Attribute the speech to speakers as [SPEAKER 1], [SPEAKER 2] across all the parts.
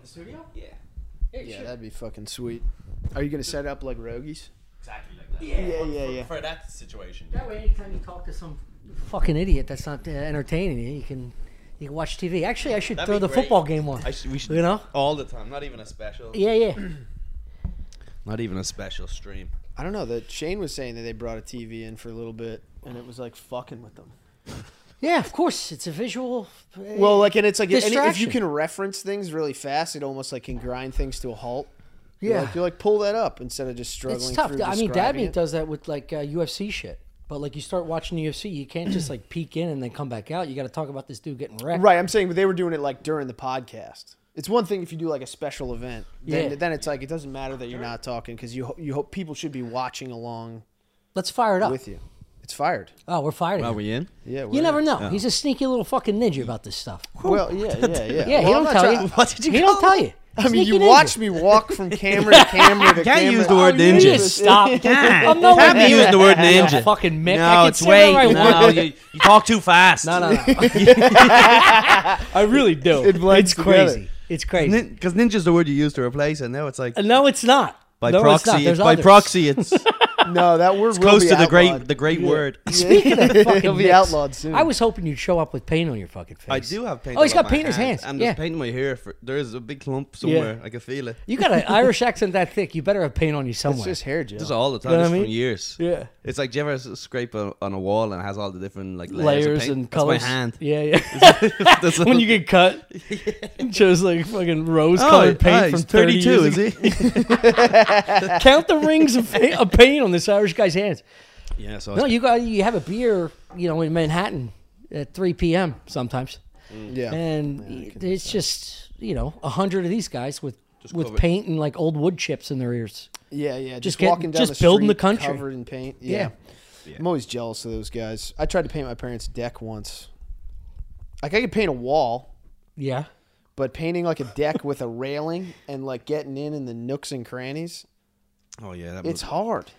[SPEAKER 1] The studio?
[SPEAKER 2] Yeah.
[SPEAKER 1] Yeah,
[SPEAKER 3] Yeah,
[SPEAKER 1] sure.
[SPEAKER 3] that'd be fucking sweet. Are you gonna set up like rogies?
[SPEAKER 2] Exactly like that.
[SPEAKER 1] Yeah.
[SPEAKER 3] Yeah,
[SPEAKER 2] For-
[SPEAKER 3] yeah,
[SPEAKER 2] for-
[SPEAKER 3] yeah.
[SPEAKER 2] For that situation.
[SPEAKER 1] That way, anytime you talk to some fucking idiot that's not uh, entertaining you, you can you can watch TV. Actually, I should
[SPEAKER 2] That'd
[SPEAKER 1] throw
[SPEAKER 2] be
[SPEAKER 1] the
[SPEAKER 2] great.
[SPEAKER 1] football game on.
[SPEAKER 2] I sh- we should
[SPEAKER 1] You know?
[SPEAKER 2] all the time. Not even a special.
[SPEAKER 1] Yeah, yeah.
[SPEAKER 2] Not even a special stream.
[SPEAKER 3] I don't know. That Shane was saying that they brought a TV in for a little bit, and it was like fucking with them.
[SPEAKER 1] Yeah, of course. It's a visual. uh,
[SPEAKER 3] Well, like, and it's like, and if you
[SPEAKER 1] Distraction.
[SPEAKER 3] can reference things really fast, it almost like can grind things to a halt. You're
[SPEAKER 1] yeah.
[SPEAKER 3] like, you're like pull that up instead of just struggling.
[SPEAKER 1] it's tough.
[SPEAKER 3] Through
[SPEAKER 1] I mean,
[SPEAKER 3] describing
[SPEAKER 1] Dabney
[SPEAKER 3] it.
[SPEAKER 1] does that with like uh, UFC shit. But like, you start watching the UFC, you can't just like peek in and then come back out. You got to talk about this dude getting wrecked.
[SPEAKER 3] Right, I'm saying, but they were doing it like during the podcast. It's one thing if you do like a special event, then,
[SPEAKER 1] Yeah.
[SPEAKER 3] then it's like it doesn't matter that you're not talking because you ho- you hope people should be watching along
[SPEAKER 1] Let's fire it up.
[SPEAKER 3] with you. It's fired.
[SPEAKER 1] Oh, we're fired. again.
[SPEAKER 2] we in?
[SPEAKER 3] Yeah,
[SPEAKER 1] you
[SPEAKER 3] we're-
[SPEAKER 1] never know. He's a sneaky little fucking ninja about this stuff.
[SPEAKER 3] Well, yeah, yeah, yeah.
[SPEAKER 1] Yeah,
[SPEAKER 3] Well,
[SPEAKER 1] he
[SPEAKER 3] I'm
[SPEAKER 1] don't
[SPEAKER 3] not
[SPEAKER 1] tell
[SPEAKER 3] trying-
[SPEAKER 1] you.
[SPEAKER 2] What did you
[SPEAKER 1] He
[SPEAKER 2] call
[SPEAKER 1] don't tell you.
[SPEAKER 3] I mean, you
[SPEAKER 1] Sneaky ninja.
[SPEAKER 3] watch me walk from camera to camera to
[SPEAKER 2] Can't
[SPEAKER 3] camera.
[SPEAKER 2] use the word
[SPEAKER 3] Oh,
[SPEAKER 2] ninja.
[SPEAKER 1] You need to
[SPEAKER 2] Ninjas.
[SPEAKER 1] Stop. I'm no
[SPEAKER 2] Have me
[SPEAKER 1] way-
[SPEAKER 2] using the word
[SPEAKER 1] I'm a
[SPEAKER 2] ninja.
[SPEAKER 1] Fucking Mick. I
[SPEAKER 2] No,
[SPEAKER 1] can
[SPEAKER 2] it's
[SPEAKER 1] say whatever I
[SPEAKER 2] way. No,
[SPEAKER 1] want.
[SPEAKER 2] you, you talk too fast.
[SPEAKER 1] No, no, no. I really do.
[SPEAKER 3] It blends
[SPEAKER 1] it's
[SPEAKER 3] together.
[SPEAKER 1] crazy. It's crazy.
[SPEAKER 2] Because ninja's the word you use to replace, and now it's like
[SPEAKER 1] Uh, no, it's not.
[SPEAKER 2] by
[SPEAKER 1] no, it's not.
[SPEAKER 2] proxy.
[SPEAKER 1] There's
[SPEAKER 2] It's, by
[SPEAKER 1] others.
[SPEAKER 2] proxy, it's
[SPEAKER 3] No, that word will
[SPEAKER 2] close
[SPEAKER 3] be
[SPEAKER 2] to the
[SPEAKER 3] outlawed.
[SPEAKER 2] great the great
[SPEAKER 3] Yeah.
[SPEAKER 2] word.
[SPEAKER 1] Speaking of
[SPEAKER 3] It'll
[SPEAKER 1] fucking
[SPEAKER 3] be
[SPEAKER 1] Micks,
[SPEAKER 3] outlawed soon.
[SPEAKER 1] I was hoping you'd show up with paint on your fucking face.
[SPEAKER 2] I do have paint.
[SPEAKER 1] Oh, he's
[SPEAKER 2] on
[SPEAKER 1] got
[SPEAKER 2] my
[SPEAKER 1] paint in his hands.
[SPEAKER 2] I'm
[SPEAKER 1] yeah.
[SPEAKER 2] just painting my hair. For, there is a big clump somewhere. I can feel it.
[SPEAKER 1] You got an Irish accent that thick. You better have paint on you
[SPEAKER 3] It's
[SPEAKER 1] somewhere.
[SPEAKER 3] just hair gel.
[SPEAKER 2] This is all the time.
[SPEAKER 1] You know
[SPEAKER 2] This
[SPEAKER 1] what
[SPEAKER 2] from
[SPEAKER 1] I mean?
[SPEAKER 2] years.
[SPEAKER 1] yeah.
[SPEAKER 2] It's like, do you ever s- scrape a, on a wall and it has all the different like layers,
[SPEAKER 1] Layers
[SPEAKER 2] of paint?
[SPEAKER 1] and
[SPEAKER 2] That's
[SPEAKER 1] colors.
[SPEAKER 2] my hand.
[SPEAKER 1] Yeah, yeah.
[SPEAKER 2] That's
[SPEAKER 1] when you get cut, just like fucking
[SPEAKER 2] oh,
[SPEAKER 1] rose-colored paint
[SPEAKER 2] oh,
[SPEAKER 1] from
[SPEAKER 2] he's
[SPEAKER 1] 30
[SPEAKER 2] 32,
[SPEAKER 1] years
[SPEAKER 2] is
[SPEAKER 1] ago.
[SPEAKER 2] he?
[SPEAKER 1] Count the rings of, fa- of paint on this Irish guy's hands.
[SPEAKER 2] yeah. So
[SPEAKER 1] No,
[SPEAKER 2] it's-
[SPEAKER 1] you got you have a beer, you know, in Manhattan at 3 p.m. sometimes,
[SPEAKER 3] yeah.
[SPEAKER 1] and it's just you know a hundred of these guys with with
[SPEAKER 2] covered.
[SPEAKER 1] paint and like old wood chips in their ears.
[SPEAKER 3] Yeah, yeah. Just,
[SPEAKER 1] Just get-
[SPEAKER 3] walking down
[SPEAKER 1] just
[SPEAKER 3] the street
[SPEAKER 1] building the country.
[SPEAKER 3] covered in paint. Yeah.
[SPEAKER 2] Yeah.
[SPEAKER 3] I'm always jealous of those guys. I tried to paint my parents' deck once. Like I could paint a wall,
[SPEAKER 1] Yeah,
[SPEAKER 3] but painting like a deck with a railing and like getting in in the nooks and crannies,
[SPEAKER 2] oh yeah, that
[SPEAKER 3] it's
[SPEAKER 2] was,
[SPEAKER 3] hard.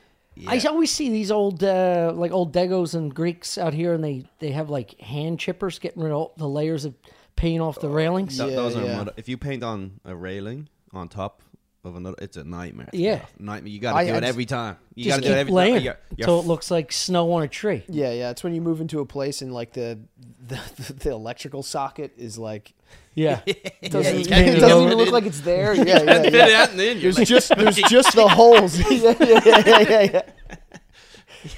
[SPEAKER 1] I always see these old uh, like old Degos and Greeks out here, and they they have like hand chippers getting rid of all the layers of paint off the railings.
[SPEAKER 2] that,
[SPEAKER 3] Yeah,
[SPEAKER 2] those are
[SPEAKER 3] yeah.
[SPEAKER 2] mod- if you paint on a railing on top of another, it's a nightmare. to
[SPEAKER 1] Yeah.
[SPEAKER 2] get off. nightmare. You got
[SPEAKER 3] I-
[SPEAKER 2] to do
[SPEAKER 3] I
[SPEAKER 2] it
[SPEAKER 3] just-
[SPEAKER 2] every time. You got
[SPEAKER 1] Just
[SPEAKER 2] to do it
[SPEAKER 1] keep
[SPEAKER 2] every
[SPEAKER 1] laying
[SPEAKER 2] time. You're- you're
[SPEAKER 1] till it looks like snow on a tree.
[SPEAKER 3] Yeah, yeah. It's when you move into a place and like the the, the electrical socket is like
[SPEAKER 1] Yeah,
[SPEAKER 3] it doesn't,
[SPEAKER 1] you can't
[SPEAKER 3] it
[SPEAKER 1] even
[SPEAKER 3] doesn't
[SPEAKER 1] go
[SPEAKER 3] even
[SPEAKER 1] in.
[SPEAKER 3] look like it's there. Yeah, yeah,
[SPEAKER 2] fit
[SPEAKER 3] yeah.
[SPEAKER 2] out and in, you're
[SPEAKER 3] There's just there's just the holes. yeah, yeah, yeah, yeah, yeah, yeah.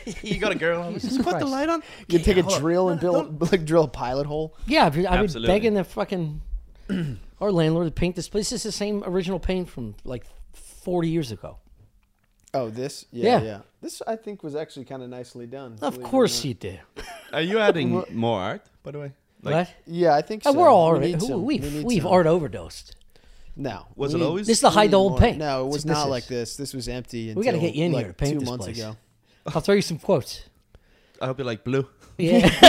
[SPEAKER 2] like, you got a girl.
[SPEAKER 1] Jesus Christ.
[SPEAKER 2] on.
[SPEAKER 3] You take a
[SPEAKER 2] hold on.
[SPEAKER 3] drill and build like drill a pilot hole.
[SPEAKER 1] Yeah, I've, been- I've been
[SPEAKER 2] Absolutely.
[SPEAKER 1] begging the fucking our landlord to paint this place. It's the same original paint from like 40 years ago.
[SPEAKER 3] Oh, this? Yeah,
[SPEAKER 1] Yeah.
[SPEAKER 3] yeah. This I think was actually kind of nicely done.
[SPEAKER 1] Of
[SPEAKER 3] believe it or
[SPEAKER 1] course
[SPEAKER 3] not.
[SPEAKER 1] you did.
[SPEAKER 2] Are you adding more art, by the way?
[SPEAKER 1] what?
[SPEAKER 3] Yeah, I think so.
[SPEAKER 1] Oh, we're all we
[SPEAKER 3] need some.
[SPEAKER 1] we've,
[SPEAKER 3] We
[SPEAKER 1] we
[SPEAKER 3] need
[SPEAKER 1] have
[SPEAKER 3] some.
[SPEAKER 1] art overdosed.
[SPEAKER 3] No.
[SPEAKER 2] Was
[SPEAKER 3] we
[SPEAKER 2] it
[SPEAKER 3] need-
[SPEAKER 2] always?
[SPEAKER 1] This is the
[SPEAKER 3] we
[SPEAKER 1] high
[SPEAKER 3] need
[SPEAKER 1] old
[SPEAKER 3] more.
[SPEAKER 1] paint.
[SPEAKER 3] No, it
[SPEAKER 1] That's
[SPEAKER 3] was
[SPEAKER 1] what
[SPEAKER 3] not
[SPEAKER 1] is.
[SPEAKER 3] like this. This was empty.
[SPEAKER 1] We got to
[SPEAKER 3] until,
[SPEAKER 1] get you in
[SPEAKER 3] like,
[SPEAKER 1] here to paint
[SPEAKER 3] two
[SPEAKER 1] this
[SPEAKER 3] months
[SPEAKER 1] place.
[SPEAKER 3] ago.
[SPEAKER 1] I'll throw you some quotes.
[SPEAKER 2] I hope you like blue.
[SPEAKER 1] Yeah,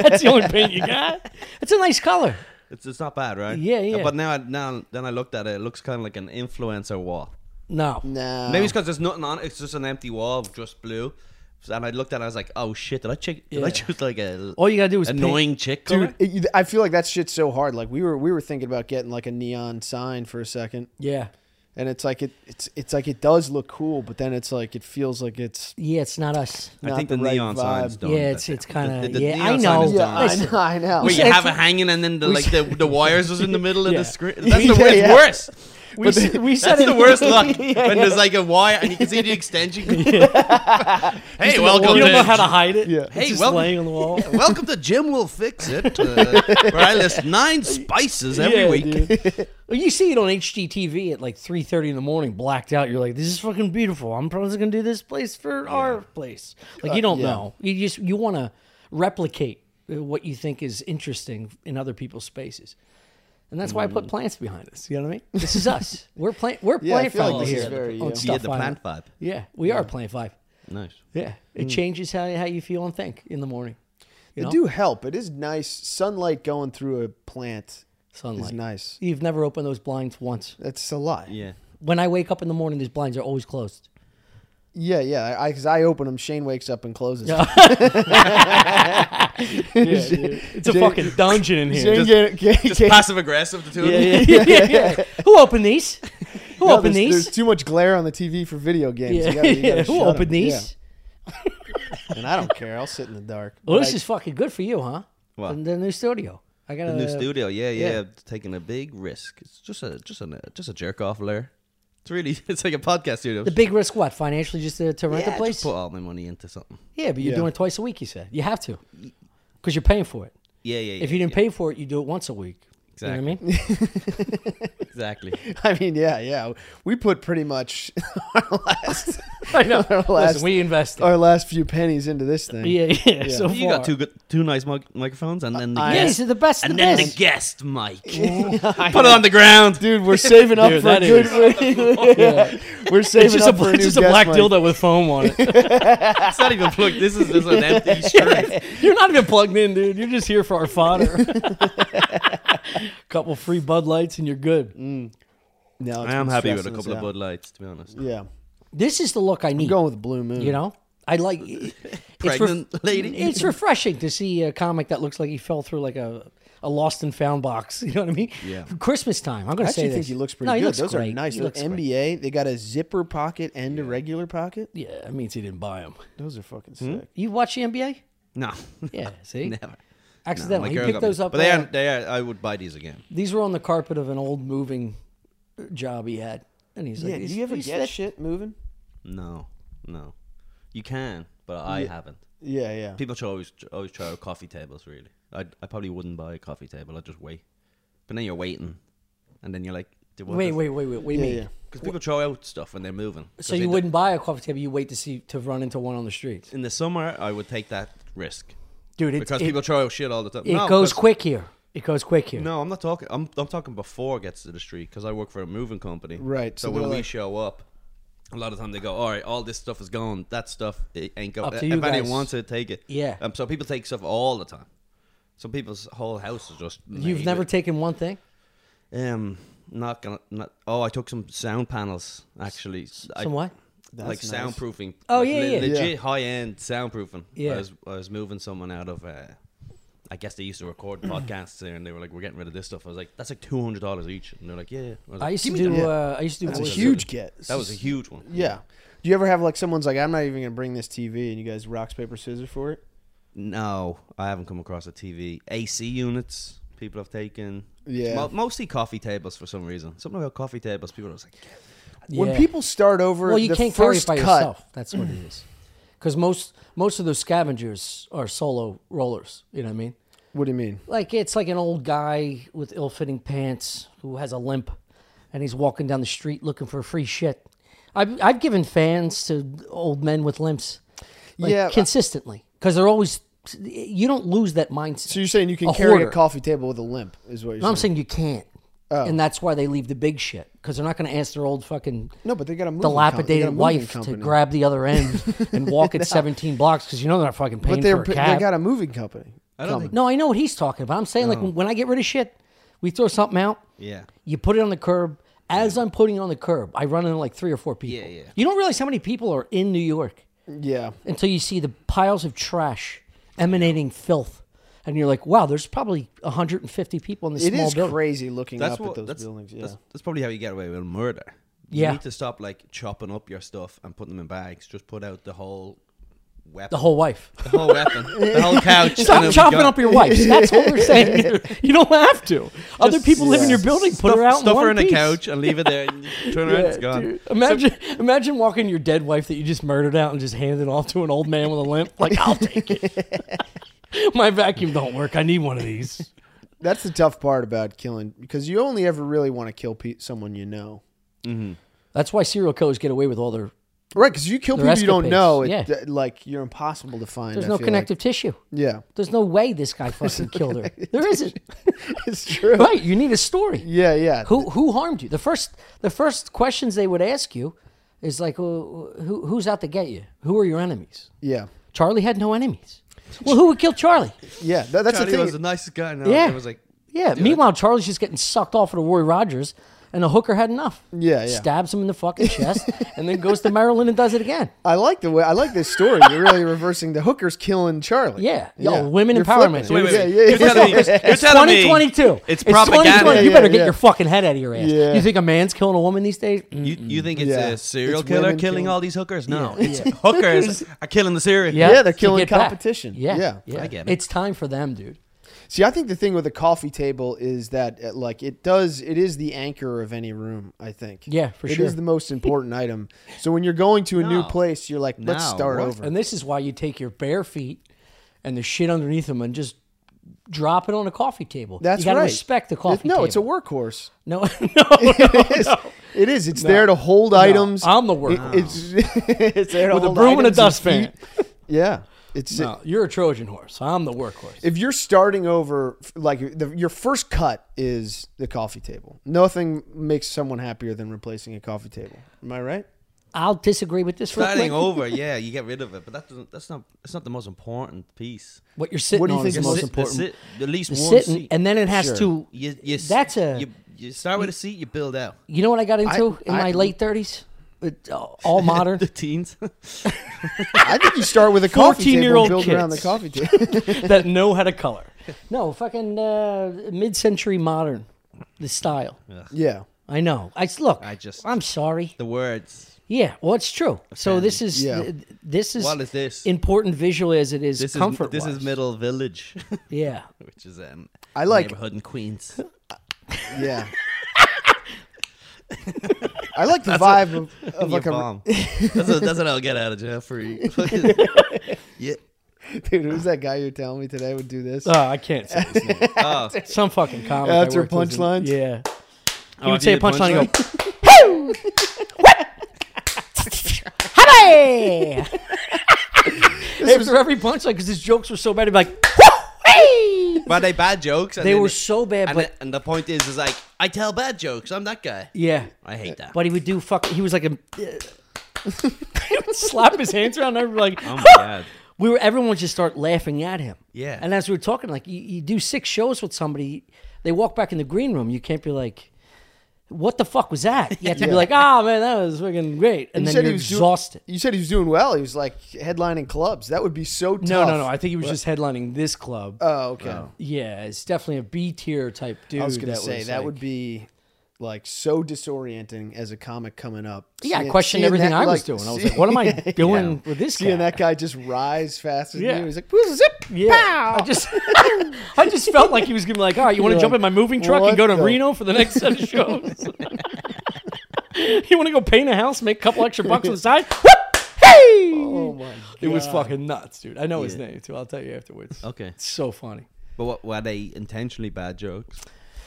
[SPEAKER 1] that's the only paint you got. It's a nice color.
[SPEAKER 2] It's, it's not bad, right?
[SPEAKER 1] Yeah, yeah.
[SPEAKER 2] But now, I, now, then I looked at it. It looks kind of like an influencer wall.
[SPEAKER 1] No,
[SPEAKER 3] No.
[SPEAKER 2] Maybe it's because there's nothing on it. It's just an empty wall of just blue. So- And I looked at it. I was like, oh shit! Did I check? Did
[SPEAKER 1] Yeah.
[SPEAKER 2] I choose like a
[SPEAKER 1] all you gotta do is
[SPEAKER 2] annoying chick?
[SPEAKER 3] Dude,
[SPEAKER 2] color?
[SPEAKER 3] it, you- I feel like that shit's so hard. Like we were we were thinking about getting like a neon sign for a second,
[SPEAKER 1] Paint. Yeah,
[SPEAKER 3] and it's like it it's it's like it does look cool, but then it's like it feels like it's
[SPEAKER 1] yeah, it's not us.
[SPEAKER 2] I
[SPEAKER 3] not
[SPEAKER 2] think the,
[SPEAKER 3] the right
[SPEAKER 2] neon sign's
[SPEAKER 3] vibe.
[SPEAKER 2] done.
[SPEAKER 1] Yeah,
[SPEAKER 2] That's
[SPEAKER 1] it's- it's
[SPEAKER 2] it.
[SPEAKER 1] kinda-
[SPEAKER 2] The- the
[SPEAKER 1] yeah, I
[SPEAKER 2] neon sign is
[SPEAKER 1] know.
[SPEAKER 3] yeah.
[SPEAKER 2] done.
[SPEAKER 3] I
[SPEAKER 1] Listen.
[SPEAKER 3] know, I know.
[SPEAKER 2] Wait, you
[SPEAKER 1] said-
[SPEAKER 2] have it hanging, and then the like the, the wires was in the middle of
[SPEAKER 1] Yeah.
[SPEAKER 2] the screen. That's the worst.
[SPEAKER 3] Yeah, yeah.
[SPEAKER 2] worst.
[SPEAKER 1] We, s- we said
[SPEAKER 2] That's
[SPEAKER 1] it-
[SPEAKER 2] the worst luck
[SPEAKER 3] Yeah,
[SPEAKER 2] when
[SPEAKER 3] yeah.
[SPEAKER 2] there's like a wire and you can see the extension. hey,
[SPEAKER 1] You
[SPEAKER 2] welcome
[SPEAKER 1] don't know how
[SPEAKER 2] to
[SPEAKER 1] to hide it.
[SPEAKER 3] Yeah.
[SPEAKER 1] It's
[SPEAKER 2] Hey,
[SPEAKER 1] just
[SPEAKER 2] welcome-
[SPEAKER 1] laying on the wall.
[SPEAKER 2] welcome to Jim will fix it, uh, where I list nine spices every
[SPEAKER 1] Yeah,
[SPEAKER 2] week.
[SPEAKER 1] dude. Well, you see it on HGTV at like three thirty in the morning, blacked out. You're like, "This is fucking beautiful. I'm probably gonna do this place for our place." Like you don't
[SPEAKER 3] Uh, yeah.
[SPEAKER 1] know. You just you want to replicate uh, what you think is interesting in other people's spaces, and that's why I put plants behind us. You know what I mean? This is us. We're plant. We're
[SPEAKER 3] Mm. Yeah, I
[SPEAKER 1] plant
[SPEAKER 3] feel like
[SPEAKER 1] five
[SPEAKER 3] this
[SPEAKER 1] here.
[SPEAKER 3] is very uh,
[SPEAKER 1] on
[SPEAKER 3] you.
[SPEAKER 1] Stuff
[SPEAKER 2] Yeah, the
[SPEAKER 1] Island.
[SPEAKER 2] plant vibe.
[SPEAKER 1] Yeah, we are plant five.
[SPEAKER 2] Nice.
[SPEAKER 1] Yeah,
[SPEAKER 3] Mm.
[SPEAKER 1] it changes how how you feel and think in the morning.
[SPEAKER 3] It
[SPEAKER 1] You know?
[SPEAKER 3] do help. It is nice sunlight going through a plant
[SPEAKER 1] sunlight.
[SPEAKER 3] is nice.
[SPEAKER 1] You've never opened those blinds once.
[SPEAKER 3] That's a lot.
[SPEAKER 2] Yeah.
[SPEAKER 1] When I wake up in the morning, these blinds are always closed.
[SPEAKER 3] Yeah, yeah. I because I open them, Shane wakes up and closes.
[SPEAKER 1] Yeah.
[SPEAKER 3] them.
[SPEAKER 1] It's a fucking dungeon in
[SPEAKER 3] Shane
[SPEAKER 1] here.
[SPEAKER 3] can't- can't-
[SPEAKER 2] Just
[SPEAKER 3] can't-
[SPEAKER 2] passive aggressive, the two of them.
[SPEAKER 1] yeah, yeah. Who opened these? Who
[SPEAKER 3] No, there's,
[SPEAKER 1] opened these?
[SPEAKER 3] there's too much glare on the TV for video games. You
[SPEAKER 1] yeah.
[SPEAKER 3] gotta- you gotta shut
[SPEAKER 1] Who
[SPEAKER 3] 'em.
[SPEAKER 1] opened these?
[SPEAKER 3] Yeah. And I don't care. I'll sit in the dark.
[SPEAKER 1] Well,
[SPEAKER 3] But
[SPEAKER 1] this
[SPEAKER 3] I-
[SPEAKER 1] is fucking good for you, huh?
[SPEAKER 2] What?
[SPEAKER 1] The, the new studio. I got
[SPEAKER 2] The
[SPEAKER 1] a
[SPEAKER 2] new studio, yeah, yeah,
[SPEAKER 1] yeah.
[SPEAKER 2] taking a big risk. It's just a just a just a jerk off layer. It's really it's like a podcast studio.
[SPEAKER 1] The big risk, what financially, just to, to rent
[SPEAKER 2] yeah,
[SPEAKER 1] the
[SPEAKER 2] just
[SPEAKER 1] place?
[SPEAKER 2] put all my money into something.
[SPEAKER 1] yeah, but you're
[SPEAKER 3] Yeah.
[SPEAKER 1] doing it twice a week. You said you have to, because you're paying for it.
[SPEAKER 2] Yeah, yeah.
[SPEAKER 1] If
[SPEAKER 2] yeah,
[SPEAKER 1] you didn't
[SPEAKER 2] yeah,
[SPEAKER 1] pay for it, you do it once a week. You know what I mean?
[SPEAKER 2] exactly.
[SPEAKER 3] I mean, yeah, yeah. We put pretty much our last,
[SPEAKER 1] I know.
[SPEAKER 3] Our last-
[SPEAKER 1] Listen, we invested.
[SPEAKER 3] our last few pennies into this thing.
[SPEAKER 1] yeah, yeah, So
[SPEAKER 2] you got
[SPEAKER 1] far.
[SPEAKER 2] two good, two nice mic- microphones, and then the
[SPEAKER 3] I-
[SPEAKER 1] Yeah,
[SPEAKER 2] guest,
[SPEAKER 1] these are the best. of
[SPEAKER 2] and
[SPEAKER 1] Uh, the
[SPEAKER 2] then
[SPEAKER 1] best.
[SPEAKER 2] the guest mic. Put it on the ground.
[SPEAKER 3] Dude, we're saving up
[SPEAKER 1] Dude,
[SPEAKER 3] for a
[SPEAKER 1] that
[SPEAKER 3] good. We're saving
[SPEAKER 1] it's just a,
[SPEAKER 3] up for a
[SPEAKER 1] it's
[SPEAKER 3] new
[SPEAKER 1] just a
[SPEAKER 3] guest
[SPEAKER 1] black
[SPEAKER 3] mic.
[SPEAKER 1] dildo with foam on it.
[SPEAKER 2] It's not even plugged. This is just an empty string.
[SPEAKER 1] You're not even plugged in, dude. You're just here for our fodder. Couple free Bud Lights and you're good.
[SPEAKER 3] No, it's
[SPEAKER 2] I am
[SPEAKER 3] been
[SPEAKER 2] happy with a
[SPEAKER 3] stressing us
[SPEAKER 2] couple of
[SPEAKER 3] out.
[SPEAKER 2] Bud Lights, to be honest.
[SPEAKER 3] Yeah,
[SPEAKER 1] This is the look I need.
[SPEAKER 3] going with the blue moon.
[SPEAKER 1] You know, I like it's ref-
[SPEAKER 2] Pregnant lady?
[SPEAKER 1] It's refreshing to see a comic that looks like he fell through like a, a lost and found box. You know what I mean?
[SPEAKER 2] Yeah.
[SPEAKER 1] Christmas time. I'm
[SPEAKER 3] I
[SPEAKER 1] gonna
[SPEAKER 3] actually
[SPEAKER 1] say
[SPEAKER 3] think
[SPEAKER 1] this.
[SPEAKER 3] he looks pretty
[SPEAKER 1] no,
[SPEAKER 3] good.
[SPEAKER 1] He looks
[SPEAKER 3] Those
[SPEAKER 1] great.
[SPEAKER 3] are nice.
[SPEAKER 1] He
[SPEAKER 3] Look,
[SPEAKER 1] looks great.
[SPEAKER 3] NBA. They got a zipper pocket and a regular pocket.
[SPEAKER 1] Yeah, that means he didn't buy them.
[SPEAKER 3] Those are fucking
[SPEAKER 2] Hmm?
[SPEAKER 3] sick.
[SPEAKER 1] You watch the NBA?
[SPEAKER 2] No,
[SPEAKER 1] Yeah. See,
[SPEAKER 2] never. No, my
[SPEAKER 1] accidentally he
[SPEAKER 2] girl
[SPEAKER 1] picked
[SPEAKER 2] got me-
[SPEAKER 1] those up.
[SPEAKER 2] but they
[SPEAKER 1] uh,
[SPEAKER 2] are they are. I would buy these again.
[SPEAKER 1] These were on the carpet of an old moving job he had, and he's like,
[SPEAKER 3] Yeah, do
[SPEAKER 1] "These-
[SPEAKER 3] you ever
[SPEAKER 1] these
[SPEAKER 3] get
[SPEAKER 1] fit."
[SPEAKER 3] shit moving?
[SPEAKER 2] No, no, you can, but I haven't.
[SPEAKER 3] Yeah, yeah.
[SPEAKER 2] People should always always try out coffee tables. Really, I I probably wouldn't buy a coffee table. I'd just wait. But then you're waiting, and then you're like, do you want
[SPEAKER 1] Wait,
[SPEAKER 2] this?
[SPEAKER 1] wait, wait, wait, wait.
[SPEAKER 3] Yeah,
[SPEAKER 1] wait.
[SPEAKER 3] yeah.
[SPEAKER 2] Because people throw out stuff when they're moving. 'Cause
[SPEAKER 1] So
[SPEAKER 2] they
[SPEAKER 1] you
[SPEAKER 2] do-
[SPEAKER 1] wouldn't buy a coffee table. You wait to see to run into one on the street,
[SPEAKER 2] in the summer, I would take that risk
[SPEAKER 1] dude. It,
[SPEAKER 2] because
[SPEAKER 1] it,
[SPEAKER 2] people throw out shit all the time.
[SPEAKER 1] it
[SPEAKER 2] No,
[SPEAKER 1] goes
[SPEAKER 2] 'cause-
[SPEAKER 1] quick here. It goes quick here.
[SPEAKER 2] No, I'm not talking. I'm I'm talking before it gets to the street because I work for a moving company.
[SPEAKER 3] Right,
[SPEAKER 2] So,
[SPEAKER 3] so
[SPEAKER 2] when
[SPEAKER 3] they're
[SPEAKER 2] we
[SPEAKER 3] like-
[SPEAKER 2] show up, a lot of time they go, all right, all this stuff is gone. That stuff it ain't going.
[SPEAKER 1] Up
[SPEAKER 2] If
[SPEAKER 1] to you
[SPEAKER 2] anyone
[SPEAKER 1] guys."
[SPEAKER 2] wants it, take it.
[SPEAKER 1] Yeah.
[SPEAKER 2] Um, so people take stuff all the time. Some people's whole house is just.
[SPEAKER 1] You've
[SPEAKER 2] made
[SPEAKER 1] never
[SPEAKER 2] with-
[SPEAKER 1] taken one thing?
[SPEAKER 2] um not gonna not. Oh, I took some sound panels actually. I-
[SPEAKER 1] Some what?
[SPEAKER 2] like
[SPEAKER 3] That's nice.
[SPEAKER 2] soundproofing.
[SPEAKER 1] Oh,
[SPEAKER 2] like
[SPEAKER 1] yeah, yeah.
[SPEAKER 2] legit
[SPEAKER 3] Yeah.
[SPEAKER 2] high end soundproofing.
[SPEAKER 1] Yeah.
[SPEAKER 2] I was, I was moving someone out of. Uh, I guess they used to record podcasts there, and they were like, "We're getting rid of this stuff." I was like, "That's like two hundred dollars each," and they're like, "Yeah." yeah." I, was
[SPEAKER 1] I
[SPEAKER 2] like,
[SPEAKER 1] used to
[SPEAKER 2] "Give me
[SPEAKER 1] do.
[SPEAKER 3] that.
[SPEAKER 1] Uh, I used to do.
[SPEAKER 3] That's a
[SPEAKER 1] voice-
[SPEAKER 2] that."
[SPEAKER 3] huge get.
[SPEAKER 2] That was a huge one.
[SPEAKER 3] Yeah. Do you ever have like someone's like, I'm not even gonna bring this TV, and you guys rocks paper scissors for it?
[SPEAKER 2] No, I haven't come across a TV AC units. People have taken.
[SPEAKER 3] Yeah.
[SPEAKER 2] Mo- mostly coffee tables for some reason. Something about coffee tables. People are just like,
[SPEAKER 1] Yeah.
[SPEAKER 3] When people start over,
[SPEAKER 1] well, you
[SPEAKER 3] the
[SPEAKER 1] can't carry it
[SPEAKER 3] first
[SPEAKER 1] by
[SPEAKER 3] cut.
[SPEAKER 1] yourself. That's what it is. Because most most of those scavengers are solo rollers. You know what I mean?
[SPEAKER 3] What do you mean?
[SPEAKER 1] Like it's like an old guy with ill-fitting pants who has a limp, and he's walking down the street looking for free shit. I've I've given fans to old men with limps, like,
[SPEAKER 3] Yeah, I-
[SPEAKER 1] consistently because they're always. You don't lose that mindset.
[SPEAKER 3] So you're saying you can
[SPEAKER 1] A
[SPEAKER 3] carry
[SPEAKER 1] hoarder.
[SPEAKER 3] a coffee table with a limp? Is what you're
[SPEAKER 1] No, I'm
[SPEAKER 3] saying?
[SPEAKER 1] saying you can't.
[SPEAKER 3] Oh.
[SPEAKER 1] And that's why they leave the big shit because they're not going to ask their old fucking
[SPEAKER 3] No, but they got a moving com- they got a
[SPEAKER 1] dilapidated
[SPEAKER 3] moving
[SPEAKER 1] wife to
[SPEAKER 3] company.
[SPEAKER 1] grab the other end and walk it 17 blocks because you know they're not fucking paying
[SPEAKER 3] But they're
[SPEAKER 1] for
[SPEAKER 3] they
[SPEAKER 1] a cab.
[SPEAKER 3] got a moving company.
[SPEAKER 2] "I don't." Think,
[SPEAKER 1] no, I know what he's talking about. I'm saying
[SPEAKER 3] Oh.
[SPEAKER 1] like when I get rid of shit, we throw something out.
[SPEAKER 2] yeah.
[SPEAKER 1] You put it on the curb. As I'm putting it on the curb, I run into like three or four people.
[SPEAKER 2] Yeah, yeah.
[SPEAKER 1] You don't realize how many people are in New York
[SPEAKER 3] Yeah.
[SPEAKER 1] until you see the piles of trash emanating filth. And you're like, wow, there's probably 150 people in this
[SPEAKER 3] It
[SPEAKER 1] small
[SPEAKER 3] is
[SPEAKER 1] building.
[SPEAKER 3] crazy looking
[SPEAKER 2] That's
[SPEAKER 3] up
[SPEAKER 2] what
[SPEAKER 3] at those
[SPEAKER 2] that's,
[SPEAKER 3] buildings. Yeah.
[SPEAKER 2] that's, that's probably how you get away with murder. You
[SPEAKER 1] Yeah.
[SPEAKER 2] need to stop like chopping up your stuff and putting them in bags. Just put out the whole weapon,
[SPEAKER 1] the whole wife.
[SPEAKER 2] the whole weapon, the whole couch. and
[SPEAKER 1] Stop
[SPEAKER 2] then we
[SPEAKER 1] chopping
[SPEAKER 2] go-
[SPEAKER 1] up your wife. That's what we're saying. You don't have to. Other people live in
[SPEAKER 3] yeah.
[SPEAKER 1] your building. Put
[SPEAKER 2] stuff,
[SPEAKER 1] her out.
[SPEAKER 2] stuff
[SPEAKER 1] in
[SPEAKER 2] her
[SPEAKER 1] one
[SPEAKER 2] in
[SPEAKER 1] piece.
[SPEAKER 2] a couch and leave it there. And you turn around, it's gone.
[SPEAKER 1] Dude, imagine, imagine walking your dead wife that you just murdered out and just handing it off to an old man with a limp. Like, I'll take it. My vacuum don't work. I need one of these.
[SPEAKER 3] That's the tough part about killing because you only ever really want to kill pe- someone you know.
[SPEAKER 1] That's why serial killers get away with all their.
[SPEAKER 3] Right, because you kill
[SPEAKER 1] They're
[SPEAKER 3] people you don't
[SPEAKER 1] escapades,
[SPEAKER 3] know. It,
[SPEAKER 1] yeah.
[SPEAKER 3] th- like you're impossible to find.
[SPEAKER 1] There's
[SPEAKER 3] I
[SPEAKER 1] no
[SPEAKER 3] feel
[SPEAKER 1] connective tissue.
[SPEAKER 3] Like. Yeah,
[SPEAKER 1] There's no way this guy fucking killed her. There isn't.
[SPEAKER 3] it's true.
[SPEAKER 1] Right? You need a story.
[SPEAKER 3] Yeah, yeah.
[SPEAKER 1] Who who harmed you? The first the first questions they would ask you is like, well, who who's out to get you? Who are your enemies?
[SPEAKER 3] Yeah,
[SPEAKER 1] Charlie had no enemies. Well, who would kill Charlie?
[SPEAKER 3] yeah. That, that's
[SPEAKER 2] Charlie
[SPEAKER 3] the
[SPEAKER 2] was the
[SPEAKER 3] thing.
[SPEAKER 2] nicest guy. Now
[SPEAKER 1] Yeah.
[SPEAKER 2] I was like,
[SPEAKER 1] Yeah. Meanwhile, Charlie's just getting sucked off of the Roy Rogers, and the hooker had enough.
[SPEAKER 3] Yeah, yeah.
[SPEAKER 1] Stabs him in the fucking chest, and then goes to Maryland and does it again.
[SPEAKER 3] I like the way I like this story. You're really reversing the hookers killing Charlie.
[SPEAKER 1] Yeah. Yo, women
[SPEAKER 3] You're
[SPEAKER 1] empowerment.
[SPEAKER 2] So wait,
[SPEAKER 3] flipping it.
[SPEAKER 2] wait,
[SPEAKER 1] Yeah,
[SPEAKER 2] wait.
[SPEAKER 3] Yeah, yeah,
[SPEAKER 2] You're
[SPEAKER 3] yeah.
[SPEAKER 2] telling me, you're telling me
[SPEAKER 1] 2022.
[SPEAKER 2] It's propaganda.
[SPEAKER 1] 2020.
[SPEAKER 3] Yeah,
[SPEAKER 1] You better get
[SPEAKER 3] yeah.
[SPEAKER 1] your fucking head out of your ass.
[SPEAKER 3] Yeah.
[SPEAKER 1] You think a man's killing a woman these days? Mm.
[SPEAKER 2] You, you think it's
[SPEAKER 3] Yeah.
[SPEAKER 2] a serial
[SPEAKER 3] It's
[SPEAKER 2] killer
[SPEAKER 3] women
[SPEAKER 2] killing,
[SPEAKER 3] killing-
[SPEAKER 2] all these hookers? No,
[SPEAKER 1] Yeah.
[SPEAKER 2] it's hookers are killing the serial.
[SPEAKER 3] Yeah, they're
[SPEAKER 1] to
[SPEAKER 3] killing
[SPEAKER 1] get back.
[SPEAKER 3] competition.
[SPEAKER 1] Yeah.
[SPEAKER 3] Yeah.
[SPEAKER 2] I get it.
[SPEAKER 1] It's time for them, dude.
[SPEAKER 3] See, I think the thing with the coffee table is that uh, like it does it is the anchor of any room, I think.
[SPEAKER 1] Yeah, for
[SPEAKER 3] It
[SPEAKER 1] sure.
[SPEAKER 3] is the most important item. So when you're going to a
[SPEAKER 2] No.
[SPEAKER 3] new place, you're like, let's
[SPEAKER 2] No,
[SPEAKER 3] start
[SPEAKER 2] what?
[SPEAKER 3] over.
[SPEAKER 1] And this is why you take your bare feet and the shit underneath them and just drop it on a coffee table.
[SPEAKER 3] That's
[SPEAKER 1] you gotta
[SPEAKER 3] right.
[SPEAKER 1] respect the
[SPEAKER 3] It-
[SPEAKER 1] coffee
[SPEAKER 3] no,
[SPEAKER 1] table.
[SPEAKER 3] it's a workhorse.
[SPEAKER 1] No, no,
[SPEAKER 3] it is. It is. It's there to hold items.
[SPEAKER 1] I'm the
[SPEAKER 3] It-
[SPEAKER 1] workhorse.
[SPEAKER 3] it's, it's there to
[SPEAKER 1] with a
[SPEAKER 3] hold
[SPEAKER 1] broom and a
[SPEAKER 3] items
[SPEAKER 1] dustpan.
[SPEAKER 3] feet. Yeah. It's
[SPEAKER 1] No, you're a Trojan horse. I'm the workhorse.
[SPEAKER 3] if you're starting over, f- like the, your first cut is the coffee table. Nothing makes someone happier than replacing a coffee table. Am I right?
[SPEAKER 1] I'll disagree with this real
[SPEAKER 2] Starting
[SPEAKER 1] quick.
[SPEAKER 2] over, yeah, you get rid of it, but that doesn't, that's not that's not the most important piece.
[SPEAKER 1] What you're sitting
[SPEAKER 3] What do you
[SPEAKER 1] on
[SPEAKER 3] think
[SPEAKER 1] is the
[SPEAKER 3] is
[SPEAKER 1] most
[SPEAKER 3] sit-
[SPEAKER 1] important.
[SPEAKER 2] Sit, at least
[SPEAKER 1] The
[SPEAKER 2] one
[SPEAKER 1] sitting,
[SPEAKER 2] seat.
[SPEAKER 1] and then it has
[SPEAKER 3] Sure.
[SPEAKER 1] to.
[SPEAKER 2] you, you, s-
[SPEAKER 1] that's a-
[SPEAKER 2] you, you start with a seat, you build out
[SPEAKER 1] You know what I got into in
[SPEAKER 3] I-
[SPEAKER 1] my late 30s? It- All modern.
[SPEAKER 2] the teens.
[SPEAKER 3] I think you start with a coffee table
[SPEAKER 1] 14-year-old
[SPEAKER 3] and build around the
[SPEAKER 1] kids.
[SPEAKER 3] coffee table.
[SPEAKER 1] that know how to color. No, fucking uh, mid-century modern, the style.
[SPEAKER 3] yeah.
[SPEAKER 1] I know. I look.
[SPEAKER 2] I just-
[SPEAKER 1] I'm sorry.
[SPEAKER 2] the words.
[SPEAKER 1] Yeah. Well, it's true. So this is
[SPEAKER 3] Yeah.
[SPEAKER 1] th- this is
[SPEAKER 2] What is this?
[SPEAKER 1] important visually as it is
[SPEAKER 2] This
[SPEAKER 1] comfort.
[SPEAKER 2] is this is
[SPEAKER 1] wise.
[SPEAKER 2] middle village,
[SPEAKER 1] Yeah.
[SPEAKER 2] which is um,
[SPEAKER 3] I like-
[SPEAKER 2] neighborhood in Queens.
[SPEAKER 3] Yeah. I like the vibe of, of
[SPEAKER 2] You
[SPEAKER 3] like a
[SPEAKER 2] bomb. that's, what, that's what I'll get out of jail free. yeah.
[SPEAKER 3] dude. Who's that guy you're telling me today would do this?
[SPEAKER 1] Oh, I can't say this name.
[SPEAKER 2] Oh,
[SPEAKER 1] Some fucking comic.
[SPEAKER 3] That's
[SPEAKER 1] I
[SPEAKER 3] her
[SPEAKER 1] worked with.
[SPEAKER 3] punchline?
[SPEAKER 1] Yeah.
[SPEAKER 2] Oh, if
[SPEAKER 1] You would say
[SPEAKER 2] you
[SPEAKER 1] a
[SPEAKER 2] did
[SPEAKER 1] punchline. and Go. Hey! After every punchline, because his jokes were so bad, he'd be like, hey!
[SPEAKER 2] Were they bad jokes? And
[SPEAKER 1] They
[SPEAKER 2] then-
[SPEAKER 1] were so bad,
[SPEAKER 2] And,
[SPEAKER 1] but
[SPEAKER 2] the- and the point is, is like I tell bad jokes. I'm that guy.
[SPEAKER 1] yeah.
[SPEAKER 2] I hate that.
[SPEAKER 1] But he would do fuck. He was like a. he would slap his hands around. And I'd be like,
[SPEAKER 2] Oh bad.
[SPEAKER 1] we were. Everyone would just start laughing at him.
[SPEAKER 2] Yeah.
[SPEAKER 1] And as we were talking, like you, you do six shows with somebody, they walk back in the green room. You can't be like, what the fuck was that? You have to be
[SPEAKER 3] Yeah.
[SPEAKER 1] like, ah man, that was fucking great. And,
[SPEAKER 3] You
[SPEAKER 1] then you're
[SPEAKER 3] doing-
[SPEAKER 1] exhausted.
[SPEAKER 3] you said he was doing well. He was like headlining clubs. That would be so tough.
[SPEAKER 1] no, no, no. I think he was just headlining this club.
[SPEAKER 3] oh, okay.
[SPEAKER 1] yeah, it's definitely a B tier type dude.
[SPEAKER 3] I was gonna say that
[SPEAKER 1] like-
[SPEAKER 3] would be like so disorienting as a comic coming up.
[SPEAKER 1] Yeah, I
[SPEAKER 3] Seeing-
[SPEAKER 1] questioned
[SPEAKER 3] seeing
[SPEAKER 1] everything
[SPEAKER 3] that,
[SPEAKER 1] I was
[SPEAKER 3] like,
[SPEAKER 1] doing. I was
[SPEAKER 3] see-
[SPEAKER 1] like, what am I doing with this?
[SPEAKER 3] seeing
[SPEAKER 1] guy?
[SPEAKER 3] that guy just rise faster than
[SPEAKER 1] Yeah.
[SPEAKER 3] you. He's like, "Woo, zip,
[SPEAKER 1] Yeah,
[SPEAKER 3] pow.
[SPEAKER 1] I just, I just felt like he was gonna be like, "All right, you want to
[SPEAKER 3] You're
[SPEAKER 1] jump
[SPEAKER 3] like,
[SPEAKER 1] in my moving truck and
[SPEAKER 3] what
[SPEAKER 1] go to
[SPEAKER 3] the-
[SPEAKER 1] Reno for the next set of shows? you want to go paint a house, make a couple extra bucks on the side? Whoop! Hey!
[SPEAKER 3] Oh my god,
[SPEAKER 1] It was fucking nuts, dude. I know his
[SPEAKER 2] Yeah.
[SPEAKER 1] name too. I'll tell you afterwards.
[SPEAKER 2] Okay.
[SPEAKER 1] It's so funny.
[SPEAKER 2] But what, were they intentionally bad jokes?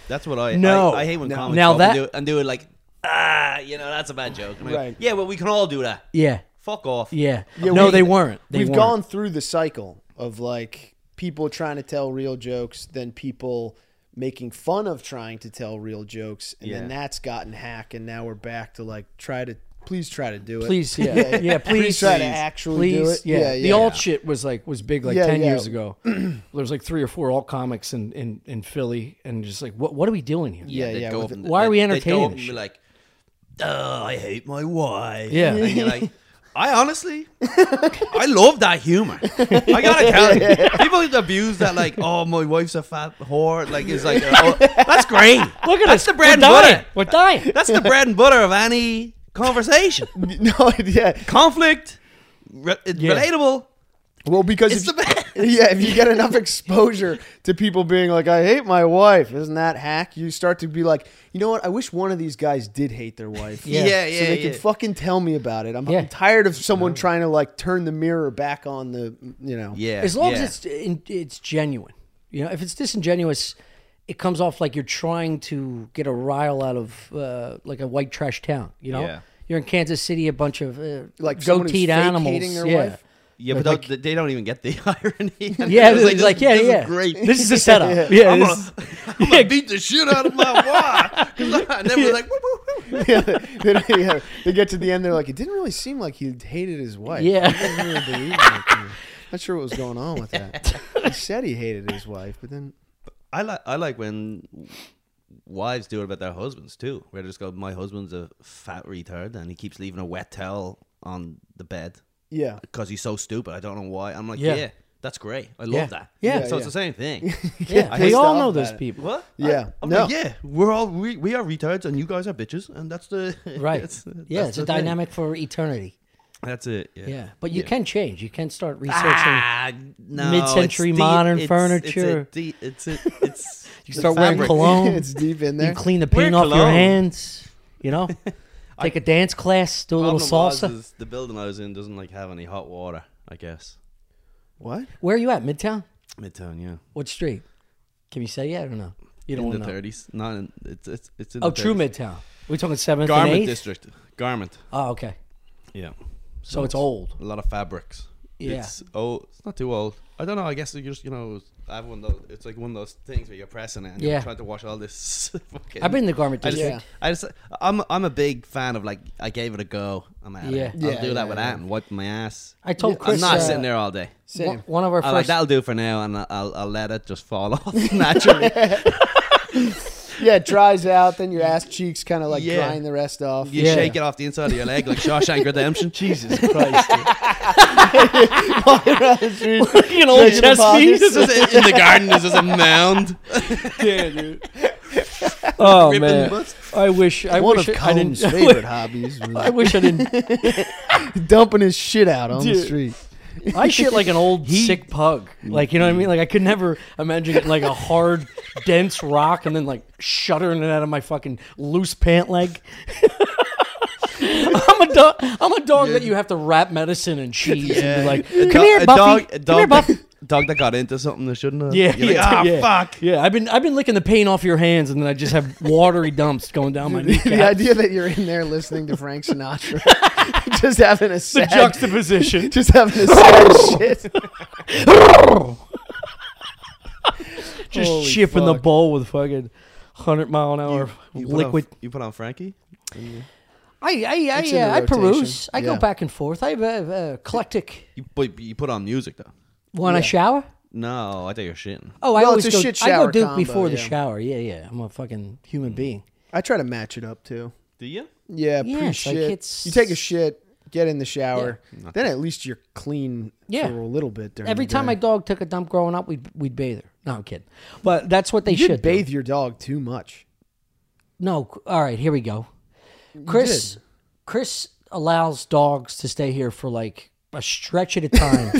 [SPEAKER 2] That's what I
[SPEAKER 1] No.
[SPEAKER 2] I, I hate when
[SPEAKER 1] No.
[SPEAKER 2] comics
[SPEAKER 1] Now
[SPEAKER 2] now that
[SPEAKER 1] that-
[SPEAKER 2] and do, it- and do it like ah, you know that's a bad joke. I'm like,
[SPEAKER 3] Right.
[SPEAKER 2] Yeah, well we can all do that.
[SPEAKER 1] Yeah,
[SPEAKER 2] Fuck off.
[SPEAKER 1] yeah.
[SPEAKER 3] Yeah,
[SPEAKER 1] no,
[SPEAKER 3] we-
[SPEAKER 1] they weren't. They
[SPEAKER 3] We've
[SPEAKER 1] weren't.
[SPEAKER 3] gone through the cycle of like people trying to tell real jokes, then people making fun of trying to tell real jokes, and then
[SPEAKER 2] Yeah.
[SPEAKER 3] that's gotten hack, and now we're back to like try to please try to do it.
[SPEAKER 1] Please, yeah, yeah. Please,
[SPEAKER 3] try to actually do
[SPEAKER 1] please,
[SPEAKER 3] it.
[SPEAKER 1] Yeah.
[SPEAKER 3] Yeah,
[SPEAKER 1] The
[SPEAKER 3] yeah.
[SPEAKER 1] alt shit was like was big like
[SPEAKER 3] Yeah,
[SPEAKER 1] ten
[SPEAKER 3] yeah.
[SPEAKER 1] years ago. there was like three or four alt comics in, in, in Philly, and just like, what what are we doing here?
[SPEAKER 3] Yeah,
[SPEAKER 2] They'd
[SPEAKER 3] yeah.
[SPEAKER 2] go
[SPEAKER 3] with
[SPEAKER 2] up
[SPEAKER 3] the-
[SPEAKER 2] and-
[SPEAKER 1] Why are we
[SPEAKER 2] they'd- they'd
[SPEAKER 1] entertaining
[SPEAKER 2] go up and
[SPEAKER 1] this
[SPEAKER 2] be
[SPEAKER 1] shit?
[SPEAKER 2] like, "Duh, I hate my wife.
[SPEAKER 1] Yeah.
[SPEAKER 2] and you're like, I honestly, I love that humor. I gotta tell you, people abuse that like, oh, my wife's a fat whore. Like, it's like, oh, that's great.
[SPEAKER 1] Look at
[SPEAKER 2] that's
[SPEAKER 1] us.
[SPEAKER 2] the bread and
[SPEAKER 1] We're dying.
[SPEAKER 2] butter.
[SPEAKER 1] We're dying.
[SPEAKER 2] That's the bread and butter of any conversation.
[SPEAKER 3] no, yeah.
[SPEAKER 2] Conflict, re- it's
[SPEAKER 1] Yeah.
[SPEAKER 2] relatable.
[SPEAKER 3] Well, because
[SPEAKER 2] It's
[SPEAKER 3] if-
[SPEAKER 2] the best.
[SPEAKER 3] yeah, if you get enough exposure to people being like, "I hate my wife," isn't that hack? You start to be like, you know what? I wish one of these guys did hate their wife.
[SPEAKER 1] Yeah.
[SPEAKER 2] Yeah, yeah,
[SPEAKER 3] so they
[SPEAKER 2] yeah.
[SPEAKER 3] can fucking tell me about it. I'm, I'm
[SPEAKER 1] Yeah.
[SPEAKER 3] tired of someone trying to like turn the mirror back on the, you know.
[SPEAKER 2] yeah.
[SPEAKER 1] As long
[SPEAKER 2] yeah.
[SPEAKER 1] as it's in, it's genuine, you know. If it's disingenuous, it comes off like you're trying to get a rile out of uh, like a white trash town. You know,
[SPEAKER 2] Yeah.
[SPEAKER 1] you're in Kansas City, a bunch of uh,
[SPEAKER 3] Like someone who's
[SPEAKER 1] goateed
[SPEAKER 3] fake
[SPEAKER 1] animals.
[SPEAKER 3] hating their
[SPEAKER 1] yeah.
[SPEAKER 3] wife?
[SPEAKER 2] Yeah, but
[SPEAKER 1] Like-
[SPEAKER 2] they- they don't even get the irony.
[SPEAKER 1] Yeah,
[SPEAKER 2] It's
[SPEAKER 1] it's like, yeah,
[SPEAKER 2] this
[SPEAKER 1] yeah.
[SPEAKER 2] Is great.
[SPEAKER 1] This is a setup. yeah,
[SPEAKER 2] I'm
[SPEAKER 1] this-
[SPEAKER 2] gonna, I'm gonna beat the shit out of my wife. 'Cause I- And then we're like, woo, woo, woo.
[SPEAKER 3] yeah, they, don't- yeah, they get to the end. They're like, it didn't really seem like he hated his wife.
[SPEAKER 1] Yeah.
[SPEAKER 3] I didn't really believe it. Not sure what was going on with that. He said he hated his wife, but then
[SPEAKER 2] I like I like when wives do it about their husbands too. Where they just go, "My husband's a fat retard, and he keeps leaving a wet towel on the bed
[SPEAKER 3] Yeah.
[SPEAKER 2] because he's so stupid. I don't know why." I'm like,
[SPEAKER 1] Yeah.
[SPEAKER 2] "Yeah, that's great. I love
[SPEAKER 1] Yeah.
[SPEAKER 2] that."
[SPEAKER 1] Yeah.
[SPEAKER 2] so
[SPEAKER 3] Yeah,
[SPEAKER 2] it's the same thing.
[SPEAKER 1] Yeah,
[SPEAKER 2] I
[SPEAKER 1] we
[SPEAKER 2] hate
[SPEAKER 1] all
[SPEAKER 3] stuff
[SPEAKER 1] know
[SPEAKER 3] like
[SPEAKER 1] those
[SPEAKER 3] that.
[SPEAKER 1] people.
[SPEAKER 2] What?
[SPEAKER 3] Yeah.
[SPEAKER 2] I, am
[SPEAKER 3] No.
[SPEAKER 2] like, yeah, we're all we, we are retards, and you guys are bitches, and that's the
[SPEAKER 1] Right.
[SPEAKER 2] that's-
[SPEAKER 1] yeah,
[SPEAKER 2] that's
[SPEAKER 1] it's a
[SPEAKER 2] the thing.
[SPEAKER 1] dynamic for eternity.
[SPEAKER 2] That's it. Yeah.
[SPEAKER 1] Yeah, but you can change. You can start researching.
[SPEAKER 2] Ah, no,
[SPEAKER 1] mid-century
[SPEAKER 2] it's
[SPEAKER 1] modern
[SPEAKER 2] it's-
[SPEAKER 1] furniture.
[SPEAKER 2] It's a, de- it's a, it's
[SPEAKER 1] You start wearing
[SPEAKER 2] fabric.
[SPEAKER 1] cologne.
[SPEAKER 3] it's deep in
[SPEAKER 1] you
[SPEAKER 3] there.
[SPEAKER 1] clean the paint
[SPEAKER 2] Wear
[SPEAKER 1] off your
[SPEAKER 2] cologne.
[SPEAKER 1] hands. You know, take a dance class, do a little
[SPEAKER 2] Problem was
[SPEAKER 1] salsa.
[SPEAKER 2] is the building I was in doesn't like have any hot water. I guess
[SPEAKER 3] What?
[SPEAKER 1] Where are you at? Midtown.
[SPEAKER 2] Midtown, yeah,
[SPEAKER 1] What street? Can you say? Yeah, I don't know. You don't
[SPEAKER 2] in the
[SPEAKER 1] know.
[SPEAKER 2] thirties. Not in it's it's it's in
[SPEAKER 1] Oh,
[SPEAKER 2] the
[SPEAKER 1] true
[SPEAKER 2] 30s.
[SPEAKER 1] Midtown. We're talking seventh and
[SPEAKER 2] garment
[SPEAKER 1] eighth.
[SPEAKER 2] district. Garment,
[SPEAKER 1] Oh, okay.
[SPEAKER 2] yeah.
[SPEAKER 1] So it's old.
[SPEAKER 2] A lot of fabrics.
[SPEAKER 1] Yeah.
[SPEAKER 2] It's, oh, it's not too old. I don't know. I guess you just you know I have one of those. It's like one of those things where you're pressing it and
[SPEAKER 1] Yeah.
[SPEAKER 2] you're trying to wash all this. fucking,
[SPEAKER 1] I've been in the garment
[SPEAKER 2] I just,
[SPEAKER 1] district.
[SPEAKER 2] I just, I'm, I'm a big fan of like, I gave it a go. I'm out.
[SPEAKER 1] Yeah.
[SPEAKER 2] Yeah, I'll
[SPEAKER 3] Yeah,
[SPEAKER 2] do
[SPEAKER 3] yeah,
[SPEAKER 2] that with
[SPEAKER 3] yeah.
[SPEAKER 2] that and wipe my ass.
[SPEAKER 1] I told Chris,
[SPEAKER 2] I'm not
[SPEAKER 1] uh,
[SPEAKER 2] sitting there all day.
[SPEAKER 1] One-
[SPEAKER 3] Same.
[SPEAKER 1] One of our
[SPEAKER 2] I like
[SPEAKER 1] first.
[SPEAKER 2] that'll do for now, and I'll, I'll, I'll let it just fall off naturally.
[SPEAKER 3] Yeah, it dries out, then your ass cheeks kind of like
[SPEAKER 2] Yeah.
[SPEAKER 3] drying the rest off.
[SPEAKER 2] You
[SPEAKER 1] Yeah.
[SPEAKER 2] shake it off the inside of your leg like Shawshank Redemption. Jesus,
[SPEAKER 3] Christ.
[SPEAKER 1] an old
[SPEAKER 3] Treasure
[SPEAKER 1] chess
[SPEAKER 3] deposit.
[SPEAKER 1] piece.
[SPEAKER 2] this is in the garden. This is a mound.
[SPEAKER 1] Oh
[SPEAKER 2] Ripping
[SPEAKER 1] man,
[SPEAKER 2] butts.
[SPEAKER 1] I wish I
[SPEAKER 3] One
[SPEAKER 1] wish
[SPEAKER 3] of
[SPEAKER 1] I didn't.
[SPEAKER 3] Colin's favorite hobbies
[SPEAKER 1] I
[SPEAKER 3] was
[SPEAKER 1] wish I didn't.
[SPEAKER 3] dumping his shit out on the
[SPEAKER 1] Dude.
[SPEAKER 3] street.
[SPEAKER 1] I shit like an old sick pug. Like you know what I mean? Like I could never imagine getting like a hard, dense rock and then like shuddering it out of my fucking loose pant leg. I'm a dog. I'm a dog that you have to wrap medicine and cheese and be like,
[SPEAKER 2] A
[SPEAKER 1] "Come
[SPEAKER 2] do-
[SPEAKER 1] here,
[SPEAKER 2] a
[SPEAKER 1] Buffy.
[SPEAKER 2] Dog, a
[SPEAKER 1] Come here,
[SPEAKER 2] dog,
[SPEAKER 1] Buffy."
[SPEAKER 2] that, dog that got into something that shouldn't have.
[SPEAKER 1] Yeah,
[SPEAKER 2] You're like,
[SPEAKER 1] yeah,
[SPEAKER 2] ah,
[SPEAKER 1] yeah.
[SPEAKER 2] fuck.
[SPEAKER 1] Yeah, I've been I've been licking the paint off your hands, and then I just have watery dumps going down my kneecap.
[SPEAKER 3] the idea that you're in there listening to Frank Sinatra, just having a
[SPEAKER 1] the
[SPEAKER 3] sad,
[SPEAKER 1] juxtaposition.
[SPEAKER 3] just having a sad shit.
[SPEAKER 1] just
[SPEAKER 3] Holy
[SPEAKER 1] shipping the
[SPEAKER 3] fuck.
[SPEAKER 1] bowl with fucking hundred mile an hour
[SPEAKER 2] You put on-
[SPEAKER 1] liquid.
[SPEAKER 2] you put on Frankie.
[SPEAKER 1] I I I,
[SPEAKER 3] It's in
[SPEAKER 1] yeah,
[SPEAKER 3] the
[SPEAKER 1] I peruse.
[SPEAKER 3] rotation.
[SPEAKER 1] I go
[SPEAKER 3] Yeah.
[SPEAKER 1] back and forth. I have a, a eclectic.
[SPEAKER 2] You, but you put on music though.
[SPEAKER 1] When I
[SPEAKER 3] Yeah.
[SPEAKER 1] shower.
[SPEAKER 2] No, I thought you're shitting.
[SPEAKER 1] Oh, I
[SPEAKER 3] Well,
[SPEAKER 1] always
[SPEAKER 3] it's a
[SPEAKER 1] go.
[SPEAKER 3] shit
[SPEAKER 1] I go
[SPEAKER 3] shower
[SPEAKER 1] Duke
[SPEAKER 3] combo,
[SPEAKER 1] before the
[SPEAKER 3] yeah. Mm.
[SPEAKER 1] shower. Yeah, yeah. I'm a fucking human being.
[SPEAKER 3] I try to match it up too.
[SPEAKER 2] Do you?
[SPEAKER 3] Yeah,
[SPEAKER 1] Yeah,
[SPEAKER 3] pre
[SPEAKER 1] it's like
[SPEAKER 3] shit.
[SPEAKER 1] it's-
[SPEAKER 3] you take a shit, get in the shower, then at least you're clean
[SPEAKER 1] Yeah.
[SPEAKER 3] for a little bit. During
[SPEAKER 1] Every
[SPEAKER 3] the
[SPEAKER 1] time
[SPEAKER 3] day.
[SPEAKER 1] my dog took a dump growing up, we'd we'd bathe her. No, I'm kidding. But that's what they
[SPEAKER 3] you
[SPEAKER 1] should
[SPEAKER 3] did
[SPEAKER 1] do.
[SPEAKER 3] bathe your dog too much.
[SPEAKER 1] No. c- All right, here we go. Chris Chris allows dogs to stay here for like a stretch at a time.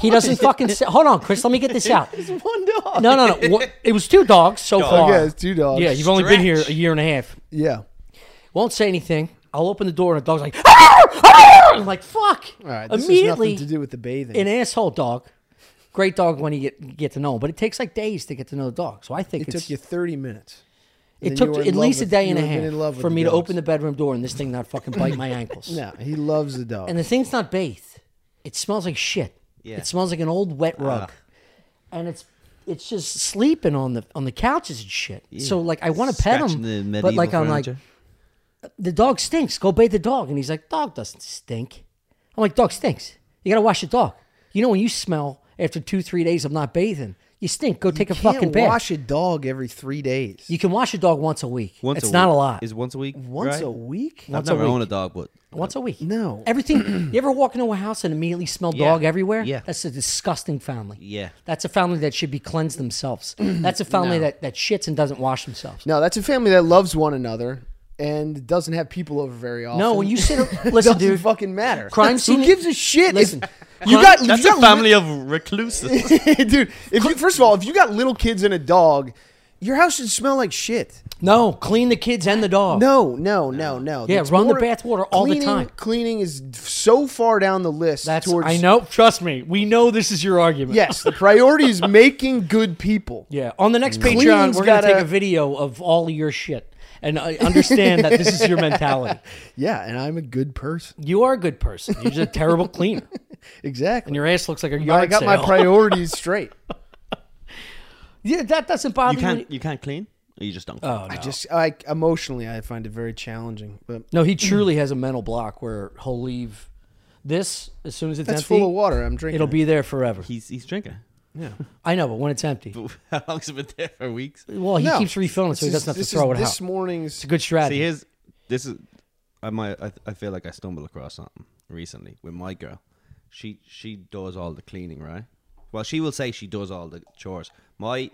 [SPEAKER 1] he doesn't fucking say, Hold on, Chris, let me get this out.
[SPEAKER 3] One dog.
[SPEAKER 1] No, no, no. What, it was two dogs so far.
[SPEAKER 3] Oh, Yeah, it's two dogs.
[SPEAKER 1] yeah, you've only been here a year and a half.
[SPEAKER 3] yeah.
[SPEAKER 1] Won't say anything. I'll open the door and the dog's like, "Ah! Ah!" I'm like, fuck.
[SPEAKER 3] All right. This
[SPEAKER 1] Immediately,
[SPEAKER 3] has nothing to do with the bathing.
[SPEAKER 1] an asshole dog. Great dog when you get get to know him, but it takes like days to get to know the dog. So I think
[SPEAKER 3] it
[SPEAKER 1] it's,
[SPEAKER 3] took you 30 minutes.
[SPEAKER 1] it
[SPEAKER 3] then
[SPEAKER 1] took
[SPEAKER 3] you were in
[SPEAKER 1] at
[SPEAKER 3] love
[SPEAKER 1] least a
[SPEAKER 3] with-
[SPEAKER 1] day and
[SPEAKER 3] you would've
[SPEAKER 1] a
[SPEAKER 3] been
[SPEAKER 1] half
[SPEAKER 3] in love with
[SPEAKER 1] for
[SPEAKER 3] the
[SPEAKER 1] me to
[SPEAKER 3] dogs.
[SPEAKER 1] open the bedroom door and this thing not fucking bite my ankles.
[SPEAKER 3] No, he loves the dog.
[SPEAKER 1] And the thing's not bathed. It smells like shit.
[SPEAKER 2] Yeah.
[SPEAKER 1] It smells like an old
[SPEAKER 3] Ah.
[SPEAKER 1] wet rug. And it's it's just sleeping on the on the couches and shit. So like I want to pet
[SPEAKER 2] Scratching the
[SPEAKER 1] him, but
[SPEAKER 2] medieval
[SPEAKER 1] like I'm like
[SPEAKER 2] furniture.
[SPEAKER 1] the dog stinks. Go bathe the dog. And he's like, dog doesn't stink. I'm like, dog stinks. You gotta wash the dog. You know when you smell after two three days of not bathing, you stink. Go take a
[SPEAKER 3] you can't
[SPEAKER 1] fucking bath.
[SPEAKER 3] wash a dog every three days.
[SPEAKER 1] you can wash a dog once a week.
[SPEAKER 2] Once
[SPEAKER 1] it's
[SPEAKER 2] a
[SPEAKER 1] not
[SPEAKER 2] week.
[SPEAKER 1] a lot.
[SPEAKER 2] Is once a week?
[SPEAKER 3] Once
[SPEAKER 2] right?
[SPEAKER 3] a week?
[SPEAKER 2] I've
[SPEAKER 1] Once a
[SPEAKER 2] never
[SPEAKER 1] week.
[SPEAKER 2] owned a dog, but
[SPEAKER 1] Once a week.
[SPEAKER 3] No.
[SPEAKER 1] Everything. you ever walk into a house and immediately smell
[SPEAKER 2] Yeah.
[SPEAKER 1] dog everywhere?
[SPEAKER 2] Yeah.
[SPEAKER 1] That's a disgusting family.
[SPEAKER 2] Yeah.
[SPEAKER 1] That's a family that should be cleansed themselves. That's a family that, that shits and doesn't wash themselves.
[SPEAKER 3] No, that's a family that loves one another and doesn't have people over very often.
[SPEAKER 1] No, when you sit, ar-
[SPEAKER 3] It
[SPEAKER 1] listen,
[SPEAKER 3] doesn't
[SPEAKER 1] dude.
[SPEAKER 3] fucking matter.
[SPEAKER 1] Crime scene-
[SPEAKER 3] Who gives a shit? if-
[SPEAKER 1] Listen,
[SPEAKER 3] you
[SPEAKER 1] crime-
[SPEAKER 3] got
[SPEAKER 2] that's
[SPEAKER 3] you
[SPEAKER 2] a
[SPEAKER 3] got
[SPEAKER 2] family of recluses.
[SPEAKER 3] li- dude. If you first of all, if you got little kids and a dog, your house should smell like shit.
[SPEAKER 1] No, clean the kids and the dog.
[SPEAKER 3] No, no, no, no.
[SPEAKER 1] Oh. Yeah,
[SPEAKER 3] It's
[SPEAKER 1] run the
[SPEAKER 3] more-
[SPEAKER 1] bathwater all the
[SPEAKER 3] cleaning-
[SPEAKER 1] time.
[SPEAKER 3] Cleaning is so far down the list.
[SPEAKER 1] that's
[SPEAKER 3] towards
[SPEAKER 1] I know. Trust me, we know this is your argument.
[SPEAKER 3] Yes, the priority is making good people.
[SPEAKER 1] Yeah. On the next Patreon,
[SPEAKER 3] Cleaning's
[SPEAKER 1] we're gonna take
[SPEAKER 3] gotta-
[SPEAKER 1] a video of all of your shit and I understand that this is your mentality.
[SPEAKER 3] Yeah, and I'm a good person.
[SPEAKER 1] You are a good person. You're just a terrible cleaner, and
[SPEAKER 3] Exactly.
[SPEAKER 1] your ass looks like a yard
[SPEAKER 3] I got
[SPEAKER 1] sale.
[SPEAKER 3] my priorities straight.
[SPEAKER 1] yeah, that doesn't bother
[SPEAKER 2] you
[SPEAKER 1] me.
[SPEAKER 2] can't. You can't clean. Or you just don't.
[SPEAKER 1] Oh, no.
[SPEAKER 3] I just I emotionally I find it very challenging, but
[SPEAKER 1] No, he truly has a mental block where he'll leave this as soon as it's
[SPEAKER 3] that's
[SPEAKER 1] empty.
[SPEAKER 3] full of water. I'm drinking.
[SPEAKER 1] It'll
[SPEAKER 3] it.
[SPEAKER 1] be there forever.
[SPEAKER 2] He's he's drinking. Yeah.
[SPEAKER 1] I know, but when it's empty,
[SPEAKER 2] How long's it been there for weeks?
[SPEAKER 1] well, he
[SPEAKER 3] No.
[SPEAKER 1] keeps refilling it so he
[SPEAKER 3] This is-
[SPEAKER 1] doesn't have
[SPEAKER 3] this
[SPEAKER 1] to throw
[SPEAKER 3] is
[SPEAKER 1] it out.
[SPEAKER 3] This
[SPEAKER 1] It's
[SPEAKER 3] morning's
[SPEAKER 1] a good
[SPEAKER 2] See,
[SPEAKER 1] strategy.
[SPEAKER 2] here's this is. I might. I, I feel like I stumbled across something recently with my girl. She she does all the cleaning, right? Well, she will say she does all the chores. My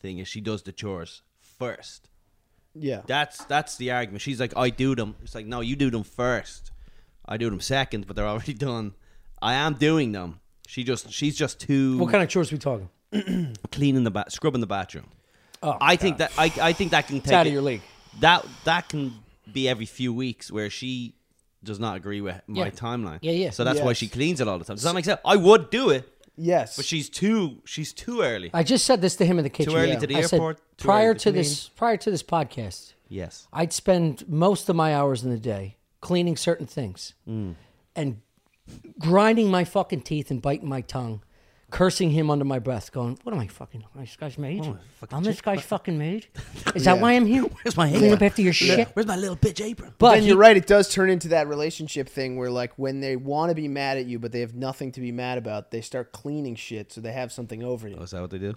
[SPEAKER 2] thing is she does the chores first.
[SPEAKER 3] yeah.
[SPEAKER 2] That's that's the argument. She's like, I do them. It's like, no, you do them first. I do them second, but they're already done. I am doing them. She just she's just too
[SPEAKER 1] what kind of chores we talking?
[SPEAKER 2] cleaning the ba- scrubbing the bathroom.
[SPEAKER 1] Oh,
[SPEAKER 2] I think that I, I think that can take
[SPEAKER 1] out of
[SPEAKER 2] it-
[SPEAKER 1] your league.
[SPEAKER 2] That that can be every few weeks where she does not agree with my
[SPEAKER 1] Yeah.
[SPEAKER 2] timeline.
[SPEAKER 1] Yeah, yeah.
[SPEAKER 2] So that's why
[SPEAKER 3] Yes.
[SPEAKER 2] she cleans it all the time. Does that make sense? I would do it,
[SPEAKER 3] Yes.
[SPEAKER 2] but she's too she's too early.
[SPEAKER 1] I just said this to him in the kitchen.
[SPEAKER 2] early to the
[SPEAKER 1] I said,
[SPEAKER 2] airport, too
[SPEAKER 1] prior
[SPEAKER 2] early to
[SPEAKER 1] to this, prior to this podcast,
[SPEAKER 2] yes.
[SPEAKER 1] I'd spend most of my hours in the day cleaning certain things
[SPEAKER 3] Mm.
[SPEAKER 1] and grinding my fucking teeth and biting my tongue, cursing him under my breath, going, "What am I fucking? I'm this guy's maid. I'm this guy's fucking maid. Is that
[SPEAKER 3] Oh, Yeah.
[SPEAKER 1] why I'm here?
[SPEAKER 2] Where's my
[SPEAKER 1] Clean up
[SPEAKER 2] apron?
[SPEAKER 1] after your shit."
[SPEAKER 2] Where's my little bitch apron?
[SPEAKER 1] But
[SPEAKER 3] then
[SPEAKER 1] he-
[SPEAKER 3] you're right. It does turn into that relationship thing where, like, when they want to be mad at you, but they have nothing to be mad about, they start cleaning shit so they have something over you.
[SPEAKER 2] Is that what they do?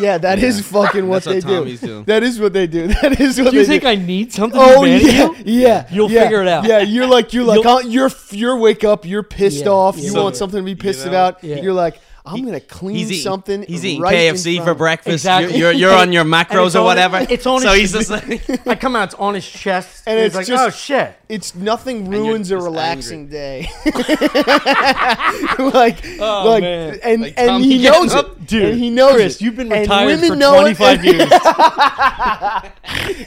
[SPEAKER 3] Yeah, that is fucking what
[SPEAKER 2] That's what
[SPEAKER 3] they
[SPEAKER 2] Tommy's
[SPEAKER 3] do.
[SPEAKER 2] doing.
[SPEAKER 3] That is what they do. That is what
[SPEAKER 1] Do you
[SPEAKER 3] they
[SPEAKER 1] think
[SPEAKER 3] do.
[SPEAKER 1] I need something?
[SPEAKER 3] Oh
[SPEAKER 1] to be mad
[SPEAKER 3] yeah,
[SPEAKER 1] at you?
[SPEAKER 3] yeah.
[SPEAKER 1] You'll
[SPEAKER 3] yeah,
[SPEAKER 1] figure it out.
[SPEAKER 3] Yeah, you're like you're like
[SPEAKER 1] You'll-
[SPEAKER 3] uh, you're you're wake up. You're pissed
[SPEAKER 1] Yeah,
[SPEAKER 3] off.
[SPEAKER 1] yeah.
[SPEAKER 3] you
[SPEAKER 1] So-
[SPEAKER 3] want something to be pissed
[SPEAKER 2] know?
[SPEAKER 3] about.
[SPEAKER 1] Yeah.
[SPEAKER 3] You're like I'm gonna clean
[SPEAKER 2] He's eating,
[SPEAKER 3] something.
[SPEAKER 2] He's eating
[SPEAKER 3] right in
[SPEAKER 2] KFC
[SPEAKER 3] front
[SPEAKER 2] for
[SPEAKER 3] of me.
[SPEAKER 2] breakfast.
[SPEAKER 1] Exactly.
[SPEAKER 2] You're, you're, you're on your
[SPEAKER 1] And
[SPEAKER 2] macros
[SPEAKER 1] it's
[SPEAKER 2] or
[SPEAKER 1] on-
[SPEAKER 2] whatever.
[SPEAKER 1] it's on
[SPEAKER 2] So
[SPEAKER 1] his-
[SPEAKER 2] he's just like,
[SPEAKER 1] I come out. It's on his chest,
[SPEAKER 3] And
[SPEAKER 1] he's
[SPEAKER 3] it's
[SPEAKER 1] like,
[SPEAKER 3] just-
[SPEAKER 1] "Oh shit."
[SPEAKER 3] It's nothing
[SPEAKER 2] you're
[SPEAKER 3] ruins a
[SPEAKER 2] just
[SPEAKER 3] relaxing day. like,
[SPEAKER 1] Oh,
[SPEAKER 3] like,
[SPEAKER 1] man.
[SPEAKER 3] and
[SPEAKER 2] Like,
[SPEAKER 3] and
[SPEAKER 2] Tom,
[SPEAKER 3] he
[SPEAKER 2] he gets
[SPEAKER 3] knows
[SPEAKER 2] up-
[SPEAKER 3] it, dude. And he knows
[SPEAKER 1] Chris,
[SPEAKER 3] it.
[SPEAKER 1] you've been
[SPEAKER 3] And
[SPEAKER 1] retired
[SPEAKER 3] women
[SPEAKER 1] for
[SPEAKER 3] know it,
[SPEAKER 1] 25
[SPEAKER 3] and-
[SPEAKER 1] years.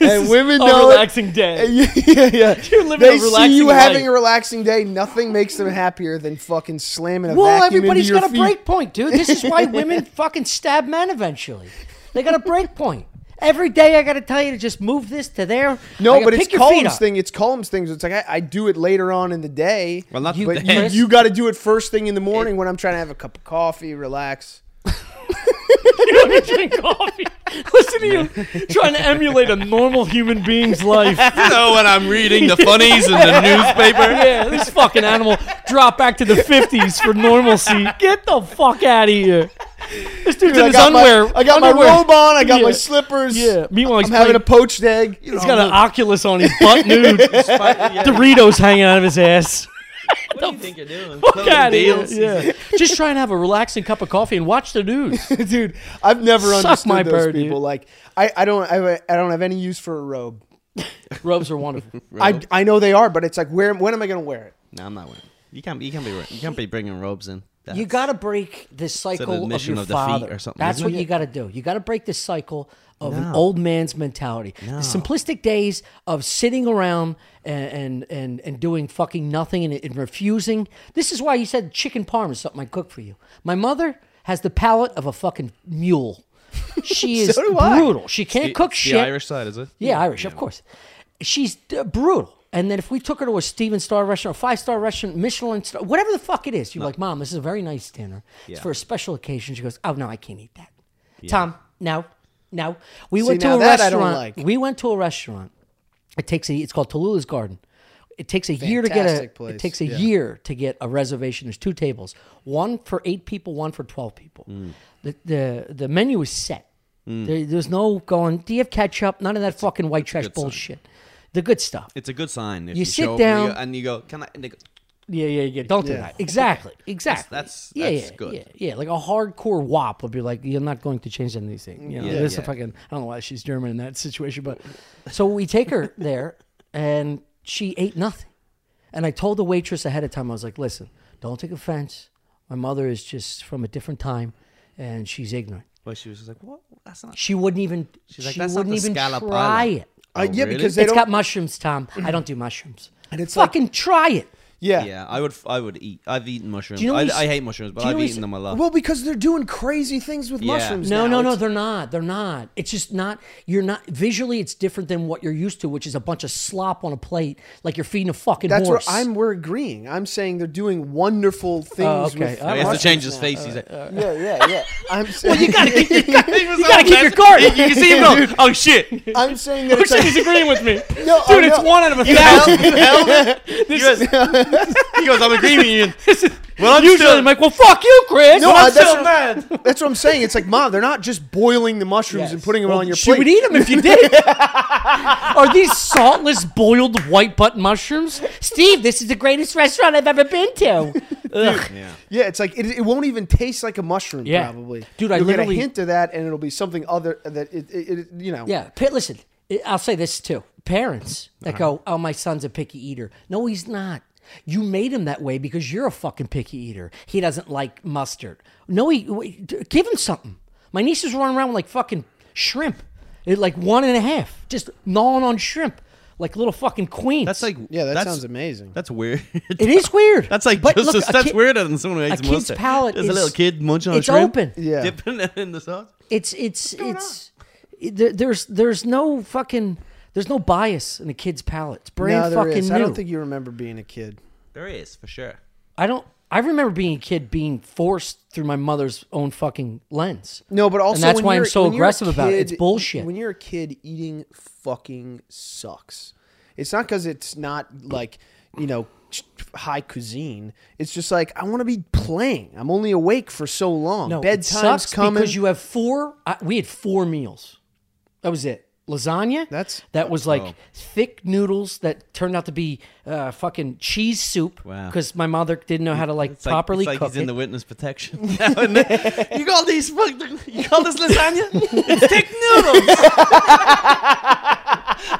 [SPEAKER 3] and women
[SPEAKER 1] a
[SPEAKER 3] know it.
[SPEAKER 1] Oh, relaxing day.
[SPEAKER 3] yeah, yeah, yeah.
[SPEAKER 1] You're living
[SPEAKER 3] they
[SPEAKER 1] a
[SPEAKER 3] see you
[SPEAKER 1] relaxing
[SPEAKER 3] having
[SPEAKER 1] life.
[SPEAKER 3] a relaxing day. Nothing makes them happier than fucking slamming a
[SPEAKER 1] Well,
[SPEAKER 3] vacuum into
[SPEAKER 1] everybody's
[SPEAKER 3] your
[SPEAKER 1] got a
[SPEAKER 3] feet.
[SPEAKER 1] break point, dude. This is why women fucking stab men eventually. They got a break point. Every day I got to tell you to just move this to there. I
[SPEAKER 3] No,
[SPEAKER 1] gotta
[SPEAKER 3] but it's
[SPEAKER 1] pick your feet
[SPEAKER 3] Column's
[SPEAKER 1] up.
[SPEAKER 3] thing. It's Column's thing. It's like I, I do it later on in the day.
[SPEAKER 2] well, not
[SPEAKER 1] You-
[SPEAKER 2] today.
[SPEAKER 3] but you,
[SPEAKER 1] Chris-
[SPEAKER 3] you got to do it first thing in the morning when I'm trying to have a cup of coffee, relax.
[SPEAKER 1] You don't drink coffee. Listen to you trying to emulate a normal human being's life.
[SPEAKER 2] you know when I'm reading the funnies in the newspaper.
[SPEAKER 1] Yeah, this fucking animal dropped back to the 50s for normalcy. Get the fuck out of here. This dude's in
[SPEAKER 3] I
[SPEAKER 1] his
[SPEAKER 3] got
[SPEAKER 1] underwear.
[SPEAKER 3] My, I got
[SPEAKER 1] underwear.
[SPEAKER 3] my robe on. I got my
[SPEAKER 1] Yeah.
[SPEAKER 3] slippers.
[SPEAKER 1] Yeah. Meanwhile, he's
[SPEAKER 3] I'm having
[SPEAKER 1] playing-
[SPEAKER 3] a poached egg. Oh,
[SPEAKER 1] He's got an Oculus on his butt nude. Doritos hanging out of his ass.
[SPEAKER 2] What do you think you're doing?
[SPEAKER 1] Fuck outta here, yeah. Just try and have a relaxing cup of coffee and watch the news.
[SPEAKER 3] dude. I've never
[SPEAKER 1] Suck
[SPEAKER 3] understood
[SPEAKER 1] my
[SPEAKER 3] those
[SPEAKER 1] bird, dude.
[SPEAKER 3] people. Like I, I don't I, have- I don't have any use for a robe.
[SPEAKER 1] Robes are wonderful.
[SPEAKER 3] I, I know they are, but it's like where when am I gonna wear it?
[SPEAKER 2] No, I'm not winning. You can't. You can't be. You can't be bringing robes in. That's,
[SPEAKER 1] You got to break this
[SPEAKER 2] It's an
[SPEAKER 1] cycle of
[SPEAKER 2] admission
[SPEAKER 1] your
[SPEAKER 2] of defeat
[SPEAKER 1] father.
[SPEAKER 2] or something,
[SPEAKER 1] That's
[SPEAKER 2] isn't
[SPEAKER 1] what
[SPEAKER 2] it?
[SPEAKER 1] you got to do. You got to break this cycle of an
[SPEAKER 2] No.
[SPEAKER 1] old man's mentality. The simplistic days of sitting around and and and, and doing fucking nothing and, and refusing. This is why you said chicken parm is something I cook for you. My mother has the palate of a fucking mule. She is
[SPEAKER 3] do I.
[SPEAKER 1] brutal. She can't
[SPEAKER 2] It's
[SPEAKER 1] cook
[SPEAKER 2] the
[SPEAKER 1] shit.
[SPEAKER 2] Irish side, is it?
[SPEAKER 1] Yeah, Irish, of course. She's uh, brutal. And then if we took her to a Steven Star restaurant, a five star restaurant, Michelin star, whatever the fuck it is, you're like, Mom, this is a very nice dinner. It's
[SPEAKER 2] Yeah.
[SPEAKER 1] for a special occasion. She goes, Oh no, I can't eat that. Tom, no, no. We went to
[SPEAKER 3] now
[SPEAKER 1] a
[SPEAKER 3] that I don't
[SPEAKER 1] restaurant.
[SPEAKER 3] like.
[SPEAKER 1] We went to a restaurant. It takes a. It's called Tallulah's Garden. It takes a year to get a.
[SPEAKER 3] Fantastic place,
[SPEAKER 1] It takes a
[SPEAKER 3] yeah.
[SPEAKER 1] year to get a reservation. There's two tables, one for eight people, one for twelve people.
[SPEAKER 2] Mm.
[SPEAKER 1] The, the the menu is set. There, there's no going. Do you have ketchup? None of that fucking white trash
[SPEAKER 2] good sign.
[SPEAKER 1] bullshit. The good stuff.
[SPEAKER 2] It's a good sign. If
[SPEAKER 1] You
[SPEAKER 2] you,
[SPEAKER 1] sit
[SPEAKER 2] show up and you
[SPEAKER 1] down-
[SPEAKER 2] go- and you go, "Can I?" And they go,
[SPEAKER 1] Yeah, yeah, yeah. Don't do
[SPEAKER 3] Yeah.
[SPEAKER 1] that. Exactly, exactly.
[SPEAKER 2] that's-
[SPEAKER 1] yeah,
[SPEAKER 2] that's
[SPEAKER 1] yeah,
[SPEAKER 2] good.
[SPEAKER 1] Yeah, yeah. Like a hardcore wop would be like, you're not going to change anything. You know,
[SPEAKER 2] Yeah,
[SPEAKER 1] this is
[SPEAKER 2] yeah.
[SPEAKER 1] fucking. I don't know why she's German in that situation, but so we take her there, and she ate nothing. And I told the waitress ahead of time, I was like, listen, don't take offense. My mother is just from a different time, and she's ignorant.
[SPEAKER 2] Well, she was just like, "What? That's not."
[SPEAKER 1] She wouldn't even.
[SPEAKER 2] She's like,
[SPEAKER 1] she
[SPEAKER 2] "That's not
[SPEAKER 1] wouldn't
[SPEAKER 2] the
[SPEAKER 1] even
[SPEAKER 2] scallop
[SPEAKER 1] try
[SPEAKER 2] island."
[SPEAKER 1] it.
[SPEAKER 3] I, Uh, yeah,
[SPEAKER 2] really?
[SPEAKER 3] because they
[SPEAKER 1] It's
[SPEAKER 3] don't.
[SPEAKER 1] got mushrooms, Tom. I don't do mushrooms.
[SPEAKER 3] And it's like-
[SPEAKER 1] fucking try it.
[SPEAKER 3] yeah.
[SPEAKER 2] Yeah, I would. I would eat. I've eaten mushrooms.
[SPEAKER 1] you know
[SPEAKER 2] I,
[SPEAKER 1] what
[SPEAKER 2] I
[SPEAKER 1] he's-
[SPEAKER 2] hate mushrooms, but
[SPEAKER 1] do you know
[SPEAKER 2] I've
[SPEAKER 1] what he's-
[SPEAKER 2] eaten them a lot.
[SPEAKER 3] Well, because they're doing crazy things with
[SPEAKER 2] Yeah.
[SPEAKER 3] mushrooms. now.
[SPEAKER 1] No, no, no,
[SPEAKER 3] It's-
[SPEAKER 1] they're not. They're not. It's just not. You're not visually. It's different than what you're used to, which is a bunch of slop on a plate, like you're feeding a fucking
[SPEAKER 3] That's where
[SPEAKER 1] horse.
[SPEAKER 3] I'm. We're agreeing. I'm saying they're doing wonderful things.
[SPEAKER 1] Oh, okay.
[SPEAKER 3] With
[SPEAKER 2] I
[SPEAKER 1] I
[SPEAKER 2] mean, he has
[SPEAKER 3] mushrooms
[SPEAKER 2] to change his
[SPEAKER 3] now.
[SPEAKER 2] face. he's
[SPEAKER 1] Uh,
[SPEAKER 2] like,
[SPEAKER 3] Yeah, yeah, yeah. I'm saying well,
[SPEAKER 1] You gotta keep your, you
[SPEAKER 2] so
[SPEAKER 1] gotta keep your
[SPEAKER 2] messy.
[SPEAKER 1] guard.
[SPEAKER 2] You can see him go, "Oh shit!"
[SPEAKER 3] I'm saying that it's
[SPEAKER 1] He's
[SPEAKER 3] like,
[SPEAKER 1] agreeing with me,
[SPEAKER 3] No, I
[SPEAKER 1] dude. It's
[SPEAKER 3] know.
[SPEAKER 1] one out of a
[SPEAKER 2] You
[SPEAKER 1] thousand.
[SPEAKER 2] held- you held it. You just- He goes, I'm agreeing with you. Well, I'm
[SPEAKER 1] Usually, I'm
[SPEAKER 2] still,
[SPEAKER 1] like, well, fuck you, Chris.
[SPEAKER 3] No,
[SPEAKER 1] Well,
[SPEAKER 3] I-
[SPEAKER 1] I'm
[SPEAKER 3] that's-
[SPEAKER 1] still-
[SPEAKER 2] mad.
[SPEAKER 3] That's what I'm saying. It's like, mom, they're not just boiling the mushrooms and
[SPEAKER 1] Yes.
[SPEAKER 3] putting them
[SPEAKER 1] Well,
[SPEAKER 3] on your
[SPEAKER 1] She
[SPEAKER 3] plate.
[SPEAKER 1] would eat them if you did. Are these saltless boiled white butt mushrooms? Steve, this is the greatest restaurant I've ever been to. Ugh.
[SPEAKER 2] Yeah.
[SPEAKER 3] Yeah, it's like it, it won't even taste like a mushroom.
[SPEAKER 1] Yeah.
[SPEAKER 3] probably.
[SPEAKER 1] Dude, I
[SPEAKER 3] You'll
[SPEAKER 1] literally-
[SPEAKER 3] get a hint of that, and it'll be something other that it, it, it you know.
[SPEAKER 1] Yeah. Pa- listen, I- I'll say this too. Parents
[SPEAKER 2] Uh-huh.
[SPEAKER 1] that go, oh, my son's a picky eater. No, he's not. You made him that way because you're a fucking picky eater. He doesn't like mustard. No, he w- d- give him something. My niece is running around with like fucking shrimp, It- like one and a half, just gnawing on shrimp, like little fucking queens.
[SPEAKER 2] That's like
[SPEAKER 3] Yeah, that
[SPEAKER 2] that's,
[SPEAKER 3] sounds amazing.
[SPEAKER 2] That's weird.
[SPEAKER 1] It is weird.
[SPEAKER 2] that's like
[SPEAKER 1] But
[SPEAKER 2] just
[SPEAKER 1] look,
[SPEAKER 2] as-
[SPEAKER 1] a
[SPEAKER 2] that's
[SPEAKER 1] kid-
[SPEAKER 2] weirder than someone who
[SPEAKER 1] a
[SPEAKER 2] eats
[SPEAKER 1] kid's
[SPEAKER 2] mustard.
[SPEAKER 1] palate
[SPEAKER 2] There's a
[SPEAKER 1] is-
[SPEAKER 2] little kid munching on
[SPEAKER 1] it's
[SPEAKER 2] shrimp,
[SPEAKER 1] open.
[SPEAKER 3] Yeah.
[SPEAKER 2] dipping it in the sauce.
[SPEAKER 1] It's it's it's it- there, there's there's no fucking there's no bias in a kid's palate. It's brand
[SPEAKER 3] No, there
[SPEAKER 1] fucking
[SPEAKER 3] is.
[SPEAKER 1] new.
[SPEAKER 3] I don't think you remember being a kid.
[SPEAKER 2] There is for sure.
[SPEAKER 1] I don't. I remember being a kid being forced through my mother's own fucking lens.
[SPEAKER 3] No, but also
[SPEAKER 1] and that's
[SPEAKER 3] when
[SPEAKER 1] why I'm
[SPEAKER 3] you're-
[SPEAKER 1] so
[SPEAKER 3] when you're a
[SPEAKER 1] aggressive about it. It's
[SPEAKER 3] kid-
[SPEAKER 1] bullshit.
[SPEAKER 3] When you're a kid, eating fucking sucks. It's not because it's not like you know ch- high cuisine. It's just like I want to be playing. I'm only awake for so long.
[SPEAKER 1] no, it
[SPEAKER 3] Bedtime's
[SPEAKER 1] sucks
[SPEAKER 3] coming.
[SPEAKER 1] because you have four. I, we had four meals. That was it. Lasagna.
[SPEAKER 3] That's-
[SPEAKER 1] that was
[SPEAKER 2] Oh.
[SPEAKER 1] like thick noodles that turned out to be uh, fucking cheese soup.
[SPEAKER 2] Wow.
[SPEAKER 1] Because my mother didn't know how to like
[SPEAKER 2] It's like-
[SPEAKER 1] properly
[SPEAKER 2] it's like
[SPEAKER 1] cook
[SPEAKER 2] he's in
[SPEAKER 1] it.
[SPEAKER 2] the witness protection. now, isn't it? you call these fucking, you call this lasagna? It's thick noodles.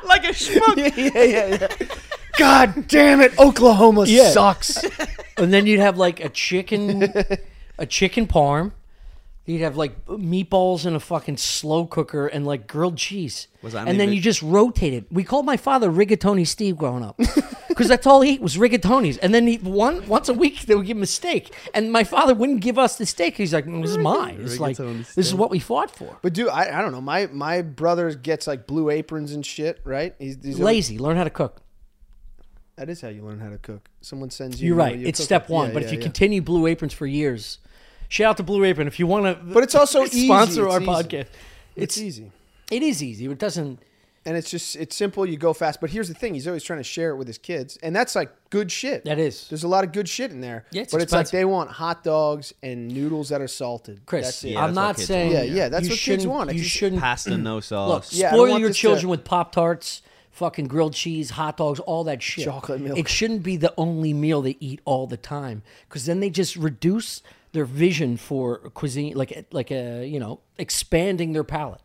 [SPEAKER 2] like a schmuck.
[SPEAKER 3] yeah, yeah, yeah. God damn it, Oklahoma
[SPEAKER 1] Yeah.
[SPEAKER 3] sucks.
[SPEAKER 1] and then you'd have like a chicken, a chicken parm. You'd have like meatballs in a fucking slow cooker and like grilled cheese.
[SPEAKER 2] Was I
[SPEAKER 1] and then
[SPEAKER 2] even-
[SPEAKER 1] you just rotate it. We called my father Rigatoni Steve growing up because that's all he ate was rigatonis. And then he, one once a week they would give him a steak, and my father wouldn't give us the steak. He's like, "Mm, "This is mine. It's like
[SPEAKER 2] Rigatoni
[SPEAKER 1] this is what we fought for."
[SPEAKER 3] But dude, I, I don't know. My my brother gets like blue aprons and shit, right? He's, he's
[SPEAKER 1] Lazy, learn how to cook.
[SPEAKER 3] That is how you learn how to cook. Someone sends you.
[SPEAKER 1] You're
[SPEAKER 3] what
[SPEAKER 1] right.
[SPEAKER 3] you
[SPEAKER 1] It's
[SPEAKER 3] cook
[SPEAKER 1] step
[SPEAKER 3] with.
[SPEAKER 1] one.
[SPEAKER 3] Yeah,
[SPEAKER 1] but
[SPEAKER 3] yeah,
[SPEAKER 1] if you
[SPEAKER 3] yeah.
[SPEAKER 1] continue Blue Aprons for years, shout out to Blue Apron if you want to.
[SPEAKER 3] But it's also easy.
[SPEAKER 1] sponsor
[SPEAKER 3] It's
[SPEAKER 1] our
[SPEAKER 3] easy.
[SPEAKER 1] podcast.
[SPEAKER 3] it's,
[SPEAKER 1] It's,
[SPEAKER 3] easy,
[SPEAKER 1] it is easy. It doesn't.
[SPEAKER 3] and it's just it's simple. You go fast. But here's the thing: he's always trying to share it with his kids, and that's like good shit.
[SPEAKER 1] That is.
[SPEAKER 3] There's a lot of good shit in there.
[SPEAKER 1] Yeah, it's
[SPEAKER 3] but it's
[SPEAKER 1] expensive.
[SPEAKER 3] like they want hot dogs and noodles that are salted.
[SPEAKER 1] Chris,
[SPEAKER 3] that's it.
[SPEAKER 2] Yeah,
[SPEAKER 1] I'm
[SPEAKER 2] that's what
[SPEAKER 1] not
[SPEAKER 2] kids
[SPEAKER 1] saying.
[SPEAKER 3] want. Yeah, yeah, that's
[SPEAKER 1] you
[SPEAKER 3] what kids
[SPEAKER 1] shouldn't-
[SPEAKER 3] want. It's
[SPEAKER 1] You
[SPEAKER 3] just
[SPEAKER 1] shouldn't
[SPEAKER 2] Pasta, no
[SPEAKER 1] look
[SPEAKER 2] sauce.
[SPEAKER 3] yeah, I don't
[SPEAKER 1] spoil
[SPEAKER 3] want
[SPEAKER 1] your
[SPEAKER 3] this to-
[SPEAKER 1] children with Pop Tarts, fucking grilled cheese, hot dogs, all that shit.
[SPEAKER 3] Chocolate milk.
[SPEAKER 1] It shouldn't be the only meal they eat all the time, because then they just reduce their vision for cuisine, like like a you know expanding their palate.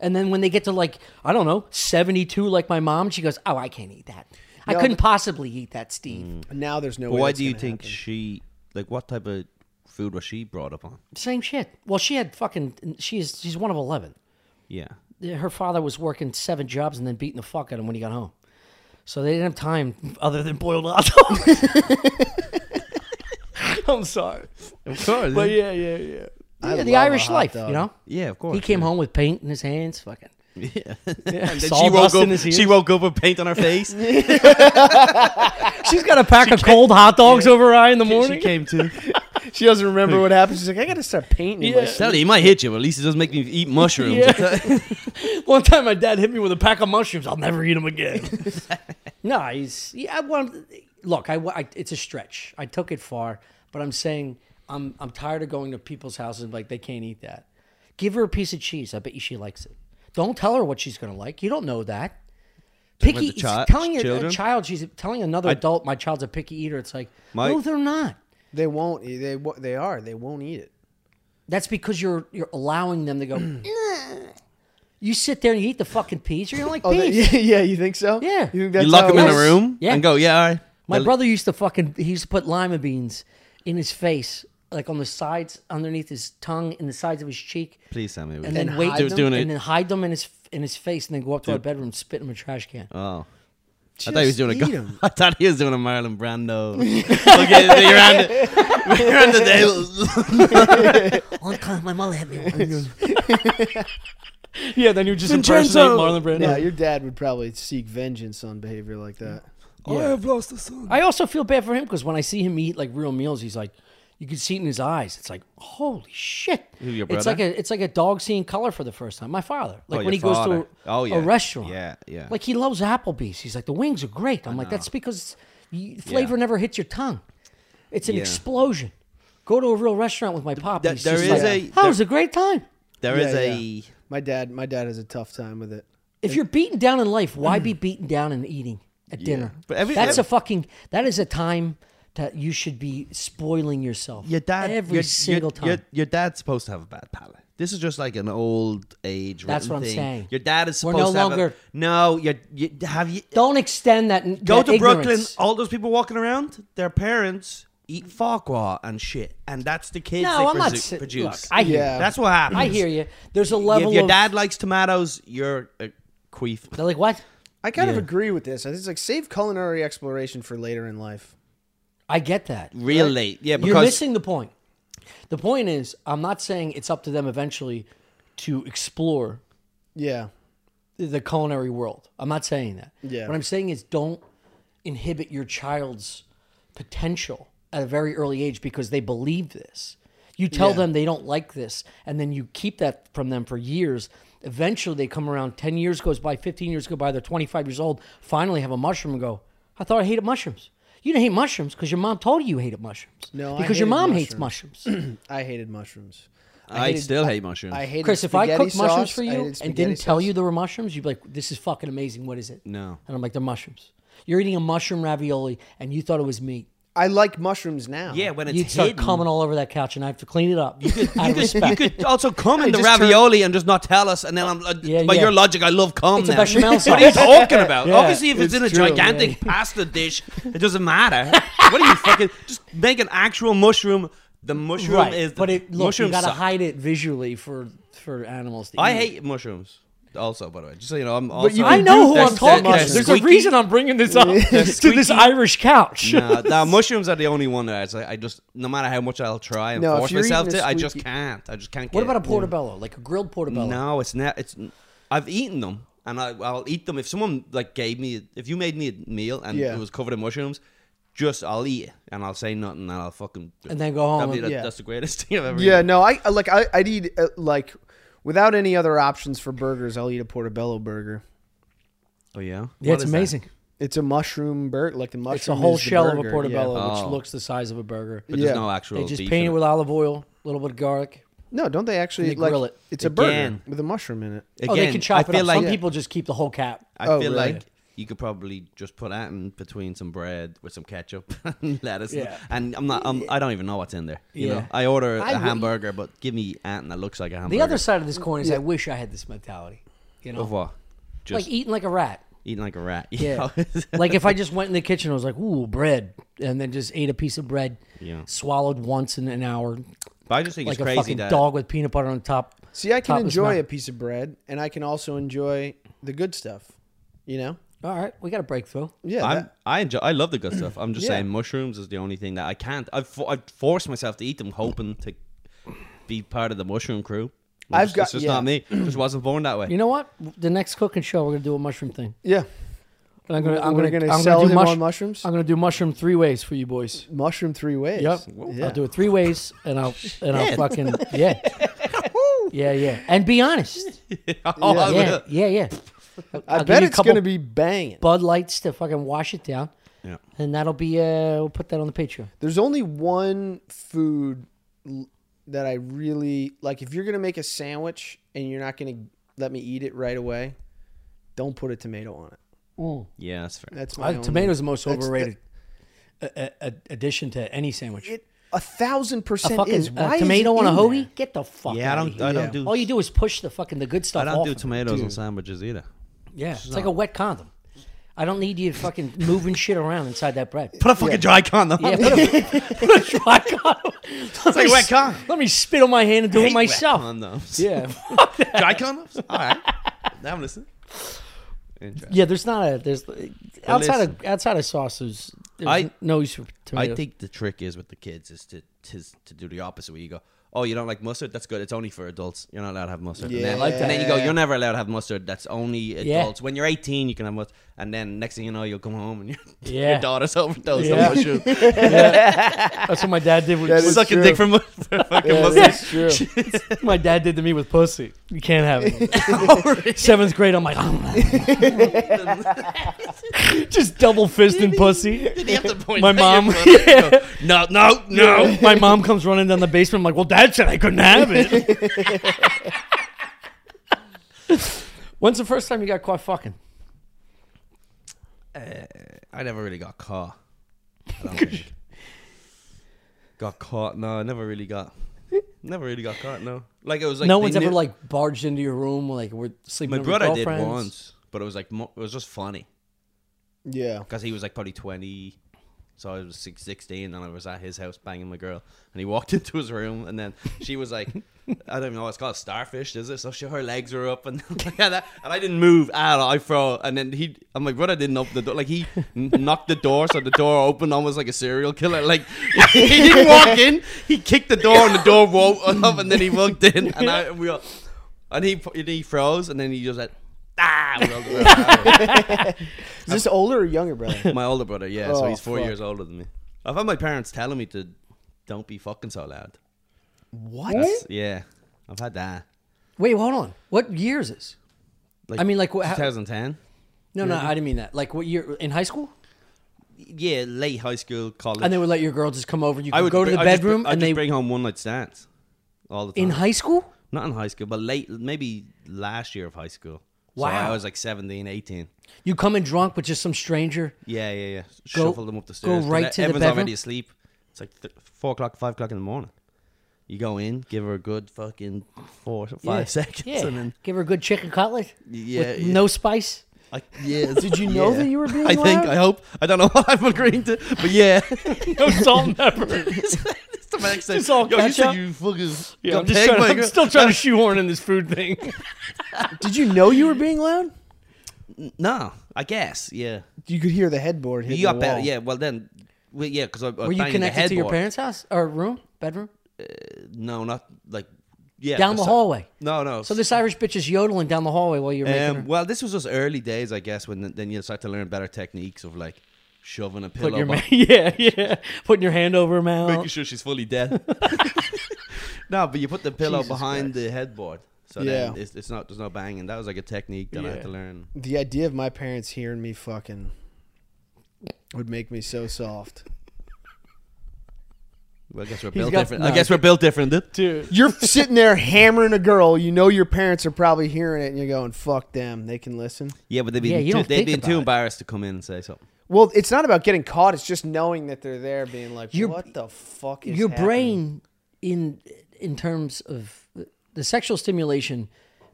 [SPEAKER 1] And then when they get to like I don't know seventy two, like my mom, she goes, "Oh, I can't eat that. I
[SPEAKER 3] No,
[SPEAKER 1] couldn't
[SPEAKER 3] but-
[SPEAKER 1] possibly eat that, Steve."
[SPEAKER 2] Mm.
[SPEAKER 3] Now there's no.
[SPEAKER 2] But
[SPEAKER 3] way
[SPEAKER 2] why
[SPEAKER 3] that's
[SPEAKER 2] do you
[SPEAKER 3] gonna
[SPEAKER 2] think
[SPEAKER 3] happen.
[SPEAKER 2] she like what type of food was she brought up on?
[SPEAKER 1] Same shit. Well, she had fucking. She's she's one of eleven.
[SPEAKER 2] Yeah.
[SPEAKER 1] her father was working seven jobs and then beating the fuck out of him when he got home. So they didn't have time other than boiled hot dogs. I'm sorry,
[SPEAKER 2] Of course.
[SPEAKER 1] but yeah, yeah, yeah.
[SPEAKER 3] I
[SPEAKER 1] yeah the
[SPEAKER 3] love a
[SPEAKER 1] Irish
[SPEAKER 3] hot
[SPEAKER 1] life,
[SPEAKER 3] dog.
[SPEAKER 1] you know.
[SPEAKER 2] yeah, of course.
[SPEAKER 1] He came home with paint in his hands, fucking.
[SPEAKER 2] Yeah.
[SPEAKER 1] And
[SPEAKER 2] she woke up. She woke up with paint on her face.
[SPEAKER 1] has got a pack of cold hot dogs over her eye in the morning.
[SPEAKER 2] came to.
[SPEAKER 3] She doesn't remember what happened. She's like, I gotta start painting.
[SPEAKER 1] Yeah.
[SPEAKER 3] Yeah.
[SPEAKER 2] Tell you, he might hit you, but at least it doesn't make me eat mushrooms.
[SPEAKER 1] One time, my dad hit me with a pack of mushrooms. I'll never eat them again. no, he's. Yeah, I want. Look, I, wa- I. It's a stretch. I took it far, but I'm saying I'm. I'm tired of going to people's houses and like they can't eat that. Give her a piece of cheese. I bet you she likes it. Don't tell her what she's gonna like. You don't know that. Picky.
[SPEAKER 2] the
[SPEAKER 1] it's
[SPEAKER 2] chi-
[SPEAKER 1] telling a- a
[SPEAKER 2] children?
[SPEAKER 1] child she's telling another adult my child's a picky eater. It's like
[SPEAKER 2] My-
[SPEAKER 1] no, they're not.
[SPEAKER 3] They won't. eat- They wo- they are. They won't eat it.
[SPEAKER 1] That's because you're you're allowing them to go. "Nah." You sit there and you eat the fucking peas. You're gonna like
[SPEAKER 3] Oh,
[SPEAKER 1] peas.
[SPEAKER 3] they- yeah, yeah. You think so?
[SPEAKER 1] Yeah.
[SPEAKER 3] You think
[SPEAKER 2] you
[SPEAKER 3] that's
[SPEAKER 2] lock
[SPEAKER 3] how
[SPEAKER 2] him
[SPEAKER 3] it
[SPEAKER 2] in a
[SPEAKER 3] works?
[SPEAKER 2] room
[SPEAKER 1] Yeah.
[SPEAKER 2] and go, yeah, all right.
[SPEAKER 1] My
[SPEAKER 2] Well,
[SPEAKER 1] brother used to fucking he used to put lima beans in his face, like on the sides, underneath his tongue, in the sides of his cheek,
[SPEAKER 2] Please tell me. it was-
[SPEAKER 1] and then
[SPEAKER 3] And
[SPEAKER 1] wait,
[SPEAKER 3] hide
[SPEAKER 1] and
[SPEAKER 2] them?
[SPEAKER 1] then hide them in his in his face, and then go up to our bedroom, and spit in a trash can.
[SPEAKER 2] oh. I thought he was
[SPEAKER 3] Just
[SPEAKER 2] doing a
[SPEAKER 3] eat
[SPEAKER 2] go-
[SPEAKER 3] 'em.
[SPEAKER 2] I thought he was doing a Marilyn Brando. okay, you're on the, you're on the
[SPEAKER 1] One time, my mother hit me. once. yeah, then you just
[SPEAKER 2] Vincenzo!
[SPEAKER 3] Yeah, your dad would probably seek vengeance on behavior like that.
[SPEAKER 2] I have lost a son.
[SPEAKER 1] I also feel bad for him because when I see him eat like real meals, he's like, you can see it in his eyes. It's like, holy shit!
[SPEAKER 2] Who, your
[SPEAKER 1] it's
[SPEAKER 2] brother?
[SPEAKER 1] like a it's like a dog seeing color for the first time. My father, like
[SPEAKER 2] Oh,
[SPEAKER 1] when
[SPEAKER 2] your
[SPEAKER 1] he goes
[SPEAKER 2] father.
[SPEAKER 1] to a,
[SPEAKER 2] Oh,
[SPEAKER 1] a
[SPEAKER 2] yeah.
[SPEAKER 1] restaurant,
[SPEAKER 2] Yeah, yeah.
[SPEAKER 1] like he loves Applebee's. He's like, the wings are great. I'm like, that's because You, flavor never hits your tongue. It's an
[SPEAKER 2] Yeah.
[SPEAKER 1] explosion. Go to a real restaurant with my pop.
[SPEAKER 2] Th-
[SPEAKER 1] he's
[SPEAKER 2] there
[SPEAKER 1] just
[SPEAKER 2] is
[SPEAKER 1] like,
[SPEAKER 2] a-
[SPEAKER 1] "That
[SPEAKER 2] there-
[SPEAKER 1] was a great time."
[SPEAKER 2] There is
[SPEAKER 3] Yeah,
[SPEAKER 2] a
[SPEAKER 3] yeah. My dad, my dad has a tough time with it.
[SPEAKER 1] If you're beaten down in life, why be beaten down in eating at dinner?
[SPEAKER 2] Mm. But every-
[SPEAKER 1] that's
[SPEAKER 2] every-
[SPEAKER 1] a fucking. That is a time that you should be spoiling yourself.
[SPEAKER 2] your dad
[SPEAKER 1] every
[SPEAKER 2] your,
[SPEAKER 1] single
[SPEAKER 2] your, your-
[SPEAKER 1] time.
[SPEAKER 2] Your, dad's supposed to have a bad palate. This is just like an old age.
[SPEAKER 1] That's
[SPEAKER 2] written
[SPEAKER 1] what I'm
[SPEAKER 2] thing.
[SPEAKER 1] saying.
[SPEAKER 2] Your dad is
[SPEAKER 1] We're
[SPEAKER 2] supposed
[SPEAKER 1] no
[SPEAKER 2] to have
[SPEAKER 1] longer-
[SPEAKER 2] A, no, you you have you
[SPEAKER 1] Don't extend that.
[SPEAKER 2] go
[SPEAKER 1] that
[SPEAKER 2] to Brooklyn.
[SPEAKER 1] ignorance.
[SPEAKER 2] All those people walking around, their parents eat foie and shit, and that's the kids
[SPEAKER 1] No,
[SPEAKER 2] they
[SPEAKER 1] I'm not.
[SPEAKER 2] produ-
[SPEAKER 1] si-
[SPEAKER 2] produce.
[SPEAKER 1] Look, I hear.
[SPEAKER 3] Yeah.
[SPEAKER 1] You.
[SPEAKER 2] that's what happens.
[SPEAKER 1] I hear you. There's a level
[SPEAKER 2] If your
[SPEAKER 1] of.
[SPEAKER 2] dad likes tomatoes, you're a queef.
[SPEAKER 1] they're like what?
[SPEAKER 3] I kind of agree with this. I think it's like save culinary exploration for later in life.
[SPEAKER 1] I get that.
[SPEAKER 2] Really? Yeah, because
[SPEAKER 1] You're missing the point. The point is, I'm not saying it's up to them eventually to explore
[SPEAKER 3] Yeah.
[SPEAKER 1] the culinary world. I'm not saying that.
[SPEAKER 3] Yeah.
[SPEAKER 1] What I'm saying is don't inhibit your child's potential at a very early age because they believe this. You tell
[SPEAKER 3] Yeah.
[SPEAKER 1] them they don't like this, and then you keep that from them for years. Eventually, they come around. Ten years goes by, fifteen years go by. They're twenty-five years old. Finally, have a mushroom and go. I thought I hated mushrooms. You didn't hate mushrooms because your mom told you you hated mushrooms.
[SPEAKER 3] No, I
[SPEAKER 1] because your
[SPEAKER 3] hated
[SPEAKER 1] mom hates mushrooms.
[SPEAKER 3] I hated mushrooms.
[SPEAKER 2] I,
[SPEAKER 3] hated-
[SPEAKER 2] still hate mushrooms.
[SPEAKER 3] I hated
[SPEAKER 1] Chris, if I
[SPEAKER 3] spaghetti
[SPEAKER 1] cooked mushrooms
[SPEAKER 3] sauce.
[SPEAKER 1] for
[SPEAKER 3] I
[SPEAKER 1] you
[SPEAKER 3] hated
[SPEAKER 1] and
[SPEAKER 3] spaghetti
[SPEAKER 1] didn't tell
[SPEAKER 3] sauce.
[SPEAKER 1] you they were mushrooms, you'd be like, "This is fucking amazing. What is it?"
[SPEAKER 2] No.
[SPEAKER 1] And I'm like, "They're mushrooms." You're eating a mushroom ravioli, and you thought it was meat.
[SPEAKER 3] I like mushrooms now.
[SPEAKER 2] yeah, when it's
[SPEAKER 1] You'd start
[SPEAKER 2] hidden.
[SPEAKER 1] coming all over that couch, and I have to clean it up. You could, out of
[SPEAKER 2] You
[SPEAKER 1] respect.
[SPEAKER 2] could also come in the
[SPEAKER 3] just
[SPEAKER 2] ravioli and just not tell us, and then I'm uh,
[SPEAKER 1] Yeah,
[SPEAKER 2] by
[SPEAKER 1] yeah.
[SPEAKER 2] your logic, I love cum.
[SPEAKER 1] It's a
[SPEAKER 2] now.
[SPEAKER 1] bechamel
[SPEAKER 2] What are you
[SPEAKER 1] sauce.
[SPEAKER 2] talking about? Obviously, if it's,
[SPEAKER 3] it's
[SPEAKER 2] in a
[SPEAKER 3] true,
[SPEAKER 2] gigantic pasta dish, it doesn't matter. what are you fucking? Just make an actual mushroom. The mushroom
[SPEAKER 1] right?
[SPEAKER 2] is the
[SPEAKER 1] but it look,
[SPEAKER 2] mushroom
[SPEAKER 1] you gotta
[SPEAKER 2] suck.
[SPEAKER 1] hide it visually for for animals to
[SPEAKER 2] I
[SPEAKER 1] eat.
[SPEAKER 2] hate mushrooms. Also, by the way, just so you know, I'm also.
[SPEAKER 3] you
[SPEAKER 1] I
[SPEAKER 3] can
[SPEAKER 1] know
[SPEAKER 3] do
[SPEAKER 1] who
[SPEAKER 3] that
[SPEAKER 1] I'm
[SPEAKER 3] to
[SPEAKER 1] talking
[SPEAKER 3] mushrooms.
[SPEAKER 1] to. There's a reason I'm bringing this up to this
[SPEAKER 2] squeaky-
[SPEAKER 1] Irish couch.
[SPEAKER 2] Nah, nah, mushrooms are the only one that I, it's like, I just, no matter how much I'll try and
[SPEAKER 3] No, if
[SPEAKER 2] force
[SPEAKER 3] you're
[SPEAKER 2] myself
[SPEAKER 3] eating a
[SPEAKER 2] to, I just
[SPEAKER 3] squeaky-
[SPEAKER 2] can't. I just can't.
[SPEAKER 1] What
[SPEAKER 2] get
[SPEAKER 1] about a
[SPEAKER 2] it.
[SPEAKER 1] portobello, like a grilled portobello?
[SPEAKER 2] No, it's not. It's. I've eaten them, and I, I'll eat them if someone like gave me. If you made me a meal and
[SPEAKER 3] Yeah.
[SPEAKER 2] it was covered in mushrooms, just I'll eat it and I'll say nothing and I'll fucking. just-
[SPEAKER 1] And then go home
[SPEAKER 2] that'd be
[SPEAKER 1] and-
[SPEAKER 2] the-
[SPEAKER 3] Yeah.
[SPEAKER 2] That's the greatest thing I've ever.
[SPEAKER 3] Yeah,
[SPEAKER 2] eaten.
[SPEAKER 3] no, I I- like I I need uh, like without any other options for burgers, I'll eat a portobello burger.
[SPEAKER 2] Oh yeah.
[SPEAKER 1] Yeah,
[SPEAKER 2] What
[SPEAKER 1] it's
[SPEAKER 2] is that?
[SPEAKER 1] amazing.
[SPEAKER 3] It's a mushroom burger, like the mushroom.
[SPEAKER 1] It's a whole
[SPEAKER 3] is the
[SPEAKER 1] shell of a
[SPEAKER 3] burger, yeah.
[SPEAKER 1] portobello, which
[SPEAKER 2] Oh.
[SPEAKER 1] looks the size of a burger.
[SPEAKER 2] But there's
[SPEAKER 3] Yeah.
[SPEAKER 2] no actual.
[SPEAKER 1] They just
[SPEAKER 2] beef
[SPEAKER 1] paint
[SPEAKER 2] in
[SPEAKER 1] it with olive oil, a little bit of garlic.
[SPEAKER 3] No, don't they actually
[SPEAKER 1] They
[SPEAKER 3] like
[SPEAKER 1] grill it.
[SPEAKER 3] It's a burger
[SPEAKER 2] Again.
[SPEAKER 3] with a mushroom in it.
[SPEAKER 2] Again,
[SPEAKER 1] oh, they can chop
[SPEAKER 2] I
[SPEAKER 1] it
[SPEAKER 2] feel
[SPEAKER 1] up.
[SPEAKER 2] like
[SPEAKER 1] Some people just keep the whole cap.
[SPEAKER 2] I
[SPEAKER 3] Oh,
[SPEAKER 2] feel
[SPEAKER 3] really?
[SPEAKER 2] like you could probably just put that in between some bread with some ketchup and lettuce.
[SPEAKER 1] Yeah.
[SPEAKER 2] And I'm not. I'm, I don't even know what's in there. You
[SPEAKER 1] Yeah.
[SPEAKER 2] know, I order a
[SPEAKER 1] I would-
[SPEAKER 2] hamburger, but give me anything that looks like a hamburger.
[SPEAKER 1] The other side of this coin is I wish I had this mentality. You know,
[SPEAKER 2] of what? Just
[SPEAKER 1] like eating like a rat.
[SPEAKER 2] eating like a rat. you
[SPEAKER 1] Yeah.
[SPEAKER 2] know?
[SPEAKER 1] like if I just went in the kitchen, I was like, ooh, bread, and then just ate a piece of bread,
[SPEAKER 2] Yeah.
[SPEAKER 1] swallowed once in an hour,
[SPEAKER 2] But I just think
[SPEAKER 1] like
[SPEAKER 2] it's
[SPEAKER 1] a
[SPEAKER 2] crazy
[SPEAKER 1] fucking
[SPEAKER 2] that
[SPEAKER 1] dog with peanut butter on top.
[SPEAKER 3] See, I can
[SPEAKER 1] Top is
[SPEAKER 3] enjoy
[SPEAKER 1] not-
[SPEAKER 3] a piece of bread, and I can also enjoy the good stuff. You know?
[SPEAKER 1] All right, we got a breakthrough.
[SPEAKER 3] Yeah.
[SPEAKER 2] I'm,
[SPEAKER 3] that-
[SPEAKER 2] I enjoy. I love the good stuff. I'm just
[SPEAKER 3] Yeah.
[SPEAKER 2] saying, mushrooms is the only thing that I can't. I've fo- I've forced myself to eat them, hoping to be part of the mushroom crew. It's
[SPEAKER 3] I've
[SPEAKER 2] just-
[SPEAKER 3] got-
[SPEAKER 2] it's just
[SPEAKER 3] yeah.
[SPEAKER 2] not me. just wasn't born that way.
[SPEAKER 1] You know what? The next cooking show, we're gonna do a mushroom thing.
[SPEAKER 3] yeah.
[SPEAKER 1] And I'm gonna, I'm
[SPEAKER 3] We're
[SPEAKER 1] gonna,
[SPEAKER 3] gonna
[SPEAKER 1] I'm
[SPEAKER 3] sell
[SPEAKER 1] gonna do
[SPEAKER 3] him
[SPEAKER 1] mush-
[SPEAKER 3] on mushrooms?
[SPEAKER 1] I'm gonna do mushroom three ways for you boys.
[SPEAKER 3] Mushroom three ways.
[SPEAKER 1] Yep.
[SPEAKER 3] Yeah.
[SPEAKER 1] I'll do it three ways, and I'll and I'll fucking yeah, yeah, yeah, and be honest.
[SPEAKER 2] Oh, I
[SPEAKER 1] Yeah,
[SPEAKER 2] will.
[SPEAKER 1] yeah, yeah.
[SPEAKER 3] I
[SPEAKER 1] I'll give
[SPEAKER 3] bet
[SPEAKER 1] you a
[SPEAKER 3] it's
[SPEAKER 1] couple
[SPEAKER 3] gonna be banging.
[SPEAKER 1] Bud Lights to fucking wash it down,
[SPEAKER 2] Yeah.
[SPEAKER 1] and that'll be uh, we'll put that on the Patreon.
[SPEAKER 3] There's only one food l- that I really like. If you're gonna make a sandwich and you're not gonna let me eat it right away, don't put a tomato on it.
[SPEAKER 2] Yeah, that's fair.
[SPEAKER 3] That's my
[SPEAKER 1] Uh,
[SPEAKER 3] only-
[SPEAKER 1] tomato's the most
[SPEAKER 3] that's the-
[SPEAKER 1] overrated a- a- a- addition to any sandwich.
[SPEAKER 3] It a thousand
[SPEAKER 1] a
[SPEAKER 3] percent
[SPEAKER 1] fucking
[SPEAKER 3] is.
[SPEAKER 1] a
[SPEAKER 3] Why is
[SPEAKER 1] tomato
[SPEAKER 3] it
[SPEAKER 1] on a
[SPEAKER 3] in
[SPEAKER 1] hoagie?
[SPEAKER 3] there?
[SPEAKER 1] Get the fuck.
[SPEAKER 2] yeah, I
[SPEAKER 1] outta
[SPEAKER 2] don't.
[SPEAKER 1] here.
[SPEAKER 2] I
[SPEAKER 3] Yeah.
[SPEAKER 2] don't do.
[SPEAKER 1] All you do is push the fucking the good stuff.
[SPEAKER 2] I don't
[SPEAKER 1] off
[SPEAKER 2] do
[SPEAKER 1] of it.
[SPEAKER 2] tomatoes on sandwiches either.
[SPEAKER 1] Yeah, it's like a wet condom. I don't need you fucking moving shit around inside that bread.
[SPEAKER 2] Put a fucking dry condom.
[SPEAKER 1] Yeah,
[SPEAKER 2] on.
[SPEAKER 1] put a, put a dry condom. It's
[SPEAKER 2] like wet condom.
[SPEAKER 1] Let me spit on my hand and do it
[SPEAKER 2] Hate wet
[SPEAKER 1] myself.
[SPEAKER 2] condoms.
[SPEAKER 1] Yeah,
[SPEAKER 2] dry condoms. All right. Now I'm listening. Interesting.
[SPEAKER 1] yeah. There's not a there's outside of
[SPEAKER 2] listen.
[SPEAKER 1] outside of sauces. There's
[SPEAKER 2] I-
[SPEAKER 1] no use for tomatoes.
[SPEAKER 2] I think the trick is with the kids is to to, to do the opposite where you go, "Oh, you don't like mustard? That's good. It's only for adults. You're not allowed to have mustard." and
[SPEAKER 3] Yeah. I
[SPEAKER 2] then,
[SPEAKER 3] like
[SPEAKER 2] And then you go,
[SPEAKER 3] that.
[SPEAKER 2] "You're never allowed to have mustard. That's only
[SPEAKER 1] Yeah.
[SPEAKER 2] adults. When you're 18, you can have mustard." And then next thing you know, you'll come home and your,
[SPEAKER 1] Yeah.
[SPEAKER 2] your daughter's overdosed
[SPEAKER 1] Yeah.
[SPEAKER 2] on mushroom,
[SPEAKER 1] That's what my dad did. With,
[SPEAKER 3] That is-
[SPEAKER 2] sucking
[SPEAKER 3] true.
[SPEAKER 2] dick for, mu- for fucking
[SPEAKER 3] Yeah,
[SPEAKER 2] mustard.
[SPEAKER 3] that's true.
[SPEAKER 1] my dad did to me with pussy. You can't have it. Seventh grade, I'm like, just double fisting pussy.
[SPEAKER 2] Did he have to point
[SPEAKER 1] My
[SPEAKER 2] out your
[SPEAKER 1] mom-
[SPEAKER 2] brother and go, no, no, no.
[SPEAKER 1] My mom comes running down the basement. I'm like, well, dad said I couldn't have it. When's the first time you got caught fucking?
[SPEAKER 2] I never really got caught. I don't think. Got caught? No, I never really got. Never really got caught. No, like it was like
[SPEAKER 1] no
[SPEAKER 2] they
[SPEAKER 1] one's ever
[SPEAKER 2] knew-
[SPEAKER 1] like barged into your room like we're sleeping.
[SPEAKER 2] my
[SPEAKER 1] with your
[SPEAKER 2] brother did
[SPEAKER 1] girlfriends.
[SPEAKER 2] once, but it was like mo- it was just funny
[SPEAKER 3] Yeah.
[SPEAKER 2] because he was like probably twenty, so I was six, 16 and I was at his house banging my girl, and he walked into his room, and then she was like. I don't even know. It's called starfish, is it? So she, her legs were up, and like that, and I didn't move at all. I froze, and then he and my brother didn't open the door. Like he n- knocked the door, so the door opened almost like a serial killer. Like he didn't walk in. He kicked the door, and the door woke up, and then he walked in, and I we all, and he and he froze, and then he just like ah. with all the-
[SPEAKER 3] Is this older or younger brother?
[SPEAKER 2] my older brother, yeah. so
[SPEAKER 3] Oh,
[SPEAKER 2] he's four
[SPEAKER 3] fuck.
[SPEAKER 2] years older than me. I've had my parents telling me to don't be fucking so loud.
[SPEAKER 3] what?
[SPEAKER 2] That's- yeah, I've had that.
[SPEAKER 1] Wait, hold on. What year is this?
[SPEAKER 2] Like,
[SPEAKER 1] I mean, like, wha- how-
[SPEAKER 2] 2010.
[SPEAKER 1] No, no, I didn't mean that. Like what year in high school?
[SPEAKER 2] Yeah, late high school, college.
[SPEAKER 1] And they would let your girl just come over. You
[SPEAKER 2] I
[SPEAKER 1] could
[SPEAKER 2] would
[SPEAKER 1] go to
[SPEAKER 2] br-
[SPEAKER 1] the
[SPEAKER 2] I'd just
[SPEAKER 1] bedroom
[SPEAKER 2] br- I'd
[SPEAKER 1] and
[SPEAKER 2] just
[SPEAKER 1] they
[SPEAKER 2] bring home one night stands all the time.
[SPEAKER 1] in high school.
[SPEAKER 2] Not in high school, but late, maybe last year of high school. So
[SPEAKER 1] Wow.
[SPEAKER 2] I was like 17, 18.
[SPEAKER 1] You come in drunk with just some stranger.
[SPEAKER 2] Yeah, yeah, yeah.
[SPEAKER 1] Go-
[SPEAKER 2] Shuffle them up the
[SPEAKER 1] go
[SPEAKER 2] stairs. 'cause
[SPEAKER 1] right to the
[SPEAKER 2] everyone's
[SPEAKER 1] bedroom?
[SPEAKER 2] already asleep. It's like th- four o'clock, five o'clock in the morning. You go in, give her a good fucking four, five seconds,
[SPEAKER 1] Yeah.
[SPEAKER 2] and then
[SPEAKER 1] Give her a good chicken cutlet.
[SPEAKER 2] Yeah,
[SPEAKER 1] with
[SPEAKER 2] yeah.
[SPEAKER 1] No spice.
[SPEAKER 2] I, yeah.
[SPEAKER 3] Did you know that you were being
[SPEAKER 2] I think.
[SPEAKER 3] loud?
[SPEAKER 2] I hope. I don't know what I'm agreeing to, but yeah.
[SPEAKER 1] No salt and pepper.
[SPEAKER 2] it's the next thing.
[SPEAKER 1] It's all
[SPEAKER 2] Yo, you
[SPEAKER 1] ketchup.
[SPEAKER 2] said you fucking.
[SPEAKER 1] Yeah, I'm,
[SPEAKER 2] got
[SPEAKER 1] just
[SPEAKER 2] pegged
[SPEAKER 1] trying,
[SPEAKER 2] by a
[SPEAKER 1] I'm
[SPEAKER 2] girl.
[SPEAKER 1] still trying to shoehorn in this food thing.
[SPEAKER 3] Did you know you were being loud?
[SPEAKER 2] No, I guess. Yeah.
[SPEAKER 3] You could hear the headboard hitting
[SPEAKER 2] You got
[SPEAKER 3] the
[SPEAKER 2] better.
[SPEAKER 3] wall.
[SPEAKER 2] Yeah. Well then. Well, yeah, because I, I
[SPEAKER 1] Were you connected to your parents' house or room, bedroom,
[SPEAKER 2] No, not like. Yeah.
[SPEAKER 1] down the
[SPEAKER 2] besi-
[SPEAKER 1] hallway?
[SPEAKER 2] No, no.
[SPEAKER 1] So this Irish bitch is yodeling down the hallway while you're making
[SPEAKER 2] Um,
[SPEAKER 1] her.
[SPEAKER 2] well, this was just early days, I guess. When th- then you start to learn better techniques of like shoving a
[SPEAKER 1] Put
[SPEAKER 2] pillow,
[SPEAKER 1] your
[SPEAKER 2] behind-
[SPEAKER 1] ma- yeah, yeah. Putting your hand over her mouth.
[SPEAKER 2] making sure she's fully dead. no, but you put the pillow behind the headboard, so then
[SPEAKER 3] Yeah.
[SPEAKER 2] it's, it's not there's no banging. That was like a technique that I had
[SPEAKER 1] Yeah.
[SPEAKER 2] to learn.
[SPEAKER 3] The idea of my parents hearing me fucking would make me so soft.
[SPEAKER 2] Well, I guess we're built
[SPEAKER 1] got-
[SPEAKER 2] different.
[SPEAKER 1] no.
[SPEAKER 2] I guess we're built different. dude.
[SPEAKER 1] Dude.
[SPEAKER 3] You're sitting there hammering a girl. You know your parents are probably hearing it, and you're going, "Fuck them. They can listen."
[SPEAKER 2] Yeah, but they've
[SPEAKER 1] Yeah,
[SPEAKER 2] been
[SPEAKER 1] you
[SPEAKER 2] too,
[SPEAKER 1] don't
[SPEAKER 2] they've
[SPEAKER 1] think
[SPEAKER 2] been
[SPEAKER 1] about
[SPEAKER 2] too
[SPEAKER 1] it.
[SPEAKER 2] embarrassed to come in and say something.
[SPEAKER 3] Well, it's not about getting caught. It's just knowing that they're there, being like,
[SPEAKER 1] Your-
[SPEAKER 3] "What the fuck is
[SPEAKER 1] your
[SPEAKER 3] happening?"
[SPEAKER 1] brain in in terms of the sexual stimulation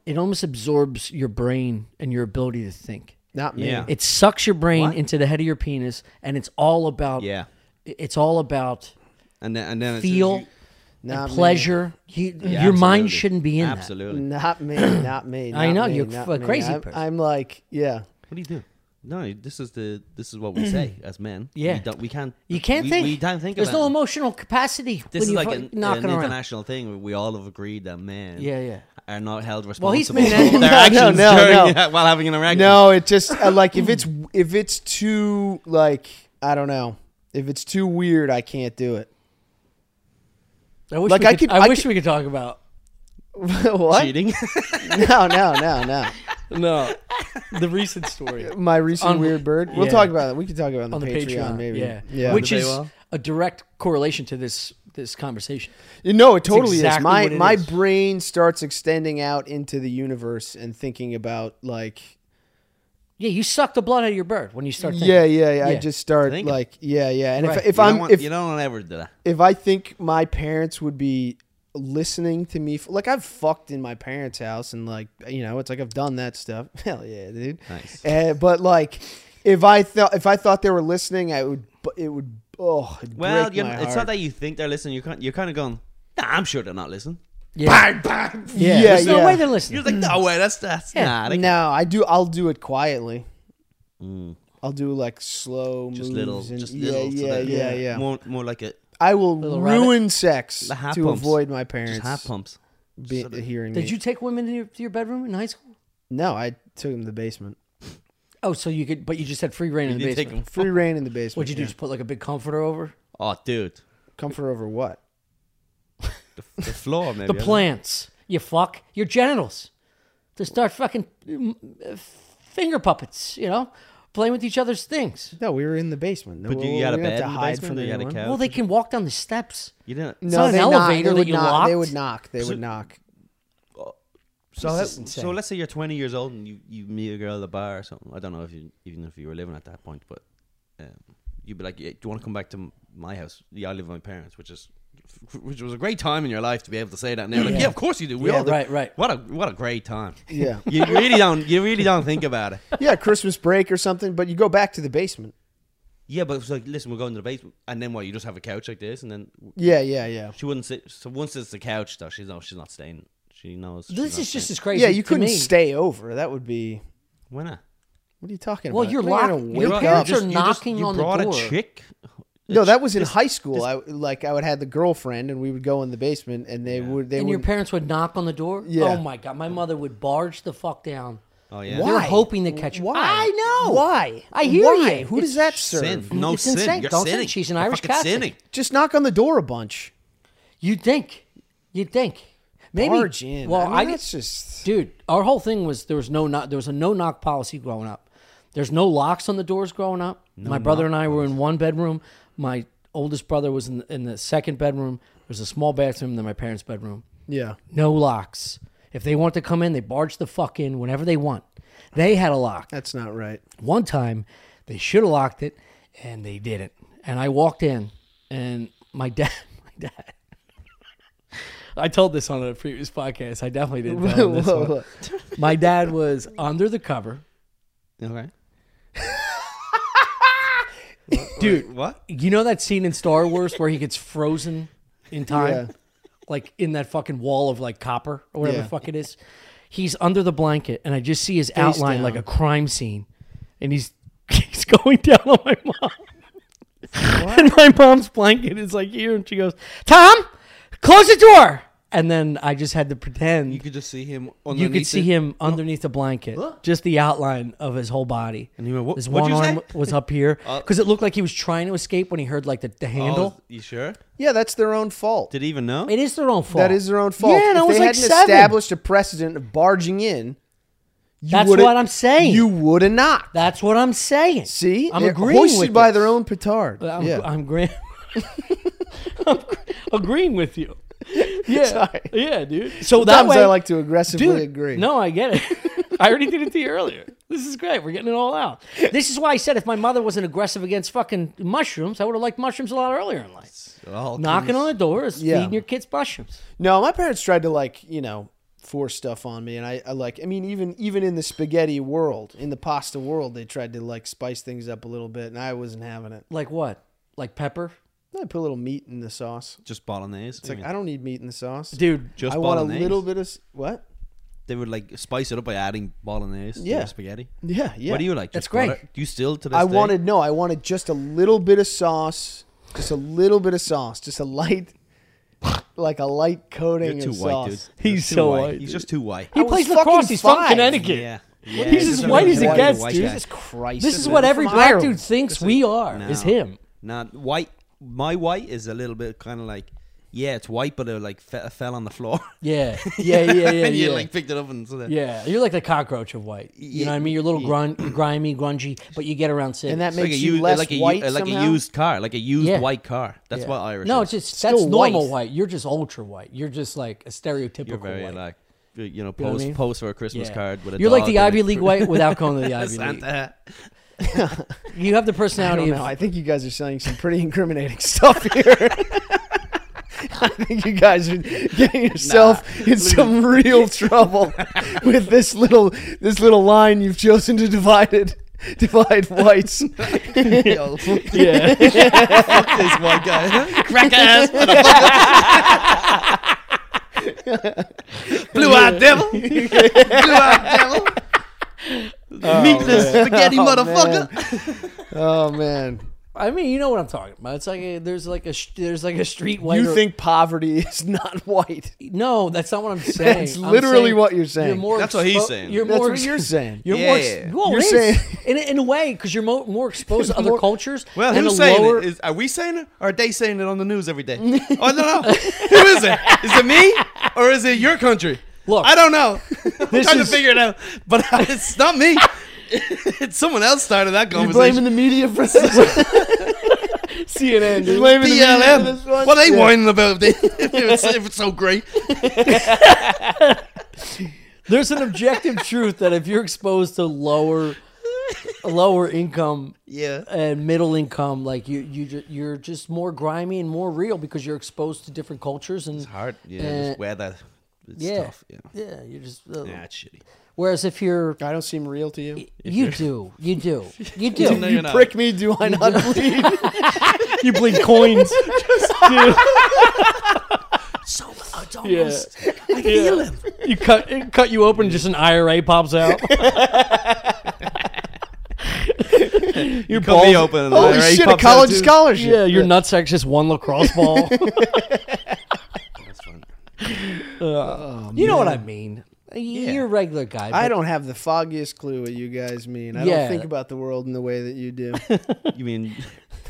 [SPEAKER 1] it almost absorbs your brain and your ability to think
[SPEAKER 3] Not me.
[SPEAKER 2] Yeah.
[SPEAKER 1] it sucks your brain
[SPEAKER 2] What?
[SPEAKER 1] into the head of your penis and it's all about
[SPEAKER 2] Yeah,
[SPEAKER 1] it's all about
[SPEAKER 2] and then and then it's-
[SPEAKER 1] feel
[SPEAKER 2] you-
[SPEAKER 1] and
[SPEAKER 3] Not me.
[SPEAKER 1] pleasure you, your
[SPEAKER 2] yeah, absolutely.
[SPEAKER 1] mind shouldn't be in Mm.
[SPEAKER 2] Absolutely.
[SPEAKER 3] Not me. Not me.
[SPEAKER 1] I
[SPEAKER 3] not
[SPEAKER 1] know,
[SPEAKER 3] me,
[SPEAKER 1] you're
[SPEAKER 3] not
[SPEAKER 1] a
[SPEAKER 3] me.
[SPEAKER 1] crazy
[SPEAKER 3] I'm,
[SPEAKER 1] person.
[SPEAKER 3] I'm like, yeah.
[SPEAKER 2] What do you do? No, this is the this is what we say as men.
[SPEAKER 1] Yeah.
[SPEAKER 2] we, don't, we can't.
[SPEAKER 1] that you can't
[SPEAKER 2] we,
[SPEAKER 1] think
[SPEAKER 2] We don't think
[SPEAKER 1] there's
[SPEAKER 2] about
[SPEAKER 1] no
[SPEAKER 2] it.
[SPEAKER 1] emotional capacity
[SPEAKER 2] This
[SPEAKER 1] when
[SPEAKER 2] is
[SPEAKER 1] you're
[SPEAKER 2] like
[SPEAKER 1] fucking
[SPEAKER 2] an,
[SPEAKER 1] knocking
[SPEAKER 2] an
[SPEAKER 1] around.
[SPEAKER 2] international thing where we all have agreed that men
[SPEAKER 1] Yeah, yeah.
[SPEAKER 2] are not held
[SPEAKER 1] Well, he's
[SPEAKER 2] responsible
[SPEAKER 1] been-
[SPEAKER 2] for their
[SPEAKER 3] No,
[SPEAKER 2] actions
[SPEAKER 3] no, no,
[SPEAKER 2] during-
[SPEAKER 3] no.
[SPEAKER 2] while having an erection.
[SPEAKER 3] No, it just I like if it's if it's too like I don't know if it's too weird, I can't do it.
[SPEAKER 1] I wish
[SPEAKER 3] Like,
[SPEAKER 1] we
[SPEAKER 3] I
[SPEAKER 1] could,
[SPEAKER 3] could-
[SPEAKER 1] I,
[SPEAKER 3] I
[SPEAKER 1] wish
[SPEAKER 3] could-
[SPEAKER 1] we could talk about
[SPEAKER 3] what?
[SPEAKER 2] cheating.
[SPEAKER 3] No, no, no, no.
[SPEAKER 1] no the recent story
[SPEAKER 3] My recent
[SPEAKER 1] On-
[SPEAKER 3] weird bird. We'll
[SPEAKER 1] yeah.
[SPEAKER 3] talk about that. We can talk about it on the,
[SPEAKER 1] on the
[SPEAKER 3] Patreon,
[SPEAKER 1] Patreon,
[SPEAKER 3] maybe.
[SPEAKER 1] yeah,
[SPEAKER 3] yeah.
[SPEAKER 1] which
[SPEAKER 2] The
[SPEAKER 1] is
[SPEAKER 2] paywall?
[SPEAKER 1] a direct correlation to this this conversation.
[SPEAKER 3] no, it totally
[SPEAKER 1] exactly
[SPEAKER 3] is. My
[SPEAKER 1] what it
[SPEAKER 3] my
[SPEAKER 1] is.
[SPEAKER 3] brain starts extending out into the universe and thinking about like
[SPEAKER 1] Yeah, you suck the blood out of your bird when you start. Thinking.
[SPEAKER 3] yeah, yeah, yeah. I
[SPEAKER 1] Yeah.
[SPEAKER 3] just start
[SPEAKER 2] Thinking.
[SPEAKER 3] like yeah, yeah. And
[SPEAKER 1] Right.
[SPEAKER 3] if if
[SPEAKER 2] you
[SPEAKER 3] I'm
[SPEAKER 2] don't want,
[SPEAKER 3] if
[SPEAKER 2] you don't ever do that.
[SPEAKER 3] if I think my parents would be listening to me, like I've fucked in my parents' house and like you know, it's like I've done that stuff. Hell yeah, dude.
[SPEAKER 2] Nice.
[SPEAKER 3] Uh, but like, if I thought if I thought they were listening, I would. bu- It would. Oh, it'd
[SPEAKER 2] Well,
[SPEAKER 3] break
[SPEAKER 2] you
[SPEAKER 3] my
[SPEAKER 2] know, it's
[SPEAKER 3] heart.
[SPEAKER 2] not that you think they're listening. You're kind, you're kind of going. Nah, I'm sure they're not listening.
[SPEAKER 1] yeah, yeah.
[SPEAKER 3] Yeah,
[SPEAKER 1] There's no
[SPEAKER 3] yeah.
[SPEAKER 1] way they're
[SPEAKER 2] You're
[SPEAKER 1] listening.
[SPEAKER 2] like, no way. That's that's
[SPEAKER 1] Yeah.
[SPEAKER 2] nah. They,
[SPEAKER 3] no, I do. I'll do it quietly. I'll do like slow
[SPEAKER 2] Just
[SPEAKER 3] moves
[SPEAKER 2] little,
[SPEAKER 3] and
[SPEAKER 2] Mm. just
[SPEAKER 3] yeah,
[SPEAKER 2] little. so
[SPEAKER 3] yeah,
[SPEAKER 2] that-
[SPEAKER 3] yeah, yeah.
[SPEAKER 2] More, more like a
[SPEAKER 3] I will
[SPEAKER 1] rabbit.
[SPEAKER 3] ruin sex
[SPEAKER 2] The hat
[SPEAKER 3] to
[SPEAKER 2] pumps.
[SPEAKER 3] avoid my
[SPEAKER 2] Just
[SPEAKER 3] parents
[SPEAKER 2] hat pumps.
[SPEAKER 3] be- hearing me.
[SPEAKER 1] Did you take women to your, to your bedroom in high school?
[SPEAKER 3] No, I took him to the basement.
[SPEAKER 1] Oh, so you could, but you just had free reign in the
[SPEAKER 2] You
[SPEAKER 1] basement.
[SPEAKER 2] take them.
[SPEAKER 3] Free reign in the basement.
[SPEAKER 1] What'd you do?
[SPEAKER 3] yeah.
[SPEAKER 1] Just put like a big comforter over
[SPEAKER 2] Oh, dude,
[SPEAKER 3] Comfort over what?
[SPEAKER 2] the, the floor maybe.
[SPEAKER 1] the
[SPEAKER 2] I don't
[SPEAKER 1] plants. You fuck your genitals to start fucking mm, uh, finger puppets. You know, playing with each other's things.
[SPEAKER 3] No, we were in the basement. No,
[SPEAKER 2] But you
[SPEAKER 3] we-
[SPEAKER 2] got a
[SPEAKER 3] we
[SPEAKER 2] bed in
[SPEAKER 3] didn't have to
[SPEAKER 2] the
[SPEAKER 3] hide
[SPEAKER 2] basement
[SPEAKER 3] from
[SPEAKER 2] or you got a
[SPEAKER 3] anyone.
[SPEAKER 2] couch?
[SPEAKER 1] Well, they can walk down the steps.
[SPEAKER 2] know. You didn't.
[SPEAKER 1] not an
[SPEAKER 3] they
[SPEAKER 1] elevator
[SPEAKER 3] They
[SPEAKER 1] that
[SPEAKER 3] would
[SPEAKER 1] you
[SPEAKER 3] knock. They
[SPEAKER 1] locked.
[SPEAKER 3] would knock. They would knock.
[SPEAKER 2] So,
[SPEAKER 1] This
[SPEAKER 2] let-
[SPEAKER 1] is insane.
[SPEAKER 2] so let's say you're 20 years old and you, you meet a girl at the bar or something. I don't know if you even if you were living at that point, but um, you'd be like, yeah, "Do you want to come back to m- my house? Yeah, I live with my parents," which is which was a great time in your life to be able to say that. And they're like, "Yeah, of course you do. We
[SPEAKER 1] Yeah,
[SPEAKER 2] all do.
[SPEAKER 1] right, right.
[SPEAKER 2] What a what a great time.
[SPEAKER 3] Yeah.
[SPEAKER 2] you really don't you really don't think about it.
[SPEAKER 3] yeah, Christmas break or something, but you go back to the basement.
[SPEAKER 2] Yeah, but it's like, listen, we're going to the basement, and then what? You just have a couch like this, and then
[SPEAKER 3] Yeah, yeah, yeah.
[SPEAKER 2] she wouldn't sit. So once it's the couch, though, she's no, she's not staying. She knows. she's
[SPEAKER 1] This
[SPEAKER 2] not
[SPEAKER 1] is just
[SPEAKER 2] staying.
[SPEAKER 1] as crazy.
[SPEAKER 3] Yeah, you
[SPEAKER 1] to
[SPEAKER 3] couldn't
[SPEAKER 1] me.
[SPEAKER 3] stay over. That would be.
[SPEAKER 2] why not?
[SPEAKER 3] What are you talking
[SPEAKER 1] Well,
[SPEAKER 3] about?
[SPEAKER 1] you're
[SPEAKER 3] not
[SPEAKER 1] locked- your
[SPEAKER 3] Wake up.
[SPEAKER 1] parents are knocking
[SPEAKER 2] you
[SPEAKER 1] on the
[SPEAKER 2] brought
[SPEAKER 1] door.
[SPEAKER 2] a chick.
[SPEAKER 3] No, that was in high school. I like I would have the girlfriend, and we would go in the basement, and they would they
[SPEAKER 1] And your
[SPEAKER 3] would.
[SPEAKER 1] parents would knock on the door.
[SPEAKER 3] Yeah.
[SPEAKER 1] Oh my god, my mother would barge the fuck down.
[SPEAKER 2] Oh yeah.
[SPEAKER 1] They were hoping to catch you.
[SPEAKER 3] Why?
[SPEAKER 1] I know.
[SPEAKER 3] Why?
[SPEAKER 1] I hear
[SPEAKER 3] Why?
[SPEAKER 1] you.
[SPEAKER 3] Who does that serve?
[SPEAKER 2] Sin. No
[SPEAKER 1] It's
[SPEAKER 2] sin.
[SPEAKER 1] insane.
[SPEAKER 2] You're
[SPEAKER 1] Don't sin.
[SPEAKER 2] sinning.
[SPEAKER 1] She's an
[SPEAKER 2] You're
[SPEAKER 1] Irish
[SPEAKER 2] fucking
[SPEAKER 1] Catholic.
[SPEAKER 2] Sinning.
[SPEAKER 3] Just knock on the door a bunch.
[SPEAKER 1] You'd think. You'd think. Maybe.
[SPEAKER 3] Barge in.
[SPEAKER 1] Well,
[SPEAKER 3] I, mean,
[SPEAKER 1] I,
[SPEAKER 3] that's just.
[SPEAKER 1] dude, our whole thing was there was no knock. There was a no knock policy growing up. There's no locks on the doors growing up. My brother and I were in one bedroom. My oldest brother was in in the second bedroom. There's a small bathroom. Then my parents' bedroom.
[SPEAKER 3] Yeah.
[SPEAKER 1] No locks. If they want to come in, they barge the fuck in whenever they want. They had a lock.
[SPEAKER 3] That's not right.
[SPEAKER 1] One time, they should have locked it, and they didn't. And I walked in, and my dad, my dad. I told this on a previous podcast. I definitely didn't tell him this
[SPEAKER 3] Whoa,
[SPEAKER 1] one.
[SPEAKER 3] whoa.
[SPEAKER 1] My dad was under the cover.
[SPEAKER 2] Okay.
[SPEAKER 1] Dude,
[SPEAKER 2] What?
[SPEAKER 1] you know that scene in Star Wars where he gets frozen in time?
[SPEAKER 3] Yeah.
[SPEAKER 1] Like in that fucking wall of like copper or whatever
[SPEAKER 3] Yeah.
[SPEAKER 1] the fuck it is. He's under the blanket and I just see his outline
[SPEAKER 3] down.
[SPEAKER 1] like a crime scene. And he's he's going down on my mom. And my mom's blanket is like here and she goes, Tom, close the door. And then I just had to pretend
[SPEAKER 2] You could just see him. Underneath
[SPEAKER 1] you could see
[SPEAKER 2] it.
[SPEAKER 1] him underneath the blanket, just the outline of his whole body.
[SPEAKER 2] And you went, "What-
[SPEAKER 1] his
[SPEAKER 2] what'd
[SPEAKER 1] one
[SPEAKER 2] you
[SPEAKER 1] arm
[SPEAKER 2] say?"
[SPEAKER 1] was up here
[SPEAKER 3] Uh,
[SPEAKER 1] because it looked like he was trying to escape when he heard like the, the
[SPEAKER 2] Oh,
[SPEAKER 1] handle.
[SPEAKER 2] you sure?
[SPEAKER 3] Yeah, that's their own fault.
[SPEAKER 2] Did he even know?
[SPEAKER 1] It is their own fault.
[SPEAKER 3] That is their own fault.
[SPEAKER 1] Yeah, and
[SPEAKER 3] if
[SPEAKER 1] I was
[SPEAKER 3] they
[SPEAKER 1] like
[SPEAKER 3] hadn't
[SPEAKER 1] seven.
[SPEAKER 3] established a precedent of barging in, you
[SPEAKER 1] That's
[SPEAKER 3] would've-
[SPEAKER 1] what I'm saying.
[SPEAKER 3] You would have knocked.
[SPEAKER 1] That's what I'm saying.
[SPEAKER 3] See,
[SPEAKER 1] I'm
[SPEAKER 3] They're
[SPEAKER 1] agreeing
[SPEAKER 3] hoisted
[SPEAKER 1] with
[SPEAKER 3] by
[SPEAKER 1] this.
[SPEAKER 3] their own petard.
[SPEAKER 1] I'm,
[SPEAKER 3] yeah.
[SPEAKER 1] I'm, agreeing- I'm agreeing with you. Yeah,
[SPEAKER 3] Sorry.
[SPEAKER 1] yeah, dude. So that
[SPEAKER 3] Sometimes
[SPEAKER 1] way,
[SPEAKER 3] I like to aggressively
[SPEAKER 1] Dude,
[SPEAKER 3] agree.
[SPEAKER 1] No, I get it. I already did it to you earlier. This is great. We're getting it all out. This is why I said if my mother wasn't aggressive against fucking mushrooms, I would have liked mushrooms a lot earlier in life.
[SPEAKER 2] It all
[SPEAKER 1] Knocking
[SPEAKER 2] comes-
[SPEAKER 1] on the door is
[SPEAKER 3] Yeah.
[SPEAKER 1] feeding your kids mushrooms.
[SPEAKER 3] No, my parents tried to like you know force stuff on me, and I, I like I mean even even in the spaghetti world, in the pasta world, they tried to like spice things up a little bit, and I wasn't having it.
[SPEAKER 1] Like what? Like pepper?
[SPEAKER 3] I put a little meat in the sauce.
[SPEAKER 2] Just bolognese. It's
[SPEAKER 3] Like I don't need meat in the sauce,
[SPEAKER 1] Dude,
[SPEAKER 2] Just
[SPEAKER 3] I want a
[SPEAKER 2] bolognese.
[SPEAKER 3] little bit of s- what?
[SPEAKER 2] They would like spice it up by adding bolognese to
[SPEAKER 3] Yeah.
[SPEAKER 2] your spaghetti.
[SPEAKER 3] Yeah, yeah.
[SPEAKER 2] What do you like?
[SPEAKER 1] That's
[SPEAKER 2] Just butter?
[SPEAKER 1] great.
[SPEAKER 2] Do you still to this
[SPEAKER 3] I
[SPEAKER 2] day?
[SPEAKER 3] wanted no, I wanted just a little bit of sauce, just a little bit of sauce, just a light, like a light coating
[SPEAKER 2] You're too
[SPEAKER 3] of
[SPEAKER 2] white, dude.
[SPEAKER 3] sauce.
[SPEAKER 2] You're
[SPEAKER 1] He's
[SPEAKER 2] too
[SPEAKER 1] so
[SPEAKER 2] white.
[SPEAKER 1] white,
[SPEAKER 2] He's
[SPEAKER 1] dude.
[SPEAKER 2] just too white.
[SPEAKER 1] he
[SPEAKER 3] was
[SPEAKER 1] plays
[SPEAKER 3] fucking
[SPEAKER 1] lacrosse. He's from
[SPEAKER 3] five.
[SPEAKER 1] Connecticut.
[SPEAKER 2] Yeah.
[SPEAKER 1] He's
[SPEAKER 2] yeah.
[SPEAKER 1] as
[SPEAKER 2] just a
[SPEAKER 1] white as it
[SPEAKER 2] white
[SPEAKER 1] gets,
[SPEAKER 2] guy.
[SPEAKER 1] dude.
[SPEAKER 3] Jesus Christ!
[SPEAKER 1] This is
[SPEAKER 3] man.
[SPEAKER 1] what
[SPEAKER 3] From
[SPEAKER 1] every black
[SPEAKER 3] Ireland.
[SPEAKER 1] dude thinks we are.
[SPEAKER 2] No.
[SPEAKER 1] Is him?
[SPEAKER 2] Nah, white. My white is a little bit kind of like, yeah, it's white, but it like fe- uh, fell on the floor.
[SPEAKER 1] Yeah, yeah, yeah, yeah.
[SPEAKER 2] and
[SPEAKER 1] yeah.
[SPEAKER 2] you like picked it up and so that.
[SPEAKER 1] yeah, you're like the cockroach of white. You know what I mean? You're a little grun- grimy, grungy, but you get around cities.
[SPEAKER 3] and that
[SPEAKER 2] It's like
[SPEAKER 3] makes
[SPEAKER 2] a
[SPEAKER 3] you
[SPEAKER 2] u- uh,
[SPEAKER 3] less
[SPEAKER 2] like a, u-
[SPEAKER 3] white
[SPEAKER 2] like
[SPEAKER 3] somehow?
[SPEAKER 2] a used car, like a used
[SPEAKER 1] Yeah.
[SPEAKER 2] white car. That's
[SPEAKER 1] Yeah.
[SPEAKER 2] what Irish.
[SPEAKER 1] No,
[SPEAKER 2] is.
[SPEAKER 1] it's just
[SPEAKER 3] Still
[SPEAKER 1] that's normal
[SPEAKER 3] white.
[SPEAKER 1] white. You're just ultra white. You're just like a stereotypical
[SPEAKER 2] you're very
[SPEAKER 1] white.
[SPEAKER 2] like you you know
[SPEAKER 1] know what I
[SPEAKER 2] post
[SPEAKER 1] mean?
[SPEAKER 2] post for a Christmas
[SPEAKER 1] Yeah.
[SPEAKER 2] card with a.
[SPEAKER 1] You're like
[SPEAKER 2] dog
[SPEAKER 1] the
[SPEAKER 2] and
[SPEAKER 1] Ivy
[SPEAKER 2] a
[SPEAKER 1] League
[SPEAKER 2] fruit-
[SPEAKER 1] white without going to the Ivy League.
[SPEAKER 2] Santa.
[SPEAKER 1] You have the
[SPEAKER 3] I don't
[SPEAKER 1] personality
[SPEAKER 3] know. I
[SPEAKER 1] of
[SPEAKER 3] think you guys are saying some pretty incriminating stuff here. I think you guys are getting yourself in some real trouble with this little this little line you've chosen to divide it, divide whites.
[SPEAKER 2] Yo, fuck
[SPEAKER 1] yeah.
[SPEAKER 2] this white guy.
[SPEAKER 1] Crackers.
[SPEAKER 2] Blue eyed devil. Blue eyed
[SPEAKER 1] Oh,
[SPEAKER 2] devil. Meatless spaghetti motherfucker.
[SPEAKER 3] Oh man.
[SPEAKER 1] I mean, you know what I'm talking about. It's like a, there's like a sh- there's like a street waiter.
[SPEAKER 3] You think poverty is not white?
[SPEAKER 1] No, that's not what I'm saying.
[SPEAKER 3] That's
[SPEAKER 1] I'm
[SPEAKER 3] literally what you're saying.
[SPEAKER 2] That's what he's
[SPEAKER 1] expo-
[SPEAKER 2] saying.
[SPEAKER 1] You're
[SPEAKER 3] That's
[SPEAKER 1] more
[SPEAKER 3] what
[SPEAKER 1] ex-
[SPEAKER 3] you're saying.
[SPEAKER 1] You're
[SPEAKER 2] Yeah,
[SPEAKER 1] more
[SPEAKER 2] yeah, yeah.
[SPEAKER 1] ex- well,
[SPEAKER 3] You're
[SPEAKER 1] it is.
[SPEAKER 3] saying-
[SPEAKER 1] in, in a way because you're mo- more exposed to other
[SPEAKER 3] More-
[SPEAKER 1] cultures.
[SPEAKER 2] Well,
[SPEAKER 1] and
[SPEAKER 2] who's
[SPEAKER 1] a
[SPEAKER 2] saying
[SPEAKER 1] lower,
[SPEAKER 2] it? Is, are we saying it? Or are they saying it on the news every day? oh, I don't know. Who is it? Is it me? Or is it your country?
[SPEAKER 1] Look,
[SPEAKER 2] I don't know. I'm
[SPEAKER 1] this
[SPEAKER 2] trying
[SPEAKER 1] is-
[SPEAKER 2] to figure it out. But it's not me. it's someone else started that
[SPEAKER 3] You're
[SPEAKER 2] conversation.
[SPEAKER 3] blaming the media for this.
[SPEAKER 1] CNN.
[SPEAKER 3] You're blaming the media for
[SPEAKER 2] BLM.
[SPEAKER 3] this one?
[SPEAKER 2] What are they
[SPEAKER 3] Yeah.
[SPEAKER 2] whining about? If it's, if it's so great.
[SPEAKER 1] There's an objective truth that if you're exposed to lower lower income
[SPEAKER 2] Yeah.
[SPEAKER 1] and middle income, like you you ju- you're just more grimy and more real because you're exposed to different cultures and
[SPEAKER 2] Hard. Yeah.
[SPEAKER 1] Uh,
[SPEAKER 2] just weather. It's
[SPEAKER 1] yeah,
[SPEAKER 2] tough. Yeah.
[SPEAKER 1] yeah, you're just. uh,
[SPEAKER 2] Nah, it's shitty.
[SPEAKER 1] Whereas if you're
[SPEAKER 3] I don't seem real to you.
[SPEAKER 1] you do, you do, you do.
[SPEAKER 2] No,
[SPEAKER 3] you
[SPEAKER 2] you're not.
[SPEAKER 3] prick me, do I not bleed?
[SPEAKER 1] you bleed coins.
[SPEAKER 2] So much.
[SPEAKER 1] Yeah. I feel him. You cut it cut you open, just an IRA pops out. your
[SPEAKER 2] Cut me open. and
[SPEAKER 3] Holy
[SPEAKER 2] Larry
[SPEAKER 3] shit, a
[SPEAKER 2] pops out
[SPEAKER 3] college
[SPEAKER 2] too.
[SPEAKER 3] scholarship.
[SPEAKER 1] Yeah, your nutsack's just one lacrosse ball.
[SPEAKER 2] That's fun.
[SPEAKER 1] you know what I mean. You're a regular guy.
[SPEAKER 3] I
[SPEAKER 1] but-
[SPEAKER 3] don't have the foggiest clue what you guys mean. I
[SPEAKER 1] Yeah.
[SPEAKER 3] don't think about the world in the way that you do.
[SPEAKER 2] You mean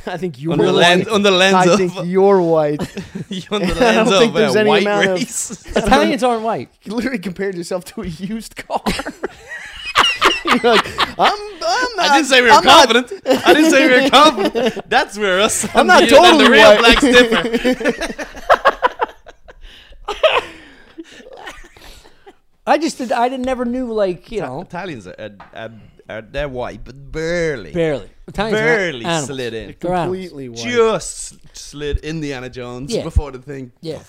[SPEAKER 3] I think you're
[SPEAKER 2] on the
[SPEAKER 3] white.
[SPEAKER 2] lens? On the lens
[SPEAKER 3] I
[SPEAKER 2] of
[SPEAKER 3] think you're white.
[SPEAKER 2] on the
[SPEAKER 3] I don't
[SPEAKER 2] lens
[SPEAKER 3] think
[SPEAKER 2] of
[SPEAKER 3] there's
[SPEAKER 2] uh,
[SPEAKER 3] any
[SPEAKER 2] white
[SPEAKER 3] amount of-
[SPEAKER 2] race?
[SPEAKER 1] Italians aren't white.
[SPEAKER 3] You literally compared yourself to a used car. you're like, I'm, I'm not.
[SPEAKER 2] I didn't say we were
[SPEAKER 3] I'm not-
[SPEAKER 2] confident. I didn't say we were confident. That's where us.
[SPEAKER 3] I'm not
[SPEAKER 2] you and
[SPEAKER 3] totally
[SPEAKER 2] the real
[SPEAKER 3] white.
[SPEAKER 2] blacks differ.
[SPEAKER 1] I just did. I did, never knew like you know
[SPEAKER 2] Italians are, are, are, are they're white, but barely,
[SPEAKER 1] barely. Italians are
[SPEAKER 2] barely
[SPEAKER 1] animals.
[SPEAKER 2] slid in.
[SPEAKER 1] They're animals.
[SPEAKER 3] Completely white.
[SPEAKER 2] Just slid Indiana Jones
[SPEAKER 1] Yeah.
[SPEAKER 2] before the thing.
[SPEAKER 1] Yeah.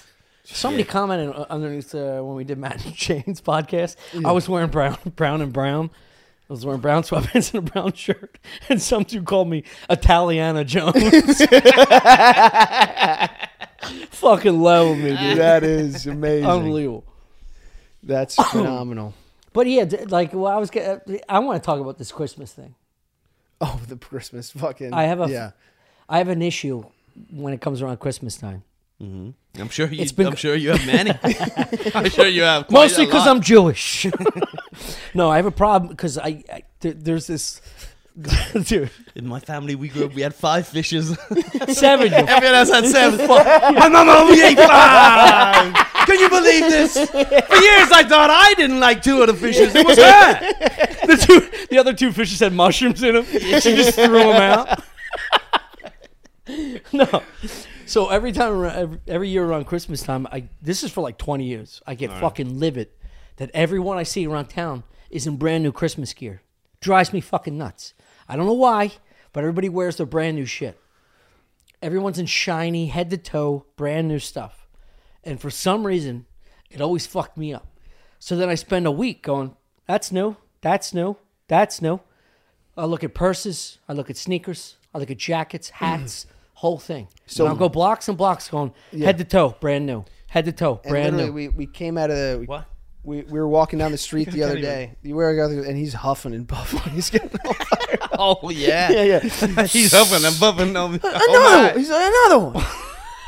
[SPEAKER 1] Somebody commented uh, underneath uh, when we did Matt and Shane's podcast. I was wearing brown, brown and brown. I was wearing brown sweatpants and a brown shirt, and some dude called me Italiana Jones. Fucking level me, dude.
[SPEAKER 3] that is amazing.
[SPEAKER 1] Unbelievable.
[SPEAKER 3] That's phenomenal.
[SPEAKER 1] But yeah, d- like well, I was. get- I want to talk about this Christmas thing.
[SPEAKER 3] Oh, the Christmas fucking.
[SPEAKER 1] I have a-
[SPEAKER 3] Yeah.
[SPEAKER 1] I have an issue when it comes around Christmas time.
[SPEAKER 2] I'm sure you.
[SPEAKER 1] It's been-
[SPEAKER 2] I'm sure you have many. I'm sure you have. Quite
[SPEAKER 1] mostly because
[SPEAKER 2] because
[SPEAKER 1] I'm Jewish. no, I have a problem because I, I there, there's this dude
[SPEAKER 2] In my family, we grew up. We had five fishes.
[SPEAKER 1] seven. you
[SPEAKER 2] Everyone else had seven. Fuck. My mama only ate five. Can you believe this? For years, I thought I didn't like two of the fishes. It was her.
[SPEAKER 1] the two, the other two fishes had mushrooms in them. She just threw them out. no, so every time around- every, every year around Christmas time, I this is for like twenty years. I get fucking livid that everyone I see around town is in brand new Christmas gear. Drives me fucking nuts. I don't know why, but everybody wears their brand new shit. Everyone's in shiny, head to toe, brand new stuff. And for some reason, it always fucked me up. So then I spend a week going, that's new, that's new, that's new. I look at purses, I look at sneakers, I look at jackets, hats, whole thing. So I'll go blocks and blocks going, head to toe, brand new, head to toe,
[SPEAKER 3] And
[SPEAKER 1] brand
[SPEAKER 3] literally, we,
[SPEAKER 1] new.
[SPEAKER 3] we came out of the. We,
[SPEAKER 2] What?
[SPEAKER 3] We, we were walking down the street the other
[SPEAKER 2] can't
[SPEAKER 3] day. You were and he's huffing and puffing. He's getting all
[SPEAKER 2] Oh yeah.
[SPEAKER 3] yeah, yeah.
[SPEAKER 2] He's huffing and puffing. on-
[SPEAKER 3] another
[SPEAKER 2] Oh,
[SPEAKER 3] one. He's like, another one.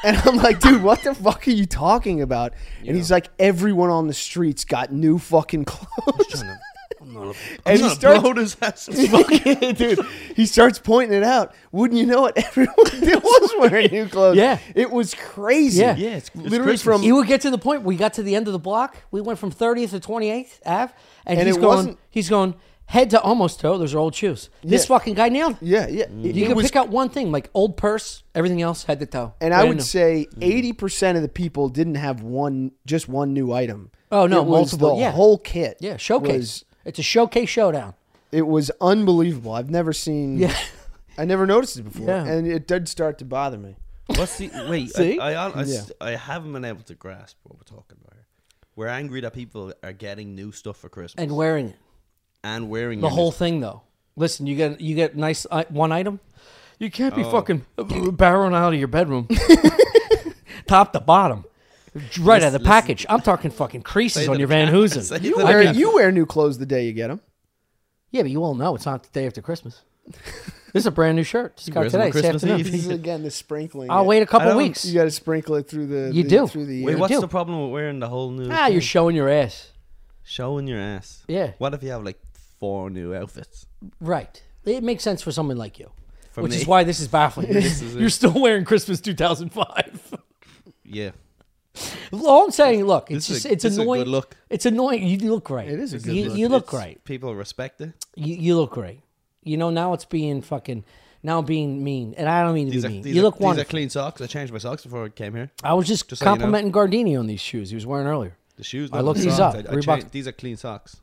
[SPEAKER 3] and I'm like, dude, what the fuck are you talking about? And he's like, everyone on the streets got new fucking clothes. And he
[SPEAKER 2] he's gonna
[SPEAKER 3] starts,
[SPEAKER 2] blow his ass.
[SPEAKER 3] dude, he starts pointing it out. Wouldn't you know it? Everyone was wearing new clothes.
[SPEAKER 1] Yeah.
[SPEAKER 3] it was crazy.
[SPEAKER 1] Yeah.
[SPEAKER 2] Yeah, it's- it's
[SPEAKER 3] literally
[SPEAKER 2] Christmas.
[SPEAKER 3] from
[SPEAKER 1] He would get to the point. We got to the end of the block. We went from 30th to 28th Ave, and,
[SPEAKER 3] And
[SPEAKER 1] he's
[SPEAKER 3] it
[SPEAKER 1] going.
[SPEAKER 3] wasn't-
[SPEAKER 1] He's going head to almost toe. Those are old shoes. This
[SPEAKER 3] Yeah.
[SPEAKER 1] fucking guy nailed. it.
[SPEAKER 3] yeah, yeah. It-
[SPEAKER 1] You
[SPEAKER 3] it
[SPEAKER 1] can
[SPEAKER 3] was
[SPEAKER 1] pick out one thing, like old purse, everything else head to toe.
[SPEAKER 3] And I
[SPEAKER 1] Brand
[SPEAKER 3] would
[SPEAKER 1] new.
[SPEAKER 3] say eighty percent of the people didn't have one, just one new item.
[SPEAKER 1] Oh, no,
[SPEAKER 3] It was
[SPEAKER 1] multiple,
[SPEAKER 3] The
[SPEAKER 1] yeah.
[SPEAKER 3] whole kit.
[SPEAKER 1] yeah, showcase.
[SPEAKER 3] was-
[SPEAKER 1] it's a showcase showdown.
[SPEAKER 3] it was unbelievable. I've never seen.
[SPEAKER 1] Yeah.
[SPEAKER 3] I never noticed it before,
[SPEAKER 1] Yeah.
[SPEAKER 3] and it did start to bother me.
[SPEAKER 2] What's the wait?
[SPEAKER 1] See?
[SPEAKER 2] I, I, I,
[SPEAKER 3] Yeah.
[SPEAKER 2] I haven't been able to grasp what we're talking about. here. We're angry that people are getting new stuff for Christmas
[SPEAKER 1] And
[SPEAKER 2] and,
[SPEAKER 1] wearing it,
[SPEAKER 2] wearing
[SPEAKER 1] the
[SPEAKER 2] new
[SPEAKER 1] whole
[SPEAKER 2] stuff.
[SPEAKER 1] thing though. Listen, you get you get nice uh, one item. You can't
[SPEAKER 2] Oh.
[SPEAKER 1] be fucking barreling out of your bedroom, top to bottom, right out of the package. I'm talking fucking creases
[SPEAKER 2] Say
[SPEAKER 1] on
[SPEAKER 2] the
[SPEAKER 1] your Van
[SPEAKER 2] package.
[SPEAKER 1] Hoosen.
[SPEAKER 2] Say
[SPEAKER 3] You
[SPEAKER 2] the
[SPEAKER 3] wear,
[SPEAKER 2] package.
[SPEAKER 3] you wear new clothes the day you get them.
[SPEAKER 1] Yeah, but you all know it's not the day after Christmas. This is a brand new shirt. Just got
[SPEAKER 2] wears them on
[SPEAKER 1] today. This
[SPEAKER 2] Christmas
[SPEAKER 1] afternoon.
[SPEAKER 2] Eve.
[SPEAKER 3] This is again the sprinkling.
[SPEAKER 1] I'll
[SPEAKER 3] it.
[SPEAKER 1] wait a
[SPEAKER 2] I
[SPEAKER 1] couple
[SPEAKER 2] don't-
[SPEAKER 1] weeks.
[SPEAKER 3] You got to sprinkle it through the.
[SPEAKER 1] You
[SPEAKER 3] the-
[SPEAKER 1] do.
[SPEAKER 3] through the
[SPEAKER 1] Wait,
[SPEAKER 3] year.
[SPEAKER 2] Wait, what's
[SPEAKER 1] do.
[SPEAKER 2] the problem with wearing the whole new?
[SPEAKER 1] Ah,
[SPEAKER 2] thing?
[SPEAKER 1] you're showing your ass.
[SPEAKER 2] showing your ass.
[SPEAKER 1] Yeah.
[SPEAKER 2] What if you have like four new outfits?
[SPEAKER 1] Right. It makes sense for someone like you,
[SPEAKER 2] For
[SPEAKER 1] which
[SPEAKER 2] me.
[SPEAKER 1] is why this is baffling.
[SPEAKER 2] is it.
[SPEAKER 1] you're still wearing Christmas 2005.
[SPEAKER 2] Yeah.
[SPEAKER 1] All I'm saying, look, it's
[SPEAKER 2] This is
[SPEAKER 1] just
[SPEAKER 2] a-
[SPEAKER 1] it's
[SPEAKER 2] this is a
[SPEAKER 1] annoying.
[SPEAKER 2] good look.
[SPEAKER 1] It's annoying. You look great. It
[SPEAKER 3] is a good
[SPEAKER 1] you,
[SPEAKER 3] look.
[SPEAKER 1] You look
[SPEAKER 2] It's-
[SPEAKER 1] great.
[SPEAKER 2] People respect it.
[SPEAKER 1] You, you look great. You know now it's being fucking now I'm being mean, and I don't mean to
[SPEAKER 2] These
[SPEAKER 1] be
[SPEAKER 2] are,
[SPEAKER 1] mean.
[SPEAKER 2] these
[SPEAKER 1] You
[SPEAKER 2] are-
[SPEAKER 1] look
[SPEAKER 2] these are
[SPEAKER 1] wonderful.
[SPEAKER 2] clean socks. I changed my socks before I came here.
[SPEAKER 1] I was just,
[SPEAKER 2] Just so you know.
[SPEAKER 1] complimenting Gardini on these shoes he was wearing earlier.
[SPEAKER 2] The shoes.
[SPEAKER 1] I
[SPEAKER 2] not
[SPEAKER 1] looked
[SPEAKER 2] the
[SPEAKER 1] these
[SPEAKER 2] socks.
[SPEAKER 1] up.
[SPEAKER 2] I, I
[SPEAKER 1] Reebok-
[SPEAKER 2] changed, these are clean socks.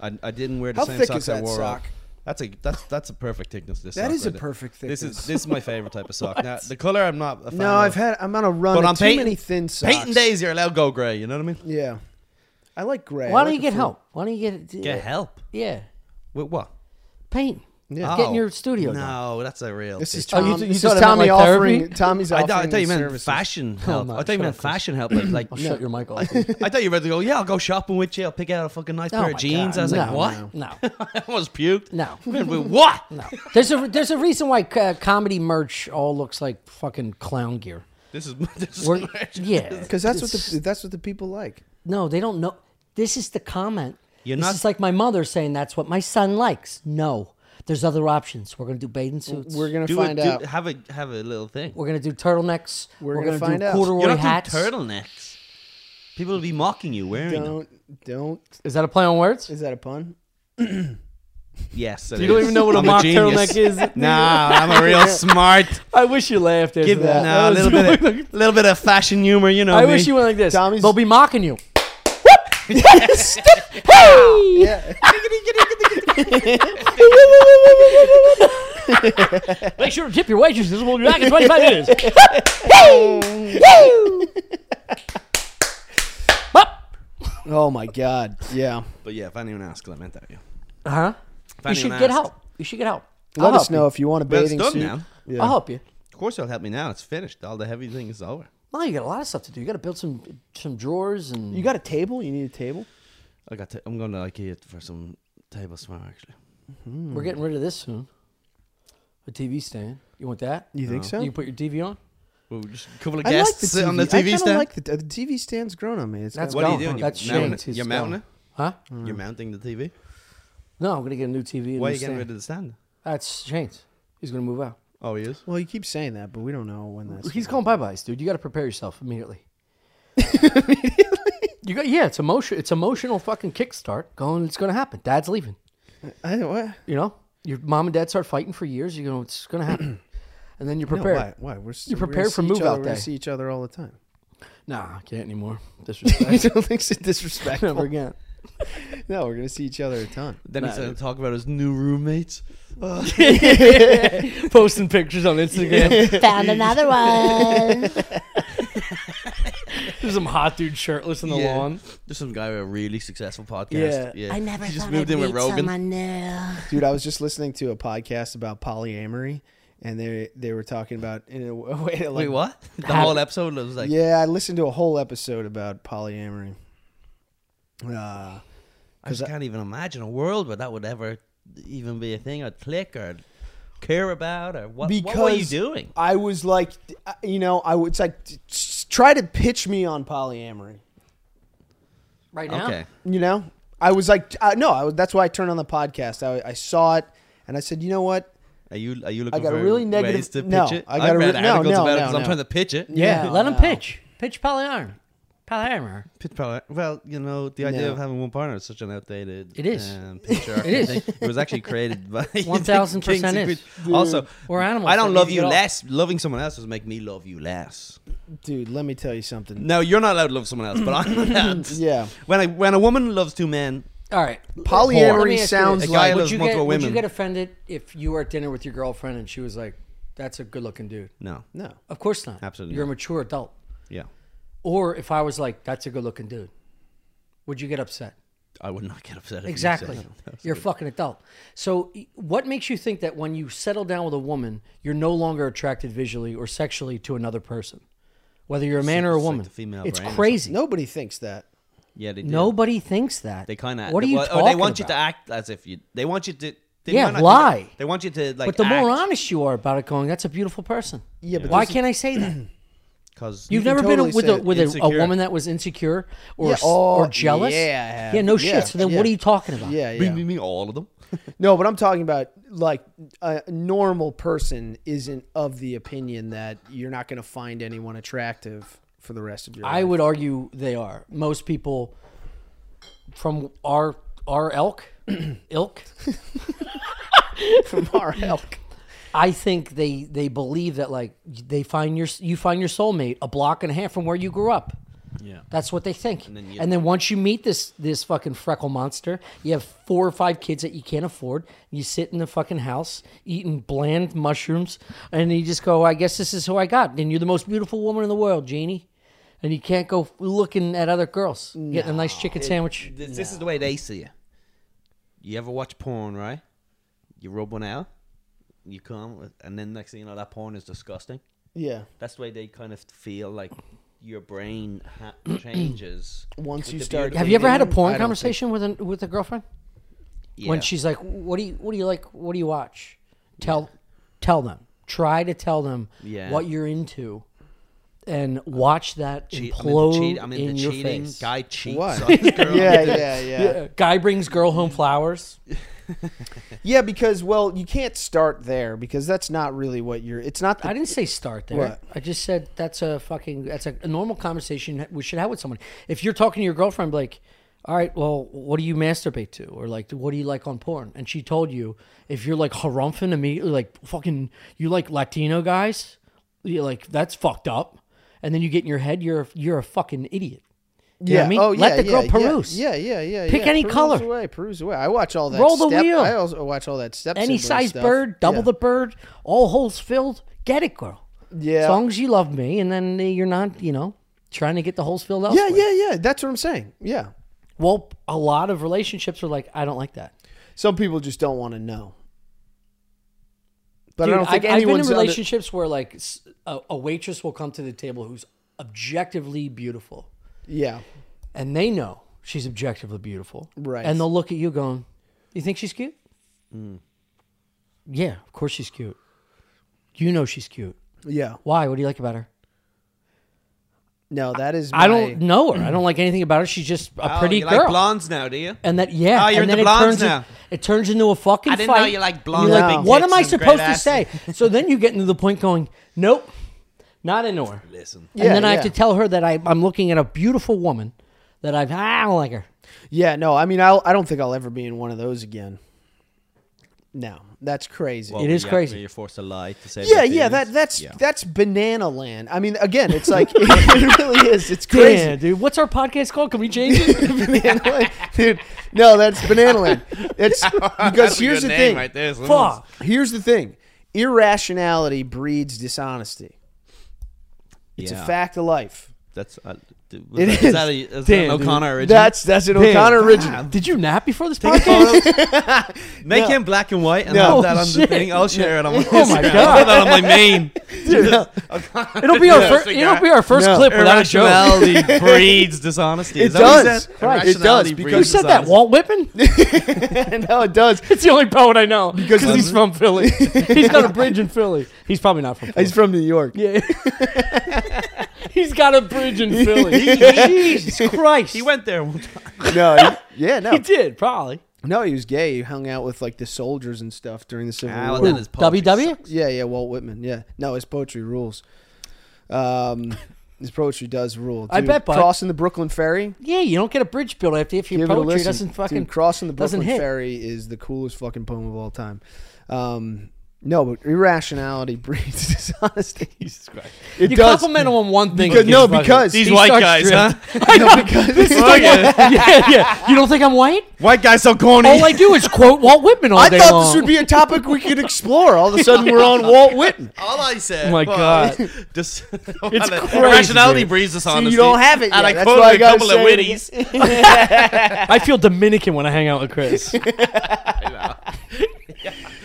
[SPEAKER 2] I, I didn't wear the
[SPEAKER 3] How
[SPEAKER 2] same
[SPEAKER 3] thick
[SPEAKER 2] socks
[SPEAKER 3] is that
[SPEAKER 2] I wore.
[SPEAKER 3] sock?
[SPEAKER 2] That's a that's that's a perfect thickness. This
[SPEAKER 3] That
[SPEAKER 2] sock
[SPEAKER 3] is a
[SPEAKER 2] right there.
[SPEAKER 3] perfect
[SPEAKER 2] This is
[SPEAKER 3] thickness.
[SPEAKER 2] this is my favorite type of sock. Now the color I'm not. A fan
[SPEAKER 3] No, I've
[SPEAKER 2] of.
[SPEAKER 3] had. I'm on a run.
[SPEAKER 2] But
[SPEAKER 3] of
[SPEAKER 2] on
[SPEAKER 3] too
[SPEAKER 2] Peyton-
[SPEAKER 3] many thin socks.
[SPEAKER 2] Painting days, you're allowed to go grey. You know what I mean?
[SPEAKER 3] Yeah, I like gray.
[SPEAKER 1] Why
[SPEAKER 3] I
[SPEAKER 1] don't
[SPEAKER 3] like
[SPEAKER 1] you
[SPEAKER 3] the
[SPEAKER 1] get
[SPEAKER 3] full-
[SPEAKER 1] help? Why don't you get
[SPEAKER 2] Get help
[SPEAKER 1] Yeah,
[SPEAKER 2] with what?
[SPEAKER 1] paint.
[SPEAKER 3] Yeah.
[SPEAKER 1] Get in
[SPEAKER 2] Oh.
[SPEAKER 1] your studio. done.
[SPEAKER 2] No, that's a real.
[SPEAKER 3] This is
[SPEAKER 2] bitch.
[SPEAKER 1] Oh,
[SPEAKER 3] Tom,
[SPEAKER 1] you th- you
[SPEAKER 3] this
[SPEAKER 1] thought
[SPEAKER 3] is
[SPEAKER 1] it meant
[SPEAKER 3] Tommy
[SPEAKER 1] like
[SPEAKER 3] offering.
[SPEAKER 1] therapy?
[SPEAKER 3] Tommy's
[SPEAKER 2] I
[SPEAKER 3] offering.
[SPEAKER 2] thought, I thought you
[SPEAKER 3] his
[SPEAKER 2] meant
[SPEAKER 3] services.
[SPEAKER 2] fashion help.
[SPEAKER 1] no,
[SPEAKER 2] I thought you
[SPEAKER 1] shut
[SPEAKER 2] meant
[SPEAKER 1] up, Chris.
[SPEAKER 2] fashion help. Like, like
[SPEAKER 1] Oh I'll shut your mic off.
[SPEAKER 2] I thought you were about to go. Yeah, I'll go shopping with you. I'll pick out a fucking nice
[SPEAKER 1] Oh
[SPEAKER 2] pair
[SPEAKER 1] my
[SPEAKER 2] of jeans.
[SPEAKER 1] God,
[SPEAKER 2] I was like,
[SPEAKER 1] no,
[SPEAKER 2] what?
[SPEAKER 1] No,
[SPEAKER 2] I almost puked.
[SPEAKER 1] No.
[SPEAKER 2] Wait, wait, what?
[SPEAKER 1] no. There's a there's a reason why uh, comedy merch all looks like fucking clown gear.
[SPEAKER 2] This is this is
[SPEAKER 1] We're, yeah,
[SPEAKER 3] Because that's what
[SPEAKER 1] It's-
[SPEAKER 3] the that's what the people like.
[SPEAKER 1] No, they don't know. This is the comment.
[SPEAKER 2] You're
[SPEAKER 1] this
[SPEAKER 2] not-
[SPEAKER 1] is like my mother saying that's what my son likes. No, there's other options. We're gonna do bathing suits.
[SPEAKER 3] We're
[SPEAKER 1] We're,
[SPEAKER 3] gonna
[SPEAKER 2] do
[SPEAKER 3] find
[SPEAKER 2] it, do-
[SPEAKER 3] out.
[SPEAKER 2] have a have a little thing.
[SPEAKER 1] gonna do turtlenecks.
[SPEAKER 3] We're
[SPEAKER 1] We're,
[SPEAKER 3] gonna
[SPEAKER 1] gonna,
[SPEAKER 3] find
[SPEAKER 1] do
[SPEAKER 3] out.
[SPEAKER 1] corduroy
[SPEAKER 2] You're not
[SPEAKER 1] hats.
[SPEAKER 2] doing turtlenecks. People will be mocking you wearing them.
[SPEAKER 3] Don't don't.
[SPEAKER 1] Is that a play on words?
[SPEAKER 3] Is that a pun?
[SPEAKER 2] Yes,
[SPEAKER 1] You don't even know what a
[SPEAKER 2] I'm
[SPEAKER 1] mock
[SPEAKER 2] genius.
[SPEAKER 1] turtleneck is.
[SPEAKER 2] Nah, I'm a real smart.
[SPEAKER 1] I wish you laughed after
[SPEAKER 2] Give
[SPEAKER 1] that.
[SPEAKER 2] nah, a
[SPEAKER 1] That was-
[SPEAKER 2] little bit, of, little bit of fashion humor. You know
[SPEAKER 1] I
[SPEAKER 2] me.
[SPEAKER 1] wish you went like this.
[SPEAKER 3] Tommy's-
[SPEAKER 1] They'll be mocking you.
[SPEAKER 3] Yeah.
[SPEAKER 1] Make sure to tip your waitresses. We'll be back in 25 minutes. Bop.
[SPEAKER 3] oh my God. Yeah.
[SPEAKER 2] But yeah, if anyone asks, I meant that. Yeah.
[SPEAKER 1] Huh?
[SPEAKER 2] If
[SPEAKER 1] You
[SPEAKER 2] anyone
[SPEAKER 1] should get
[SPEAKER 2] asks-
[SPEAKER 1] help. You should get help. I'll
[SPEAKER 3] Let
[SPEAKER 1] help
[SPEAKER 3] us know
[SPEAKER 1] you.
[SPEAKER 3] if you want a
[SPEAKER 2] Well, it's
[SPEAKER 3] bathing
[SPEAKER 2] done
[SPEAKER 3] suit.
[SPEAKER 2] now.
[SPEAKER 3] Yeah.
[SPEAKER 1] I'll help you.
[SPEAKER 2] Of course, it'll help me now. It's finished. All the heavy thing is over.
[SPEAKER 1] No, you got a lot of stuff to do. You got to build some some drawers and
[SPEAKER 3] You got a table? You need a table?
[SPEAKER 2] I got. To, I'm going to IKEA for some tables tomorrow. Actually,
[SPEAKER 1] hmm, we're getting rid of this soon. A TV stand. You want that?
[SPEAKER 3] You think so?
[SPEAKER 1] You can put your TV on.
[SPEAKER 2] well, just a couple of
[SPEAKER 3] I like
[SPEAKER 2] guests
[SPEAKER 3] the
[SPEAKER 2] sit
[SPEAKER 3] TV.
[SPEAKER 2] on the
[SPEAKER 3] I
[SPEAKER 2] TV
[SPEAKER 3] kinda
[SPEAKER 2] stand.
[SPEAKER 3] like the, the TV stand's grown on me. It's
[SPEAKER 1] That's
[SPEAKER 2] what are you
[SPEAKER 1] gone.
[SPEAKER 2] doing? You're
[SPEAKER 1] That's
[SPEAKER 2] mounting
[SPEAKER 1] shaked.
[SPEAKER 2] it?
[SPEAKER 1] It's
[SPEAKER 2] You're mounting
[SPEAKER 1] gone.
[SPEAKER 2] it.
[SPEAKER 1] Huh?
[SPEAKER 3] Mm.
[SPEAKER 2] You're mounting the TV.
[SPEAKER 1] No, I'm gonna get a new TV. And
[SPEAKER 2] Why are
[SPEAKER 1] new
[SPEAKER 2] you getting
[SPEAKER 1] stand.
[SPEAKER 2] rid of the stand?
[SPEAKER 1] That's Shane's. He's gonna move out.
[SPEAKER 2] Oh, he is.
[SPEAKER 3] well, you keep saying that, but we don't know when that's.
[SPEAKER 1] He's calling bye byes, dude. You got to prepare yourself immediately. You got yeah. It's emotion. It's emotional. Fucking kickstart. Going. It's gonna happen. Dad's leaving.
[SPEAKER 3] I don't, what?
[SPEAKER 1] You know. Your mom and dad start fighting for years. You know it's gonna happen. and then you're
[SPEAKER 3] No,
[SPEAKER 1] prepared.
[SPEAKER 3] why? Why? We're s-
[SPEAKER 1] You're
[SPEAKER 3] we're gonna
[SPEAKER 1] prepared for
[SPEAKER 3] see each
[SPEAKER 1] move
[SPEAKER 3] other-
[SPEAKER 1] out
[SPEAKER 3] We're gonna
[SPEAKER 1] day.
[SPEAKER 3] see each other all the time.
[SPEAKER 1] Nah, I can't anymore.
[SPEAKER 3] I
[SPEAKER 1] Disrespect.
[SPEAKER 3] don't think it's
[SPEAKER 1] Never
[SPEAKER 3] disrespectful.
[SPEAKER 1] again.
[SPEAKER 3] no, we're gonna see each other a ton.
[SPEAKER 2] Then he's going to talk about his new roommates.
[SPEAKER 1] Posting pictures on Instagram.
[SPEAKER 4] Found another one.
[SPEAKER 1] There's some hot dude shirtless on the
[SPEAKER 2] Yeah.
[SPEAKER 1] lawn.
[SPEAKER 2] There's some guy with a really successful podcast.
[SPEAKER 3] Yeah.
[SPEAKER 2] Yeah,
[SPEAKER 4] I never
[SPEAKER 2] he just
[SPEAKER 4] thought
[SPEAKER 2] moved
[SPEAKER 4] I'd
[SPEAKER 2] in with
[SPEAKER 4] meet
[SPEAKER 2] Rogan.
[SPEAKER 4] someone new.
[SPEAKER 3] Dude, I was just listening to a podcast about polyamory, and they they were talking about in a way to like.
[SPEAKER 2] Wait, what? The
[SPEAKER 1] Hap-
[SPEAKER 2] whole episode was like,
[SPEAKER 3] Yeah, I listened to a whole episode about polyamory. Uh,
[SPEAKER 2] I just can't even imagine a world where that would ever even be a thing I'd click or care about or what. what were you
[SPEAKER 3] Because
[SPEAKER 2] doing?
[SPEAKER 3] I was like, uh, you know, I was like, t- s- try to pitch me on polyamory.
[SPEAKER 1] Right now.
[SPEAKER 2] Okay.
[SPEAKER 3] You know, I was like, I, no, I, was- that's why I turned on the podcast. I, I saw it, and I said, you know what?
[SPEAKER 2] Are you are you looking
[SPEAKER 3] I got a
[SPEAKER 2] for
[SPEAKER 3] really negative-
[SPEAKER 2] ways to pitch
[SPEAKER 3] no,
[SPEAKER 2] it?
[SPEAKER 3] I got a
[SPEAKER 2] read
[SPEAKER 3] re- no,
[SPEAKER 2] articles
[SPEAKER 3] no,
[SPEAKER 2] about it
[SPEAKER 3] no,
[SPEAKER 2] 'cause I'm
[SPEAKER 3] no.
[SPEAKER 2] trying to pitch it.
[SPEAKER 1] Yeah.
[SPEAKER 3] No,
[SPEAKER 1] let him
[SPEAKER 3] no.
[SPEAKER 1] pitch. Pitch polyamory. Polyamory.
[SPEAKER 2] Pitch power. Well, you know, the idea
[SPEAKER 3] No.
[SPEAKER 2] of having one partner is such an outdated.
[SPEAKER 1] It is.
[SPEAKER 2] Um, picture
[SPEAKER 1] It is.
[SPEAKER 2] Thing. It was actually created by
[SPEAKER 1] 1000%
[SPEAKER 2] kings and
[SPEAKER 1] is.
[SPEAKER 2] queens. Also,
[SPEAKER 1] We're animals.
[SPEAKER 2] I don't
[SPEAKER 1] That
[SPEAKER 2] love
[SPEAKER 1] means
[SPEAKER 2] you
[SPEAKER 1] it all.
[SPEAKER 2] less. Loving someone else does make me love you less.
[SPEAKER 3] Dude, let me tell you something.
[SPEAKER 2] No, you're not allowed to love someone else, but I'm allowed.
[SPEAKER 3] Yeah.
[SPEAKER 2] When I when a woman loves two men,
[SPEAKER 1] All right.
[SPEAKER 3] Polyamory
[SPEAKER 1] Let me ask you
[SPEAKER 3] sounds
[SPEAKER 1] this.
[SPEAKER 2] A guy like-
[SPEAKER 1] would
[SPEAKER 2] loves
[SPEAKER 1] you, get,
[SPEAKER 2] multiple
[SPEAKER 1] would you
[SPEAKER 2] women.
[SPEAKER 1] get offended if you were at dinner with your girlfriend and she was like, "That's a good-looking dude"?
[SPEAKER 2] no,
[SPEAKER 3] No.
[SPEAKER 1] Of course not.
[SPEAKER 2] Absolutely
[SPEAKER 1] You're a
[SPEAKER 2] not.
[SPEAKER 1] mature adult.
[SPEAKER 2] yeah,
[SPEAKER 1] Or if I was like, "That's a good-looking dude," would you get upset?
[SPEAKER 2] I would not get upset. If you
[SPEAKER 1] Exactly.
[SPEAKER 2] said that.
[SPEAKER 1] You're a fucking adult. So, y- what makes you think that when you settle down with a woman, you're no longer attracted visually or sexually to another person, whether you're a man or a
[SPEAKER 2] it's like
[SPEAKER 1] woman?
[SPEAKER 2] the female
[SPEAKER 1] it's
[SPEAKER 2] brain or
[SPEAKER 1] crazy.
[SPEAKER 3] Nobody thinks that.
[SPEAKER 2] Yeah, they do.
[SPEAKER 1] Nobody thinks that.
[SPEAKER 2] They kind of.
[SPEAKER 1] What are you
[SPEAKER 2] well,
[SPEAKER 1] talking
[SPEAKER 2] Or they want you to
[SPEAKER 1] about?
[SPEAKER 2] act as if you. They want you to They
[SPEAKER 1] Yeah,
[SPEAKER 2] might not-
[SPEAKER 1] lie.
[SPEAKER 2] They want you to like.
[SPEAKER 1] But the more
[SPEAKER 2] act,
[SPEAKER 1] honest you are about it, going, that's a beautiful person.
[SPEAKER 3] Yeah, but
[SPEAKER 1] why
[SPEAKER 3] there's-
[SPEAKER 1] can't I say that?
[SPEAKER 2] because
[SPEAKER 1] You've
[SPEAKER 3] can
[SPEAKER 1] never
[SPEAKER 3] totally
[SPEAKER 1] been with
[SPEAKER 3] say
[SPEAKER 1] a
[SPEAKER 3] it.
[SPEAKER 1] with a, a
[SPEAKER 2] Insecure.
[SPEAKER 1] woman that was insecure or
[SPEAKER 3] Yeah,
[SPEAKER 1] s-
[SPEAKER 3] oh,
[SPEAKER 1] or jealous.
[SPEAKER 3] yeah, I have.
[SPEAKER 1] yeah, no
[SPEAKER 3] Yeah,
[SPEAKER 1] shit. So then, what are
[SPEAKER 3] yeah.
[SPEAKER 1] you talking about?
[SPEAKER 3] Yeah, yeah.
[SPEAKER 2] me all of them.
[SPEAKER 3] No, but I'm talking about like a normal person isn't of the opinion that you're not going to find anyone attractive for the rest of your
[SPEAKER 1] I
[SPEAKER 3] life.
[SPEAKER 1] would argue they are. Most people from our our elk, ilk.
[SPEAKER 3] From our elk.
[SPEAKER 1] I think they they believe that like they find your you find your soulmate a block and a half from where you grew up.
[SPEAKER 2] Yeah.
[SPEAKER 1] That's what they think. And
[SPEAKER 2] then
[SPEAKER 1] then,
[SPEAKER 2] you-
[SPEAKER 1] once you meet this this fucking freckle monster, you have four or five kids that you can't afford. You sit in the fucking house eating bland mushrooms, and you just go, "I guess this is who I got." And you're the most beautiful woman in the world, Janie, and you can't go looking at other girls getting a nice chicken sandwich.
[SPEAKER 2] This, this is the way they see you. You ever watch porn, right? You rub one out, you come, with- and then next thing you know, that porn is disgusting.
[SPEAKER 3] Yeah.
[SPEAKER 2] That's the way they kind of feel like your brain ha- changes
[SPEAKER 3] Once
[SPEAKER 2] with
[SPEAKER 3] you
[SPEAKER 2] the
[SPEAKER 3] start-
[SPEAKER 2] beauty-
[SPEAKER 1] Have you ever had a
[SPEAKER 3] Dating? I
[SPEAKER 1] porn
[SPEAKER 3] don't
[SPEAKER 1] conversation with a with a girlfriend
[SPEAKER 2] Yeah.
[SPEAKER 1] when she's like, "What do you What do you like? What do you watch?" Tell tell them. Try to tell them
[SPEAKER 2] Yeah.
[SPEAKER 1] what you're into. And watch that
[SPEAKER 2] Cheat- I'm
[SPEAKER 1] implode
[SPEAKER 2] into, cheat, I'm into
[SPEAKER 1] in your
[SPEAKER 2] cheating.
[SPEAKER 1] face.
[SPEAKER 2] Guy cheats.
[SPEAKER 3] What?
[SPEAKER 2] on his girl.
[SPEAKER 3] Yeah, yeah, yeah.
[SPEAKER 1] Yeah, Guy brings girl
[SPEAKER 2] Mm-hmm.
[SPEAKER 1] home flowers.
[SPEAKER 3] Yeah, because well, you can't start there because that's not really what you're. It's not.
[SPEAKER 1] I
[SPEAKER 3] The,
[SPEAKER 1] didn't say start there.
[SPEAKER 3] What?
[SPEAKER 1] I just said that's a fucking that's a, a normal conversation we should have with someone. If you're talking to your girlfriend, be like, all right, well, what do you masturbate to, or like, what do you like on porn? And she told you if you're like harumphing immediately, like fucking, you like Latino guys, you like that's fucked up. And then you get in your head, you're you're a fucking idiot. You know what I mean?
[SPEAKER 3] Oh, yeah.
[SPEAKER 1] Let the girl
[SPEAKER 3] yeah,
[SPEAKER 1] peruse.
[SPEAKER 3] Yeah, yeah, yeah. yeah
[SPEAKER 1] Pick
[SPEAKER 3] yeah.
[SPEAKER 1] any
[SPEAKER 3] peruse
[SPEAKER 1] color.
[SPEAKER 3] Away, peruse away. I watch all that.
[SPEAKER 1] Roll the
[SPEAKER 3] step-
[SPEAKER 1] wheel.
[SPEAKER 3] I also watch all that step. sibling
[SPEAKER 1] Any size
[SPEAKER 3] stuff.
[SPEAKER 1] bird, double
[SPEAKER 3] yeah.
[SPEAKER 1] the bird, all holes filled. Get it, girl.
[SPEAKER 3] Yeah.
[SPEAKER 1] As long as you love me, and then you're not, you know, trying to get the holes filled
[SPEAKER 3] Yeah,
[SPEAKER 1] elsewhere.
[SPEAKER 3] yeah, yeah. That's what I'm saying. Yeah.
[SPEAKER 1] Well, a lot of relationships are like, I don't like that.
[SPEAKER 3] Some people just don't want to know. But
[SPEAKER 1] Dude,
[SPEAKER 3] I don't think
[SPEAKER 1] have I've been in
[SPEAKER 3] anyone's under-
[SPEAKER 1] relationships where like s- a, a waitress will come to the table who's objectively beautiful,
[SPEAKER 3] yeah.
[SPEAKER 1] and they know she's objectively beautiful,
[SPEAKER 3] Right. Mm.
[SPEAKER 1] And they'll look at you going, "You think she's cute? Yeah, of course she's cute. You know she's cute.
[SPEAKER 3] Yeah.
[SPEAKER 1] Why? What do you like about her?
[SPEAKER 3] No, that is. my-
[SPEAKER 1] I don't know her. I don't like anything about her. She's just a
[SPEAKER 2] Oh,
[SPEAKER 1] pretty
[SPEAKER 2] you
[SPEAKER 1] girl.
[SPEAKER 2] like blondes now, do you?
[SPEAKER 1] And that yeah,
[SPEAKER 2] Oh, you're
[SPEAKER 1] and
[SPEAKER 2] into
[SPEAKER 1] then it
[SPEAKER 2] blondes
[SPEAKER 1] turns in-
[SPEAKER 2] now.
[SPEAKER 1] it turns into a fucking
[SPEAKER 2] I didn't know
[SPEAKER 1] fight.
[SPEAKER 2] you liked blondes
[SPEAKER 1] You're
[SPEAKER 3] with
[SPEAKER 1] like,
[SPEAKER 3] big
[SPEAKER 1] what
[SPEAKER 2] tits
[SPEAKER 1] am I
[SPEAKER 2] and great
[SPEAKER 1] supposed to
[SPEAKER 2] asses."
[SPEAKER 1] say? so then you get into the point going, nope, not into her.
[SPEAKER 2] Listen.
[SPEAKER 3] Yeah,
[SPEAKER 1] and then I have
[SPEAKER 3] yeah.
[SPEAKER 1] to tell her that I, I'm looking at a beautiful woman that I've I don't like her.
[SPEAKER 3] Yeah, no. I mean, I'll, I don't think I'll ever be in one of those again. No, that's crazy.
[SPEAKER 1] It is
[SPEAKER 2] Oh, Yeah,
[SPEAKER 1] crazy.
[SPEAKER 2] You're forced to lie to save.
[SPEAKER 3] yeah,
[SPEAKER 2] your
[SPEAKER 3] yeah.
[SPEAKER 2] feelings.
[SPEAKER 3] That that's
[SPEAKER 2] Yeah.
[SPEAKER 3] that's banana land. I mean, again, it's like it really is. It's crazy.
[SPEAKER 1] Damn, dude, what's our podcast called? Can we change it?
[SPEAKER 3] banana land. dude. No, that's banana land. It's because
[SPEAKER 2] That's a
[SPEAKER 3] here's
[SPEAKER 2] good
[SPEAKER 3] the
[SPEAKER 2] name
[SPEAKER 3] thing.
[SPEAKER 2] right there. someone
[SPEAKER 1] Fuck.
[SPEAKER 3] Here's the thing. Irrationality breeds dishonesty. It's
[SPEAKER 2] Yeah.
[SPEAKER 3] a fact of life.
[SPEAKER 2] That's uh, d- was
[SPEAKER 3] It
[SPEAKER 2] that,
[SPEAKER 3] is.
[SPEAKER 2] Is that, a, is
[SPEAKER 1] Damn,
[SPEAKER 2] that an
[SPEAKER 1] dude.
[SPEAKER 2] O'Connor original?
[SPEAKER 3] That's that's an
[SPEAKER 1] Damn.
[SPEAKER 3] O'Connor original.
[SPEAKER 1] Did you nap before this podcast?
[SPEAKER 2] Make him black and white and have
[SPEAKER 3] No.
[SPEAKER 2] that on the
[SPEAKER 1] Shit.
[SPEAKER 2] thing. I'll share it on my
[SPEAKER 1] Oh my
[SPEAKER 2] Instagram.
[SPEAKER 1] God.
[SPEAKER 2] I'll put that on my main.
[SPEAKER 1] It'll be our
[SPEAKER 2] Yeah.
[SPEAKER 1] first. It'll be our first
[SPEAKER 3] No.
[SPEAKER 1] clip without a joke.
[SPEAKER 2] Irrationality breeds dishonesty. Is
[SPEAKER 3] It
[SPEAKER 2] that what he
[SPEAKER 3] does.
[SPEAKER 2] said?
[SPEAKER 3] Right. It
[SPEAKER 2] Irrationality
[SPEAKER 3] does,
[SPEAKER 2] breeds
[SPEAKER 1] Who said that?
[SPEAKER 2] dishonesty.
[SPEAKER 1] Walt Whitman?
[SPEAKER 3] no, it does.
[SPEAKER 1] It's the only poet I know because
[SPEAKER 3] Because-
[SPEAKER 1] he's from Philly. he's got a bridge in Philly. He's probably not from. Philly.
[SPEAKER 3] He's from New York.
[SPEAKER 1] Yeah. He's got a bridge in Philly. Jesus Christ.
[SPEAKER 2] He went there one time.
[SPEAKER 3] No, he- yeah, no,
[SPEAKER 1] He did, probably.
[SPEAKER 3] no. He was gay. He hung out with like the soldiers and stuff during the Civil
[SPEAKER 2] Ah,
[SPEAKER 3] War.
[SPEAKER 2] well, then his poetry
[SPEAKER 1] WW?
[SPEAKER 2] sucks.
[SPEAKER 3] Yeah, yeah, Walt Whitman. Yeah, no, his poetry rules. Um, his poetry does rule.
[SPEAKER 1] I
[SPEAKER 3] Dude,
[SPEAKER 1] bet, bud.
[SPEAKER 3] crossing the Brooklyn Ferry.
[SPEAKER 1] Yeah, you don't get a bridge built after if your
[SPEAKER 3] Give it a
[SPEAKER 1] poetry
[SPEAKER 3] listen.
[SPEAKER 1] doesn't fucking
[SPEAKER 3] Dude, crossing the
[SPEAKER 1] doesn't
[SPEAKER 3] Brooklyn
[SPEAKER 1] hit.
[SPEAKER 3] Ferry is the coolest fucking poem of all time. Um, no, but irrationality breeds dishonesty.
[SPEAKER 2] Jesus Christ.
[SPEAKER 3] It
[SPEAKER 1] You
[SPEAKER 3] does.
[SPEAKER 1] compliment him on one thing.
[SPEAKER 3] Because-
[SPEAKER 1] he
[SPEAKER 3] no,
[SPEAKER 1] gets fucking-
[SPEAKER 3] because-
[SPEAKER 2] These
[SPEAKER 1] he
[SPEAKER 2] white
[SPEAKER 1] starts
[SPEAKER 2] guys,
[SPEAKER 1] dripping.
[SPEAKER 2] huh?
[SPEAKER 3] I know because
[SPEAKER 2] Fuck it.
[SPEAKER 1] yeah, yeah. You don't think I'm white?
[SPEAKER 2] White guys so corny.
[SPEAKER 1] All I do is quote Walt Whitman all
[SPEAKER 3] I
[SPEAKER 1] day
[SPEAKER 3] thought
[SPEAKER 1] long.
[SPEAKER 3] this would be a topic we could explore. All of a sudden, we're on Walt Whitman.
[SPEAKER 2] All I said.
[SPEAKER 1] Oh my
[SPEAKER 2] was
[SPEAKER 1] God.
[SPEAKER 2] Dis-
[SPEAKER 1] It's crazy,
[SPEAKER 2] Irrationality
[SPEAKER 1] dude.
[SPEAKER 2] breeds dishonesty.
[SPEAKER 3] See, you don't have it yet.
[SPEAKER 2] And I
[SPEAKER 3] That's
[SPEAKER 2] quoted
[SPEAKER 3] why I
[SPEAKER 2] a
[SPEAKER 3] gotta
[SPEAKER 2] couple of
[SPEAKER 3] say it again.
[SPEAKER 2] witties.
[SPEAKER 1] I feel Dominican when I hang out with Chris.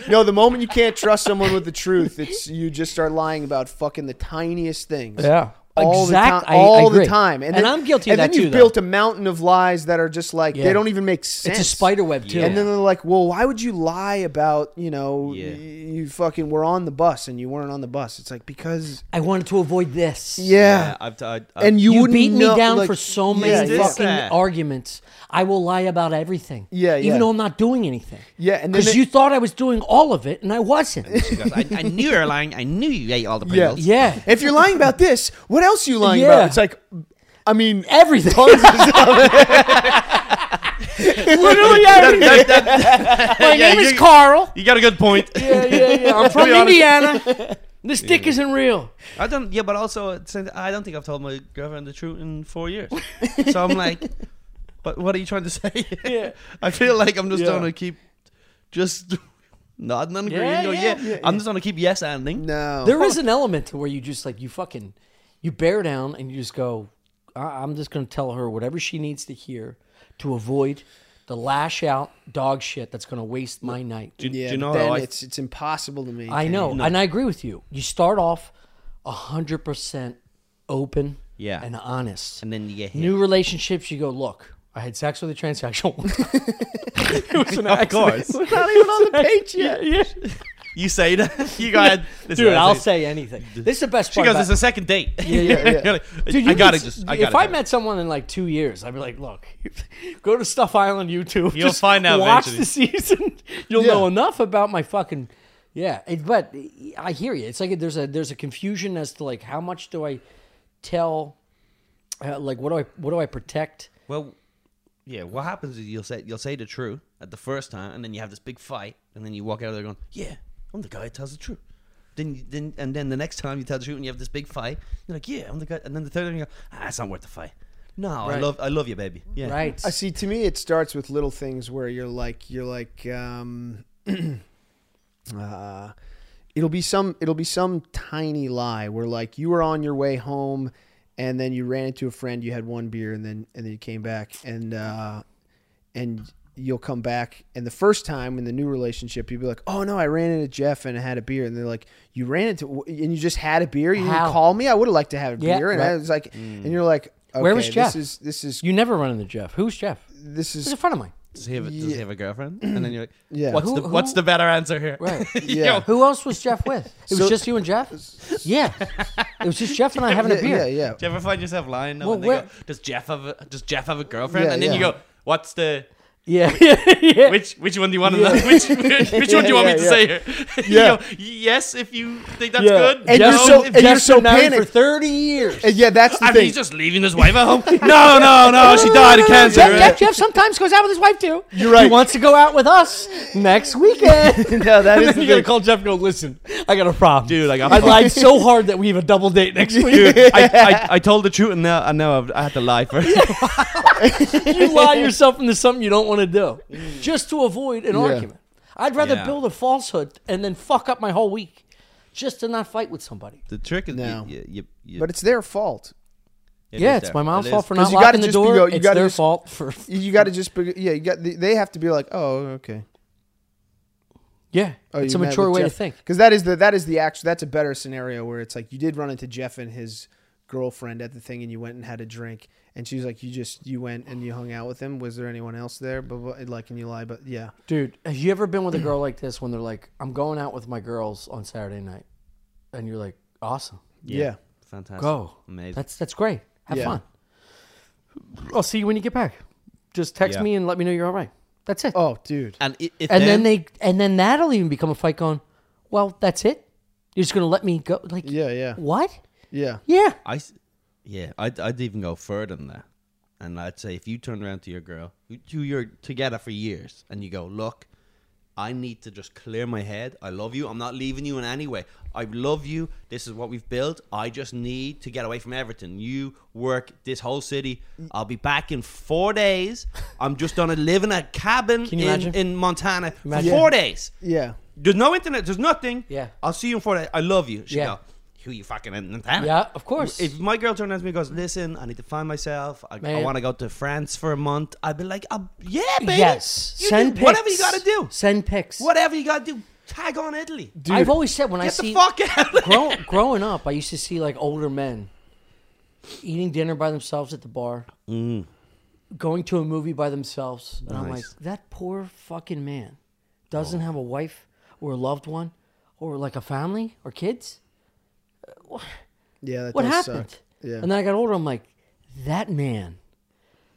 [SPEAKER 3] No, the moment you can't trust someone with the truth, it's you just start lying about fucking the tiniest things.
[SPEAKER 1] yeah.
[SPEAKER 3] all
[SPEAKER 1] Exact-
[SPEAKER 3] the
[SPEAKER 1] I-
[SPEAKER 3] time,
[SPEAKER 1] I
[SPEAKER 3] all the
[SPEAKER 1] agree.
[SPEAKER 3] time,
[SPEAKER 1] And I'm guilty of
[SPEAKER 3] and
[SPEAKER 1] that
[SPEAKER 3] then you
[SPEAKER 1] too, though.
[SPEAKER 3] built a mountain of lies that are just like
[SPEAKER 1] Yeah.
[SPEAKER 3] they don't even make sense.
[SPEAKER 1] It's a spider web too.
[SPEAKER 2] Yeah.
[SPEAKER 3] And then they're like, "Well, why would you lie about you know
[SPEAKER 2] Yeah.
[SPEAKER 3] y- you fucking were on the bus and you weren't on the bus?" It's like because
[SPEAKER 1] I wanted to avoid this.
[SPEAKER 3] yeah,
[SPEAKER 2] I've, I, I've,
[SPEAKER 3] and you,
[SPEAKER 1] You,
[SPEAKER 3] wouldn't
[SPEAKER 1] beat me
[SPEAKER 3] know-
[SPEAKER 1] down
[SPEAKER 3] like,
[SPEAKER 1] for so many
[SPEAKER 3] yeah,
[SPEAKER 2] this,
[SPEAKER 1] fucking
[SPEAKER 2] uh,
[SPEAKER 1] arguments. I will lie about everything.
[SPEAKER 3] Yeah, yeah.
[SPEAKER 1] Even though I'm not doing anything.
[SPEAKER 3] Yeah, and then
[SPEAKER 1] Because
[SPEAKER 3] they-
[SPEAKER 1] you thought I was doing all of it and I wasn't.
[SPEAKER 2] She goes, I, I knew you were lying. I knew you ate all the
[SPEAKER 3] Yeah.
[SPEAKER 2] Pringles.
[SPEAKER 1] yeah.
[SPEAKER 3] If you're lying about this, what else are you lying
[SPEAKER 1] Yeah.
[SPEAKER 3] about? It's like, I mean,
[SPEAKER 1] Everything.
[SPEAKER 3] tons of stuff.
[SPEAKER 1] Literally everything.
[SPEAKER 2] That- that-
[SPEAKER 1] My name
[SPEAKER 2] you-
[SPEAKER 1] is Carl.
[SPEAKER 2] you got a good point.
[SPEAKER 1] Yeah, yeah, yeah. I'm from
[SPEAKER 2] be honest.
[SPEAKER 1] Indiana. This dick isn't real.
[SPEAKER 2] I don't. Yeah, but also, it's- I don't think I've told my girlfriend the truth in four years. so I'm like, but what are you trying to say?
[SPEAKER 1] Yeah.
[SPEAKER 2] I feel like I'm just
[SPEAKER 1] Yeah.
[SPEAKER 2] gonna keep just nodding and agreeing.
[SPEAKER 1] Yeah,
[SPEAKER 2] or,
[SPEAKER 1] yeah.
[SPEAKER 2] yeah. I'm just gonna keep yes anding.
[SPEAKER 3] no,
[SPEAKER 1] There is an element to where you just like you fucking you bear down and you just go. I- I'm just gonna tell her whatever she needs to hear to avoid the lash out dog shit that's gonna waste my night.
[SPEAKER 2] Do, do
[SPEAKER 3] yeah,
[SPEAKER 2] you know
[SPEAKER 3] but then
[SPEAKER 2] how I?
[SPEAKER 3] it's it's impossible to me.
[SPEAKER 1] I know, and I agree with you. You start off hundred percent open,
[SPEAKER 2] Yeah.
[SPEAKER 1] and honest.
[SPEAKER 2] And then you get hit.
[SPEAKER 1] New relationships, you go look. I had sex with a transsexual. it was an
[SPEAKER 2] of course,
[SPEAKER 3] We're not even on the page yet.
[SPEAKER 1] Yeah,
[SPEAKER 2] you say that. You got listen,
[SPEAKER 1] dude, I'll
[SPEAKER 2] say-
[SPEAKER 1] say anything. This is the best
[SPEAKER 2] She
[SPEAKER 1] part.
[SPEAKER 2] goes,
[SPEAKER 1] about-
[SPEAKER 2] it's a second date. Yeah,
[SPEAKER 3] yeah, yeah.
[SPEAKER 1] Dude,
[SPEAKER 2] I
[SPEAKER 1] you
[SPEAKER 2] gotta
[SPEAKER 1] could s-
[SPEAKER 2] just. I
[SPEAKER 1] if
[SPEAKER 2] gotta
[SPEAKER 1] I
[SPEAKER 2] do it.
[SPEAKER 1] met someone in like two years, I'd be like, look, go to Stuff Island YouTube.
[SPEAKER 2] You'll
[SPEAKER 1] just
[SPEAKER 2] find out
[SPEAKER 1] Watch
[SPEAKER 2] eventually."
[SPEAKER 1] the season. You'll
[SPEAKER 3] Yeah.
[SPEAKER 1] know enough about my fucking. Yeah, it- but I hear you. It's like there's a there's a confusion as to like how much do I tell, uh, like what do I what do I protect?
[SPEAKER 2] Well, yeah. What happens is you'll say you'll say the truth at the first time, and then you have this big fight, and then you walk out of there going, "Yeah, I'm the guy that tells the truth." Then, you- then, and then the next time you tell the truth and you have this big fight, you're like, "Yeah, I'm the guy." And then the third time you go, "Ah, it's not worth the fight." No, I
[SPEAKER 1] Right.
[SPEAKER 2] love, I love you, baby. Yeah,
[SPEAKER 1] Right.
[SPEAKER 3] I see. To me, it starts with little things where you're like, you're like, um, uh, it'll be some, it'll be some tiny lie where like you were on your way home, and then you ran into a friend, you had one beer, and then and then you came back, and uh, and you'll come back, and the first time in the new relationship, you'll be like, oh no, I ran into Jeff and I had a beer, and they're like, you ran into, and you just had a beer, you
[SPEAKER 1] How?
[SPEAKER 3] didn't call me, I would have liked to have a
[SPEAKER 1] Yeah,
[SPEAKER 3] beer, and I
[SPEAKER 1] right.
[SPEAKER 3] was like, and you're like. Okay,
[SPEAKER 1] Where was Jeff?
[SPEAKER 3] This is this is
[SPEAKER 1] you never run into Jeff. Who's Jeff?
[SPEAKER 3] this is
[SPEAKER 1] He's a friend of mine.
[SPEAKER 2] Does he have a, does he have a girlfriend? And then you're like,
[SPEAKER 3] Yeah.
[SPEAKER 2] what's
[SPEAKER 1] Who-
[SPEAKER 2] the what's
[SPEAKER 1] who-
[SPEAKER 2] the better answer here?"
[SPEAKER 1] Right.
[SPEAKER 3] Yeah.
[SPEAKER 1] Who else was Jeff with? It was
[SPEAKER 3] So-
[SPEAKER 1] just you and Jeff. Yeah, it was just Jeff and I having a beer.
[SPEAKER 3] Yeah, yeah.
[SPEAKER 2] Do you ever find yourself lying? though,
[SPEAKER 1] Well,
[SPEAKER 2] and they
[SPEAKER 1] where-
[SPEAKER 2] go, does Jeff have a does Jeff have a girlfriend?
[SPEAKER 3] Yeah,
[SPEAKER 2] and then
[SPEAKER 3] yeah.
[SPEAKER 2] you go, "What's the
[SPEAKER 1] yeah, yeah, yeah.
[SPEAKER 2] Which which one do you want to know? Which which, which one do you want me to
[SPEAKER 3] Yeah,
[SPEAKER 2] say here? you
[SPEAKER 3] Yeah.
[SPEAKER 2] go, yes, if you think that's
[SPEAKER 1] Yeah.
[SPEAKER 2] good.
[SPEAKER 3] And
[SPEAKER 2] no,
[SPEAKER 3] you're so-
[SPEAKER 2] if
[SPEAKER 3] and
[SPEAKER 2] you-
[SPEAKER 3] you're so
[SPEAKER 1] been married
[SPEAKER 3] panicked.
[SPEAKER 1] for thirty years.
[SPEAKER 3] Uh, yeah, that's the
[SPEAKER 2] I mean,
[SPEAKER 3] thing.
[SPEAKER 2] he's just leaving his wife at home. No, no, no. She died of cancer.
[SPEAKER 1] Jeff, Jeff, Jeff sometimes goes out with his wife too. You're
[SPEAKER 3] right.
[SPEAKER 1] He wants to go out with us next weekend.
[SPEAKER 3] no, that is
[SPEAKER 1] and
[SPEAKER 3] the
[SPEAKER 1] then you gotta
[SPEAKER 3] thing.
[SPEAKER 1] call Jeff and go, listen, I got a problem.
[SPEAKER 2] Dude, I got
[SPEAKER 1] I
[SPEAKER 2] fucked.
[SPEAKER 1] lied so hard that we have a double date next week.
[SPEAKER 2] Dude, I, I, I told the truth, and now I know I've, I had to lie first.
[SPEAKER 1] you lie yourself into something you don't want to do just to avoid an argument. I'd rather
[SPEAKER 2] Yeah.
[SPEAKER 1] build a falsehood and then fuck up my whole week just to not fight with somebody.
[SPEAKER 2] the trick is,
[SPEAKER 3] No.
[SPEAKER 2] you, you, you,
[SPEAKER 3] but it's their fault.
[SPEAKER 1] yeah, it's my mom's fault for not
[SPEAKER 3] 'Cause you gotta
[SPEAKER 1] locking the
[SPEAKER 3] just be
[SPEAKER 1] door.
[SPEAKER 3] go- you
[SPEAKER 1] it's
[SPEAKER 3] gotta
[SPEAKER 1] their
[SPEAKER 3] just-
[SPEAKER 1] fault for
[SPEAKER 3] You, got to just, be, yeah, you got. They have to be like, oh, okay.
[SPEAKER 1] yeah.
[SPEAKER 3] Oh,
[SPEAKER 1] it's a mature way to think.
[SPEAKER 3] Because that is the that is the actual that's a better scenario where it's like you did run into Jeff and his girlfriend at the thing, and you went and had a drink, and she's like, you just you went and you hung out with him. Was there anyone else there? But what- like, and you lie, but yeah,
[SPEAKER 1] Dude, have you ever been with a girl like this when they're like, I'm going out with my girls on Saturday night? And you're like, awesome.
[SPEAKER 3] yeah, yeah.
[SPEAKER 2] Fantastic.
[SPEAKER 1] Go.
[SPEAKER 2] Amazing.
[SPEAKER 1] That's that's great. Have
[SPEAKER 3] Yeah.
[SPEAKER 1] fun. I'll see you when you get back. Just text
[SPEAKER 2] Yeah.
[SPEAKER 1] me and let me know you're all right. That's it.
[SPEAKER 3] Oh, dude,
[SPEAKER 2] and i- if
[SPEAKER 1] and then, they and then that'll even become a fight going, Well, that's it? You're just gonna let me go like
[SPEAKER 3] yeah, yeah,
[SPEAKER 1] what?
[SPEAKER 3] yeah.
[SPEAKER 1] Yeah.
[SPEAKER 2] I, s- yeah, I'd, I'd even go further than that. And I'd say if you turn around to your girl, who who you're together for years, and you go, look, I need to just clear my head. I love you. I'm not leaving you in any way. I love you. This is what we've built. I just need to get away from Everton. You work this whole city. I'll be back in four days. I'm just gonna live in a cabin
[SPEAKER 1] you
[SPEAKER 2] in,
[SPEAKER 1] imagine?
[SPEAKER 2] in Montana
[SPEAKER 1] Imagine.
[SPEAKER 2] for four days.
[SPEAKER 3] yeah.
[SPEAKER 2] There's no internet. There's nothing.
[SPEAKER 1] Yeah.
[SPEAKER 2] I'll see you in four days. I love you. She
[SPEAKER 1] Yeah.
[SPEAKER 2] go, who you fucking in Montana?
[SPEAKER 1] Yeah, of course.
[SPEAKER 2] If my girl turned out to me and goes, listen, I need to find myself. I, I
[SPEAKER 1] Man.
[SPEAKER 2] want to go to France for a month. I'd be like, uh, yeah, baby.
[SPEAKER 1] yes.
[SPEAKER 2] You
[SPEAKER 1] Send
[SPEAKER 2] do
[SPEAKER 1] pics.
[SPEAKER 2] Whatever you got to do.
[SPEAKER 1] Send pics.
[SPEAKER 2] Whatever you got to do. Tag on Italy.
[SPEAKER 1] I've always said when I
[SPEAKER 2] Get
[SPEAKER 1] see
[SPEAKER 2] the fuck out.
[SPEAKER 1] grow, growing up, I used to see like older men eating dinner by themselves at the bar,
[SPEAKER 3] Mm.
[SPEAKER 1] going to a movie by themselves, and I'm like,
[SPEAKER 2] Nice.
[SPEAKER 1] that poor fucking
[SPEAKER 3] Oh.
[SPEAKER 1] man doesn't have a wife or a loved one or like a family or kids.
[SPEAKER 3] Yeah, that
[SPEAKER 1] What
[SPEAKER 3] does
[SPEAKER 1] happened?
[SPEAKER 3] Suck. Yeah.
[SPEAKER 1] And then I got older. I'm like, that man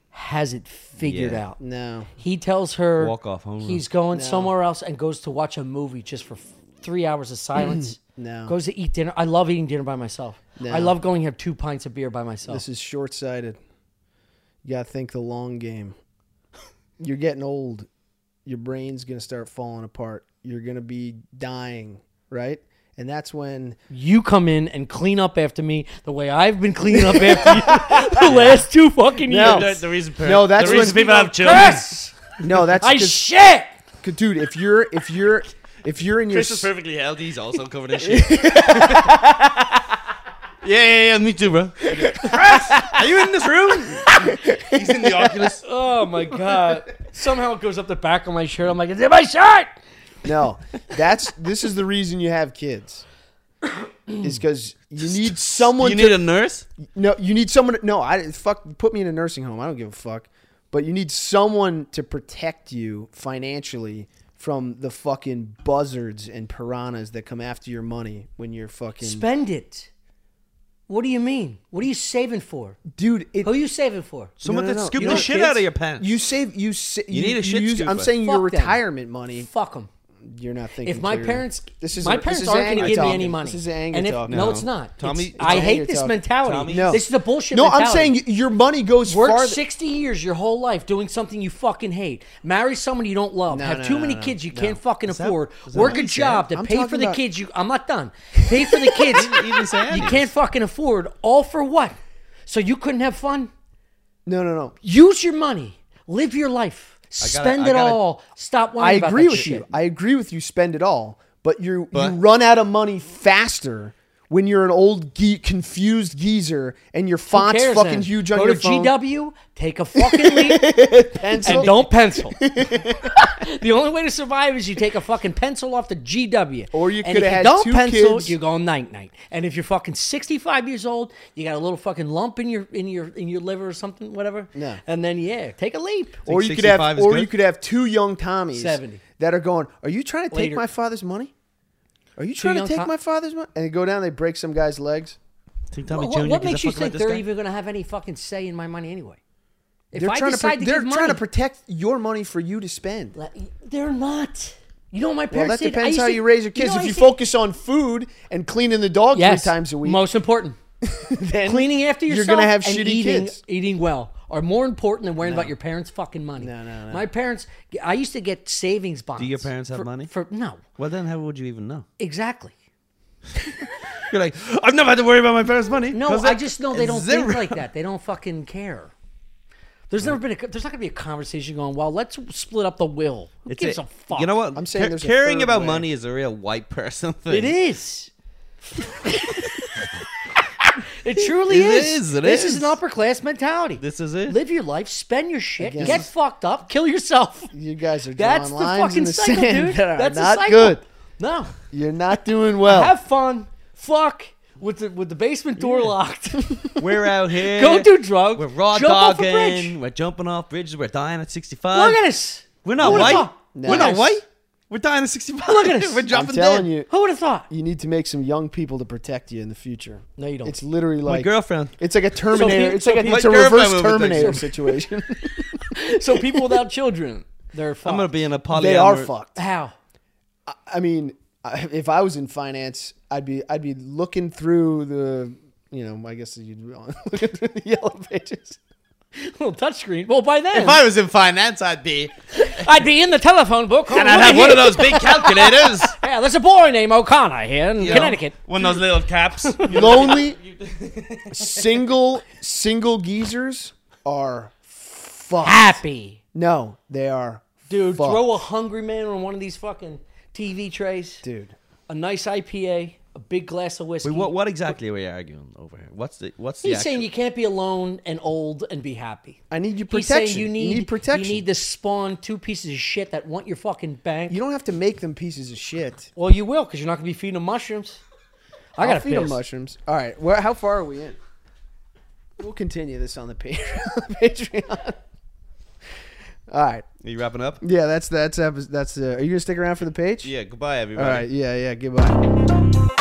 [SPEAKER 1] has it figured
[SPEAKER 2] Yeah.
[SPEAKER 1] out.
[SPEAKER 3] no.
[SPEAKER 1] He tells her
[SPEAKER 2] Walk off home.
[SPEAKER 1] He's going somewhere else and goes to watch a movie just for f- three hours of silence.
[SPEAKER 3] No.
[SPEAKER 1] Goes to eat dinner. I love eating dinner by myself.
[SPEAKER 3] No.
[SPEAKER 1] I love going to have two pints of beer by myself.
[SPEAKER 3] This is short sighted. You gotta think the long game. You're getting old. Your brain's gonna start falling apart. You're gonna be dying, right? And that's when
[SPEAKER 1] you come in and clean up after me the way I've been cleaning up after you the last two fucking
[SPEAKER 3] No.
[SPEAKER 1] years.
[SPEAKER 5] The reason,
[SPEAKER 3] No, that's
[SPEAKER 5] the reason
[SPEAKER 3] when-
[SPEAKER 5] people have children.
[SPEAKER 1] Chris!
[SPEAKER 3] no, that's
[SPEAKER 1] I
[SPEAKER 3] 'cause-
[SPEAKER 1] shit!
[SPEAKER 3] 'cause, dude. If you're if you're if you're in your
[SPEAKER 5] Chris is
[SPEAKER 3] s-
[SPEAKER 5] perfectly healthy. He's also covered in shit. yeah, yeah, yeah. Me too, bro.
[SPEAKER 2] Are you in this room?
[SPEAKER 5] He's in the Oculus.
[SPEAKER 1] Oh my god. Somehow it goes up the back of my shirt. I'm like, it's in my shirt!
[SPEAKER 3] No, that's this is the reason you have kids. Is because you need someone
[SPEAKER 5] You
[SPEAKER 3] to
[SPEAKER 5] need a nurse.
[SPEAKER 3] no, you need someone. To, no, I fuck. Put me in a nursing home. I don't give a fuck. But you need someone to protect you financially from the fucking buzzards and piranhas that come after your money when you're fucking
[SPEAKER 1] Spend it. What do you mean? What are you saving for?
[SPEAKER 3] dude. It,
[SPEAKER 1] Who are you saving for?
[SPEAKER 2] Someone
[SPEAKER 3] no,
[SPEAKER 2] that
[SPEAKER 3] no.
[SPEAKER 2] scoop
[SPEAKER 3] You
[SPEAKER 2] the
[SPEAKER 3] know,
[SPEAKER 2] shit
[SPEAKER 3] kids-
[SPEAKER 2] out of your pants.
[SPEAKER 3] you save you. Sa- you,
[SPEAKER 2] need a shit
[SPEAKER 3] use- I'm
[SPEAKER 2] scooper.
[SPEAKER 3] saying your
[SPEAKER 1] Fuck them.
[SPEAKER 3] retirement money.
[SPEAKER 1] Fuck them.
[SPEAKER 3] You're not thinking.
[SPEAKER 1] if my
[SPEAKER 3] clearly.
[SPEAKER 1] parents,
[SPEAKER 3] This is
[SPEAKER 1] my
[SPEAKER 3] a- this
[SPEAKER 1] parents
[SPEAKER 3] is
[SPEAKER 1] aren't
[SPEAKER 3] anger
[SPEAKER 1] going to give me
[SPEAKER 3] talking.
[SPEAKER 1] any money.
[SPEAKER 3] This is anger
[SPEAKER 1] and if,
[SPEAKER 3] talk.
[SPEAKER 1] No.
[SPEAKER 2] No.
[SPEAKER 1] it's not.
[SPEAKER 2] Tommy-
[SPEAKER 1] It's- I
[SPEAKER 3] it's
[SPEAKER 1] hate
[SPEAKER 3] anger
[SPEAKER 1] this
[SPEAKER 3] talk.
[SPEAKER 1] mentality.
[SPEAKER 2] Tommy-
[SPEAKER 3] No.
[SPEAKER 1] This is the bullshit.
[SPEAKER 3] No, I'm
[SPEAKER 1] mentality.
[SPEAKER 3] saying y- your money goes
[SPEAKER 1] Work
[SPEAKER 3] farther.
[SPEAKER 1] 60 years your whole life doing something you fucking hate. Marry someone you don't love. have
[SPEAKER 3] no,
[SPEAKER 1] too
[SPEAKER 3] no,
[SPEAKER 1] many
[SPEAKER 3] no,
[SPEAKER 1] kids you
[SPEAKER 3] no.
[SPEAKER 1] can't fucking
[SPEAKER 2] that-
[SPEAKER 1] afford.
[SPEAKER 2] is that
[SPEAKER 1] Work
[SPEAKER 2] what
[SPEAKER 1] a
[SPEAKER 2] he
[SPEAKER 1] job
[SPEAKER 2] said?
[SPEAKER 1] to
[SPEAKER 3] I'm
[SPEAKER 1] pay for
[SPEAKER 3] talking
[SPEAKER 1] the
[SPEAKER 3] about-
[SPEAKER 1] kids you. I'm not done. Pay for the kids
[SPEAKER 2] You didn't say
[SPEAKER 1] you
[SPEAKER 2] anything.
[SPEAKER 1] can't fucking afford all for what? So you couldn't have fun?
[SPEAKER 3] No, no, no.
[SPEAKER 1] Use your money. Live your life. Spend
[SPEAKER 2] I
[SPEAKER 1] it
[SPEAKER 2] gotta-
[SPEAKER 1] all.
[SPEAKER 3] I
[SPEAKER 1] Stop whining about
[SPEAKER 3] agree
[SPEAKER 1] that
[SPEAKER 3] with
[SPEAKER 1] shit.
[SPEAKER 3] you. I agree with you. Spend it all, but you
[SPEAKER 2] But-
[SPEAKER 3] you run out of money faster when you're an old ge- confused geezer and your
[SPEAKER 1] Who
[SPEAKER 3] font's
[SPEAKER 1] cares
[SPEAKER 3] fucking
[SPEAKER 1] then?
[SPEAKER 3] huge on
[SPEAKER 1] Go
[SPEAKER 3] your
[SPEAKER 1] to
[SPEAKER 3] phone.
[SPEAKER 1] GW, take a fucking leap, and don't pencil. the only way to survive is you take a fucking pencil off the GW.
[SPEAKER 3] Or you
[SPEAKER 1] And
[SPEAKER 3] coulda
[SPEAKER 1] if
[SPEAKER 3] had
[SPEAKER 1] don't
[SPEAKER 3] two
[SPEAKER 1] pencil,
[SPEAKER 3] kids.
[SPEAKER 1] you go night night. And if you're fucking 65 years old, you got a little fucking lump in your in your in your liver or something, whatever.
[SPEAKER 3] Yeah.
[SPEAKER 1] And then yeah, take a leap.
[SPEAKER 3] or
[SPEAKER 2] Think
[SPEAKER 3] you could have,
[SPEAKER 2] 65 is
[SPEAKER 3] or
[SPEAKER 2] good?
[SPEAKER 3] you could have two young Tommies
[SPEAKER 1] 70.
[SPEAKER 3] that are going. Are you trying to take
[SPEAKER 1] Later.
[SPEAKER 3] my father's money? Are you trying to
[SPEAKER 1] young
[SPEAKER 3] take
[SPEAKER 1] Tom-
[SPEAKER 3] my father's money? And they go down, they break some guy's legs.
[SPEAKER 5] Think Tommy
[SPEAKER 1] What, what makes you think they're even going to have any fucking say in my money anyway? If
[SPEAKER 3] They're
[SPEAKER 1] I
[SPEAKER 3] trying
[SPEAKER 1] decide
[SPEAKER 3] to, pro-
[SPEAKER 1] to
[SPEAKER 3] they're
[SPEAKER 1] give
[SPEAKER 3] trying
[SPEAKER 1] money,
[SPEAKER 3] to protect your money for you to spend.
[SPEAKER 1] Let- They're not. You know what my
[SPEAKER 3] Well,
[SPEAKER 1] parents
[SPEAKER 3] that
[SPEAKER 1] did? I
[SPEAKER 3] depends
[SPEAKER 1] used
[SPEAKER 3] how
[SPEAKER 1] to-
[SPEAKER 3] you raise your
[SPEAKER 1] know
[SPEAKER 3] kids.
[SPEAKER 1] what I
[SPEAKER 3] if you
[SPEAKER 1] used to-
[SPEAKER 3] focus on food and cleaning the dog
[SPEAKER 1] yes,
[SPEAKER 3] three times a week,
[SPEAKER 1] most important. Cleaning after
[SPEAKER 3] you're
[SPEAKER 1] yourself.
[SPEAKER 3] gonna have
[SPEAKER 1] and
[SPEAKER 3] shitty
[SPEAKER 1] eating,
[SPEAKER 3] kids.
[SPEAKER 1] Eating well are more important than worrying about your parents' fucking money.
[SPEAKER 3] No, no, no.
[SPEAKER 1] My parents. I used to get savings bonds. Do
[SPEAKER 2] your parents have money?
[SPEAKER 1] For no,
[SPEAKER 2] Well, then how would you even know?
[SPEAKER 1] exactly.
[SPEAKER 2] You're like, I've never had to worry about my parents' money.
[SPEAKER 1] No,
[SPEAKER 2] 'cause
[SPEAKER 1] I just know they don't
[SPEAKER 2] zero.
[SPEAKER 1] think like that. They don't fucking care. There's never been a. There's not gonna be a conversation going. Well, let's split up the will. Who
[SPEAKER 2] It's
[SPEAKER 1] gives
[SPEAKER 2] it.
[SPEAKER 1] a fuck?
[SPEAKER 2] You know what?
[SPEAKER 3] I'm saying there's a
[SPEAKER 2] caring
[SPEAKER 3] third
[SPEAKER 2] about
[SPEAKER 3] way.
[SPEAKER 2] money is a real white person thing.
[SPEAKER 1] It is. it truly
[SPEAKER 2] It
[SPEAKER 1] is.
[SPEAKER 2] is, it
[SPEAKER 1] this is.
[SPEAKER 2] is.
[SPEAKER 1] an upper class mentality.
[SPEAKER 2] This is it.
[SPEAKER 1] Live your life, spend your shit,
[SPEAKER 3] Again.
[SPEAKER 1] get fucked up, kill yourself.
[SPEAKER 3] you guys are drawing
[SPEAKER 1] That's the
[SPEAKER 3] lines
[SPEAKER 1] fucking
[SPEAKER 3] in the
[SPEAKER 1] cycle,
[SPEAKER 3] sand
[SPEAKER 1] dude.
[SPEAKER 3] that are
[SPEAKER 1] That's
[SPEAKER 3] not
[SPEAKER 1] a cycle.
[SPEAKER 3] good.
[SPEAKER 1] No,
[SPEAKER 3] You're not doing well.
[SPEAKER 1] have fun, fuck with the with the basement door locked.
[SPEAKER 2] We're out here.
[SPEAKER 1] Go do drugs.
[SPEAKER 2] We're raw
[SPEAKER 1] jump
[SPEAKER 2] dogging.
[SPEAKER 1] Off a bridge.
[SPEAKER 2] We're jumping off bridges. We're dying at 65.
[SPEAKER 1] Look at us.
[SPEAKER 2] We're not
[SPEAKER 1] Who would've
[SPEAKER 2] white.
[SPEAKER 1] thought?
[SPEAKER 2] We're
[SPEAKER 1] Look at
[SPEAKER 2] not
[SPEAKER 1] us.
[SPEAKER 2] white. We're dying at 65.
[SPEAKER 1] Look at us.
[SPEAKER 2] We're
[SPEAKER 1] I'm
[SPEAKER 3] I'm
[SPEAKER 2] jumping
[SPEAKER 3] telling
[SPEAKER 2] dead.
[SPEAKER 3] you,
[SPEAKER 1] Who would have thought?
[SPEAKER 3] you need to make some young people to protect you in the future.
[SPEAKER 1] No, you don't.
[SPEAKER 3] It's literally
[SPEAKER 2] My
[SPEAKER 3] like
[SPEAKER 2] girlfriend.
[SPEAKER 3] It's like a Terminator.
[SPEAKER 1] pe-
[SPEAKER 3] it's
[SPEAKER 1] so
[SPEAKER 3] like a,
[SPEAKER 1] pe-
[SPEAKER 3] it's a
[SPEAKER 2] My girlfriend
[SPEAKER 3] reverse
[SPEAKER 2] will protect
[SPEAKER 3] Terminator
[SPEAKER 2] you.
[SPEAKER 3] situation.
[SPEAKER 1] So people without children, they're fucked.
[SPEAKER 2] I'm going to be in a polyamory.
[SPEAKER 3] they are fucked.
[SPEAKER 1] How?
[SPEAKER 3] I mean, I- if I was in finance, I'd be I'd be looking through the you know I guess you'd be on- looking through the yellow pages.
[SPEAKER 1] Little touchscreen. Well, by then
[SPEAKER 5] If I was in finance, I'd be.
[SPEAKER 1] I'd be in the telephone book.
[SPEAKER 5] And I'd have one of those big calculators.
[SPEAKER 1] Yeah, there's a boy named O'Connor here in
[SPEAKER 5] You know,
[SPEAKER 1] Connecticut.
[SPEAKER 5] one of those little caps.
[SPEAKER 3] Lonely, single single geezers are fucked.
[SPEAKER 1] Happy.
[SPEAKER 3] No, they are
[SPEAKER 1] Ah. Dude,
[SPEAKER 3] fucked.
[SPEAKER 1] throw a hungry man on one of these fucking TV trays.
[SPEAKER 3] dude.
[SPEAKER 1] A nice IPA, a big glass of whiskey.
[SPEAKER 2] Wait, what, what exactly are we arguing over here? What's the. What's the
[SPEAKER 1] He's saying
[SPEAKER 2] actual-
[SPEAKER 1] you can't be alone and old and be happy.
[SPEAKER 3] I need your
[SPEAKER 1] He's
[SPEAKER 3] protection.
[SPEAKER 1] saying you need,
[SPEAKER 3] protection.
[SPEAKER 1] You need to spawn two pieces of shit that want your fucking bank.
[SPEAKER 3] You don't have to make them pieces of shit.
[SPEAKER 1] well, you will because you're not going to be feeding them mushrooms. I
[SPEAKER 3] I
[SPEAKER 1] got to
[SPEAKER 3] gotta feed them mushrooms. All right, where, how far are we in? We'll continue this on the Patreon. Patreon. All right.
[SPEAKER 2] Are you wrapping up?
[SPEAKER 3] Yeah, that's that's that's. Uh, are you gonna stick around for the page?
[SPEAKER 2] Yeah. Goodbye,
[SPEAKER 3] All
[SPEAKER 2] everybody.
[SPEAKER 3] right. Yeah. Yeah. Goodbye.